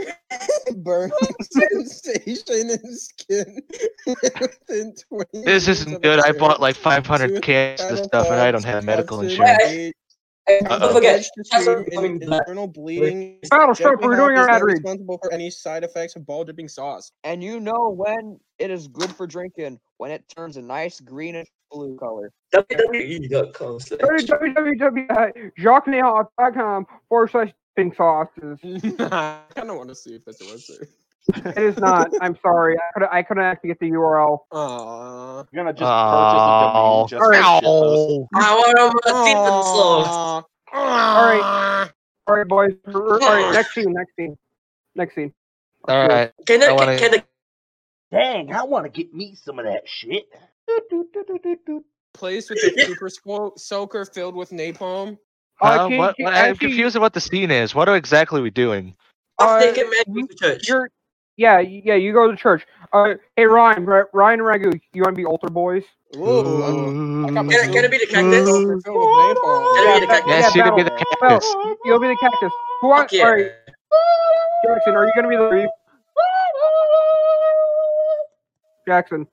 S6: burning sensation in skin within
S5: This
S6: 20 minutes
S5: isn't
S6: of a
S5: good. I bought like
S6: Two
S5: 500 cans of this stuff, and I don't
S6: pedophiles,
S5: have medical
S6: Captain
S5: insurance.
S6: H.
S11: And don't forget,
S6: Chester
S11: becoming black.
S6: internal bleeding.
S2: Battlestar,
S6: Jeff
S2: we're
S6: Mahop
S2: doing our
S6: is not
S2: ad read.
S6: Responsible for any side effects of ball dipping sauce.
S4: And you know when it is good for drinking when it turns a nice greenish blue color.
S11: E WWE.com.
S2: www.jacquesnail.com forward slash pink sauces.
S6: I kind of want to see if that's a website.
S2: It is not. I'm sorry. I couldn't, I couldn't actually get the URL.
S6: Aww.
S3: You're gonna just
S5: Oh.
S3: purchase a domain just for
S9: I want to dip in sauce.
S6: Aww.
S2: All right. All right, boys. All right, next scene. Next scene. Next scene.
S5: All right.
S9: Can
S5: I
S9: I,
S5: wanna-
S9: can, can I,
S3: Dang, I want to get me some of that shit.
S6: Place with a super spo- soaker filled with napalm.
S5: Huh?
S2: can-
S5: Uh, what,
S2: can-
S5: what- I'm
S2: actually-
S5: confused about the scene is. What are exactly we doing?
S2: Uh,
S9: I'm thinking man
S2: you-
S9: goes to church.
S2: You're, yeah, yeah. You go to church. Uh, hey, Ryan, Ra- Ryan Ragu, you want to be altar boys?
S6: Whoa. I'm- I got my
S9: Can I- can I be the
S6: super
S9: cactus?
S6: soaker filled with napalm.
S9: Can I be the
S2: that-
S9: cactus?
S5: Yes,
S2: Mm. yeah,
S5: you can be the
S2: battle-
S5: cactus.
S2: Well, you'll be the cactus. Who want,
S9: Fuck yeah.
S2: All right, Jackson, are you gonna be the reef? Jackson.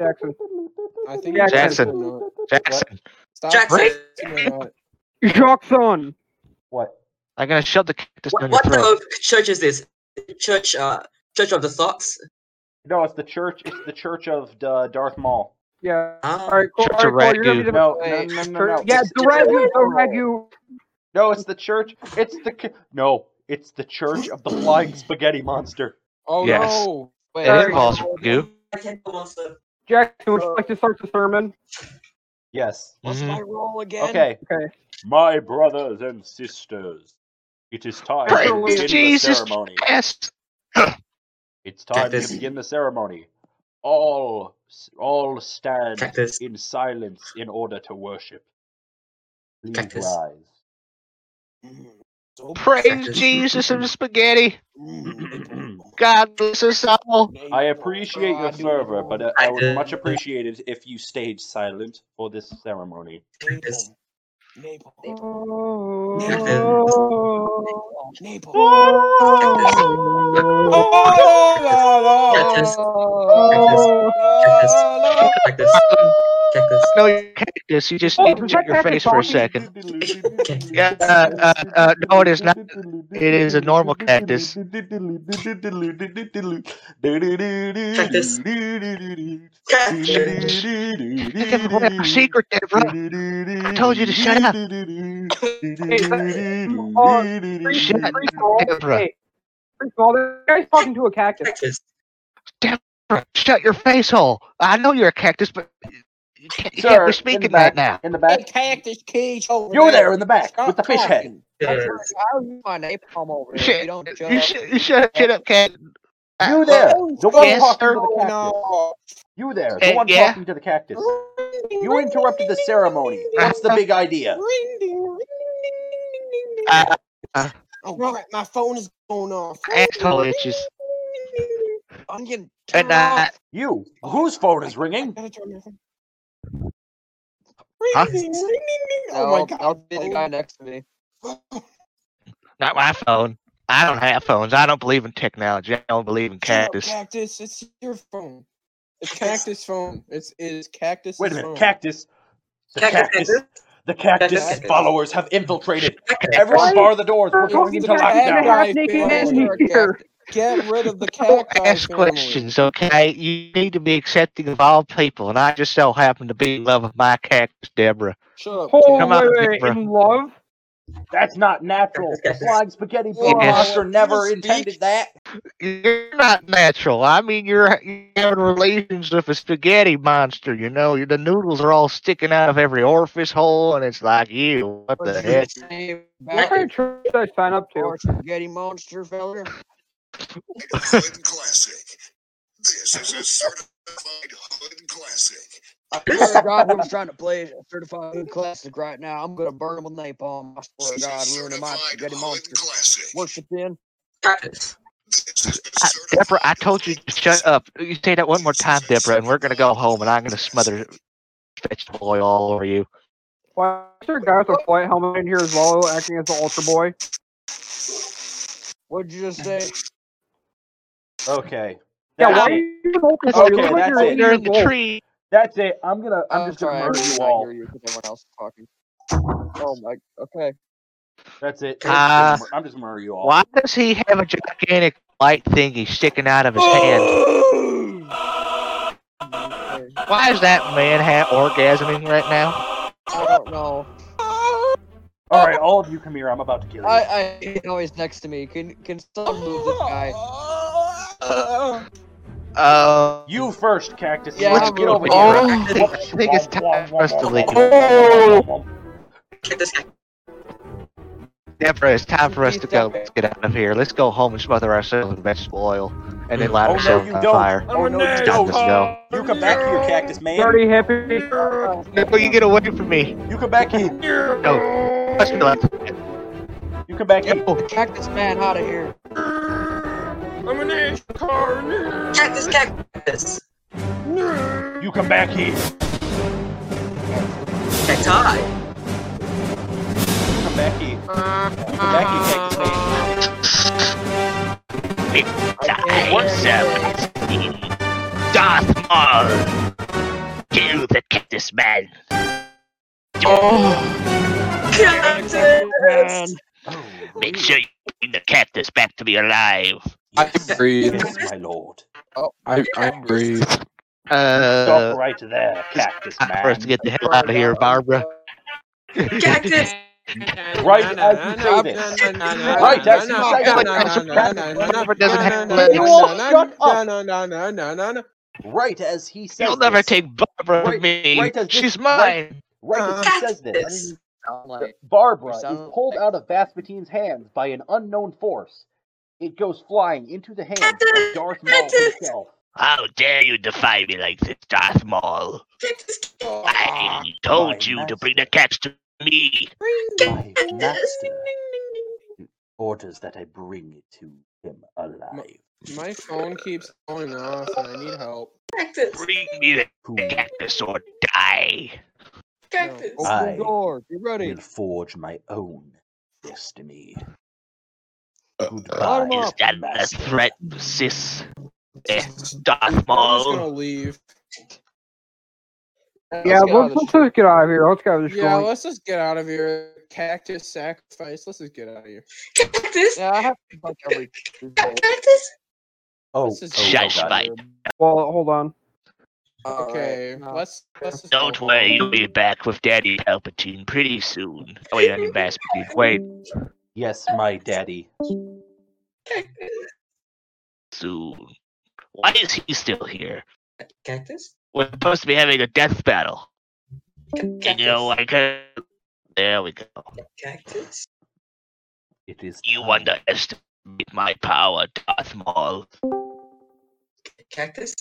S2: Jackson.
S6: I think
S2: Yeah,
S6: it's
S5: Jackson.
S6: actually not.
S5: Jackson,
S6: Stop
S9: Jackson.
S6: saying you're not.
S2: Jackson.
S3: What?
S5: I'm gonna shove the cactus
S9: What,
S5: down your
S9: what type
S5: throat.
S9: of church is this? Church, uh, Church of the Thoughts?
S3: No, it's the church. It's the church of uh, Darth Maul.
S2: Yeah.
S11: Uh,
S2: All
S9: Ah,
S2: right, cool. All
S5: Church
S2: right, cool. You're
S5: of
S2: gonna
S5: Ragu.
S2: be the
S3: No, no,
S4: Wait.
S3: no, no,
S2: church.
S3: no.
S2: Yeah,
S3: It's,
S2: the
S3: it's the,
S2: Ragu, the Ragu.
S3: no, it's the church. It's the c- no. It's the church of the flying spaghetti monster.
S6: Oh
S5: Yes.
S6: no.
S4: Wait,
S5: It
S2: Alright.
S5: involves Ragu.
S9: I can't go monster.
S2: Jackson, would you like to start the sermon?
S3: Yes.
S4: What's
S5: Mhm.
S4: my role again?
S3: Okay.
S2: Okay.
S3: My brothers and sisters, it is time
S5: Praise
S3: to begin the
S5: Jesus
S3: ceremony.
S5: Christ.
S3: It's time to
S11: Cactus.
S3: begin the ceremony. All, all stand
S11: Cactus.
S3: in silence in order to worship. Please
S11: Cactus.
S3: rise.
S6: Mm, so
S5: Praise
S11: Cactus.
S5: Jesus and spaghetti.
S6: mm, napalm.
S5: God bless us all.
S3: I
S6: Napalm.
S3: appreciate your
S4: God,
S3: fervor, but uh, I would much
S11: Cactus.
S3: appreciate it if you stayed silent for this ceremony.
S11: Cactus.
S6: Napalm. Napalm.
S11: Cactus. Cactus.
S6: Napalm.
S11: Cactus. Cactus. Cactus. Cactus. Cactus.
S5: No, you're cactus. You just
S2: Oh,
S5: need to
S2: is that
S5: check your
S2: cactus
S5: face for a
S2: talking?
S5: second.
S11: Cactus.
S5: Yeah, uh, uh, uh, no, it is not. It is a normal cactus.
S11: Cactus.
S5: Shh,
S11: Cactus.
S5: shh. I never let
S3: Mm.
S5: our secret there, bro. I told you to shut up.
S2: Hey, that- uh, priest,
S5: Shut
S2: priest Maul,
S5: Deborah.
S2: hey, priest Maul, that guy's talking to a cactus.
S11: Cactus.
S5: Deborah, shut your face hole. I know you're a cactus, but you can't, you can't
S3: Sir,
S5: be
S3: in the
S5: speaking
S3: back,
S5: that now.
S3: in the
S6: Hey,
S3: back.
S6: cactus cage over
S3: You
S6: there.
S3: there in the back
S6: Stop
S3: with the fish head.
S6: talking.
S4: That's
S11: Cactus.
S4: right. I'll use my napalm over there. if You
S5: Shit,
S4: don't shut
S5: you
S4: up.
S5: should, you should shut up, cat. Uh,
S3: You
S5: well,
S3: there, the one
S5: yes,
S3: talking
S5: sir.
S3: to the
S6: Going
S3: cactus.
S6: on.
S3: You there, the
S5: Uh,
S3: one
S5: yeah.
S3: talking to the cactus. You interrupted the ceremony. What's the big idea?
S6: Ring ding, ring ding, ding, ding, ding.
S5: Uh, uh,
S6: Oh, right, Oh, my phone is going off.
S5: asshole itches.
S4: Onion, turn
S5: And
S4: it off.
S5: uh,
S3: You, whose phone
S6: I
S3: is ringing?
S6: gotta turn my phone.
S5: Huh?
S6: Ring ding, ring ding, ding.
S4: No,
S6: Oh my
S4: I'll-
S6: god.
S4: I'll be the guy next to me.
S5: not my phone. I don't have phones. I don't believe in technology. I don't believe in
S6: Shut up,
S5: cactus.
S6: cactus. It's your phone. It's cactus phone. It's it is cactus.
S3: Wait a minute,
S6: phone.
S3: cactus. The
S9: Cactus,
S3: cactus.
S9: cactus.
S3: The cactus'
S9: Cactus.
S3: followers have infiltrated.
S9: Cactus.
S3: Everyone
S2: Why
S3: bar the doors. We're
S2: are
S6: It's
S3: going
S2: talking
S6: the
S3: into
S2: cacti and a
S3: lockdown.
S2: half
S6: cacti
S2: naked
S4: Why is there
S6: family.
S2: men
S4: a
S2: here?
S4: cactus?
S6: Get rid of the
S5: Don't
S6: cacti
S5: ask
S6: family.
S5: questions, okay? You need to be accepting of all people, and I just so happen to be in love with my cactus, Deborah.
S6: Shut up,
S2: Oh,
S5: Come
S6: cactus.
S5: on,
S2: wait, wait,
S5: Deborah.
S2: in love?
S3: That's not natural.
S11: Cactus,
S3: The
S11: cactus.
S3: flying spaghetti
S6: Whoa,
S3: bone
S5: Yes.
S3: monster
S6: do you
S3: never intended
S6: speak?
S3: that.
S5: You're not natural. I mean, you're, you're having relations with a spaghetti monster. You know, the noodles are all sticking out of every orifice hole, and it's like, ew, what
S4: Would
S5: the
S4: you
S5: heck?
S4: say
S2: What
S4: back
S2: kind of church did I sign up to?
S4: or spaghetti monster fella?
S8: Hood classic. This is a certified hood classic.
S4: I swear to God, whoever's trying to play a certified hood classic right now, I'm gonna burn him with napalm. I swear
S8: This is
S4: to
S8: a
S4: God, ruining my
S8: certified
S4: spaghetti
S8: hood
S4: monster.
S8: classic.
S4: Worship in.
S11: Cactus.
S8: This is a
S5: I, Deborah, I
S8: certified
S5: told you
S8: hood
S5: to shut
S8: classic.
S5: up. You say that one more
S8: This is
S5: time,
S8: a
S5: Deborah, and we're gonna go
S8: certified
S5: home, and I'm
S8: hood
S5: gonna smother
S8: classic.
S5: vegetable oil all over you.
S2: Why is there a guy with a flight helmet in here as well, acting as the altar boy?
S4: What'd you just say?
S3: Okay.
S2: Yeah,
S3: That's
S2: why are
S3: it.
S2: you an altar boy? You
S3: Okay,
S2: look like
S3: that's
S2: you're
S3: it.
S2: eight
S5: You're
S2: years
S5: in the
S2: old.
S5: tree.
S3: That's it. I'm gonna. I'm
S4: I'm
S3: just gonna
S4: sorry, I
S3: murder
S4: could
S3: you
S4: not hear
S3: all.
S4: you because everyone else was talking. Oh my. Okay.
S3: That's it.
S5: Uh,
S3: I'm just murder you all.
S5: Why does he have a gigantic light thingy sticking out of his
S3: Oh!
S5: hand? Why is that man ha- orgasming right now?
S4: I
S8: Oh,
S4: don't know.
S3: All right, all of you come here. I'm about to kill you.
S4: I I know he's next to me. Can can someone move this guy?
S5: Uh,
S3: you first, cactus.
S4: Yeah,
S3: Let's
S4: I'm
S3: get
S4: gonna-
S3: over here.
S4: Oh,
S5: I think, I think it's time for us to leave. Oh, Deborah, it's time for us to go. Let's get out of here. Let's go home and smother ourselves in vegetable oil and then light
S3: Oh no,
S5: ourselves
S3: you
S5: on
S3: don't.
S5: fire.
S3: Oh no, you
S5: Time
S3: don't.
S5: to go.
S3: You come back here, cactus man.
S2: Dirty hippie.
S5: No, you get away from me.
S3: You come back here.
S5: No. Let's go.
S3: You come back here.
S4: Cactus man, out of here.
S6: I'm an ash car.
S11: Cactus, cactus.
S3: You come back here.
S11: Cacti.
S3: You come back here. You come back here, cactus man.
S8: What's up?
S5: Darth Maul! Kill the cactus man!
S8: Cactus!
S5: Make sure you bring the cactus back to me alive.
S10: I breathe.
S3: Yes, my lord.
S10: I, I breathe.
S5: Uh,
S3: Stop right there, cactus
S5: time for us
S3: man.
S5: to get the hell out of here, Barbara.
S11: Cactus.
S3: Right as you say this. Right as you say this. You all shut up. Right as he says
S5: You'll never
S3: this.
S5: take Barbara from me.
S3: right as this-
S5: She's
S3: right-
S5: mine.
S3: Right as he says this.
S11: Cactus.
S3: Barbara
S4: You
S3: is
S4: sound
S3: pulled out of Vaspatine's hands by an unknown force. It goes flying into the hands of Darth Maul himself.
S5: How dare you defy me like this, Darth Maul? I told you to bring the cats to me.
S3: My master orders that I bring it to him alive.
S12: My phone keeps going off and I need help.
S5: Bring me the cactus or die.
S12: Cactus.
S4: Open
S3: I
S4: the door. Get ready.
S3: will forge my own destiny.
S5: Uh,
S3: Goodbye,
S5: is that a
S3: master.
S5: threat, sis? Eh,
S12: I'm
S5: Darth
S12: just gonna
S5: Maul.
S12: leave.
S2: Yeah, let's, let's just get out of here. Let's get out of this
S12: Yeah,
S2: joint.
S12: let's just get out of here. Cactus sacrifice. Let's just get out of here.
S11: Cactus.
S4: Yeah, I have to fuck every.
S11: Cactus.
S3: Oh,
S12: This is
S3: oh,
S5: Shush,
S3: well done.
S5: mate.
S2: Well, hold on.
S12: Okay, let's let's. Just
S5: Don't
S12: go
S5: worry,
S12: home.
S5: you'll be back with Daddy Palpatine pretty soon. Oh, wait, I mean Vaspatine. Wait,
S3: Yes, my daddy.
S5: soon. Why is he still here?
S11: Cactus.
S5: We're supposed to be having a death battle. You know,
S11: Cactus.
S5: I could. There we go.
S11: Cactus.
S3: It is
S5: You
S3: time.
S5: underestimate my power, Darth Maul.
S11: Cactus.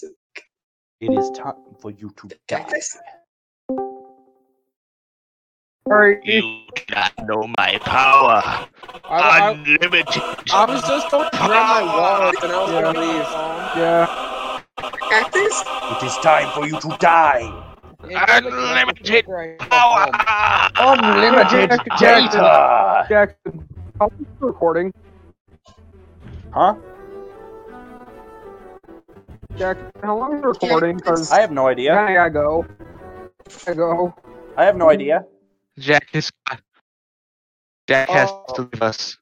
S3: It is time for you to die.
S11: Cactus.
S2: All right,
S5: You do not know my power.
S12: I, I,
S5: Unlimited.
S12: I was just going to grab my wallet and I was gonna leave.
S2: yeah.
S11: Cactus.
S3: It is time for you to die.
S5: Unlimited
S4: Right.
S5: power.
S2: Unlimited data.
S12: Ah.
S3: Data.
S2: Jackson, how is the recording?
S3: Huh?
S2: Jackson, how long is the recording? Because
S3: I have no idea.
S2: I gotta go. I gotta go.
S3: I have no idea.
S12: Oh.
S5: Jack is. Jack has to leave us.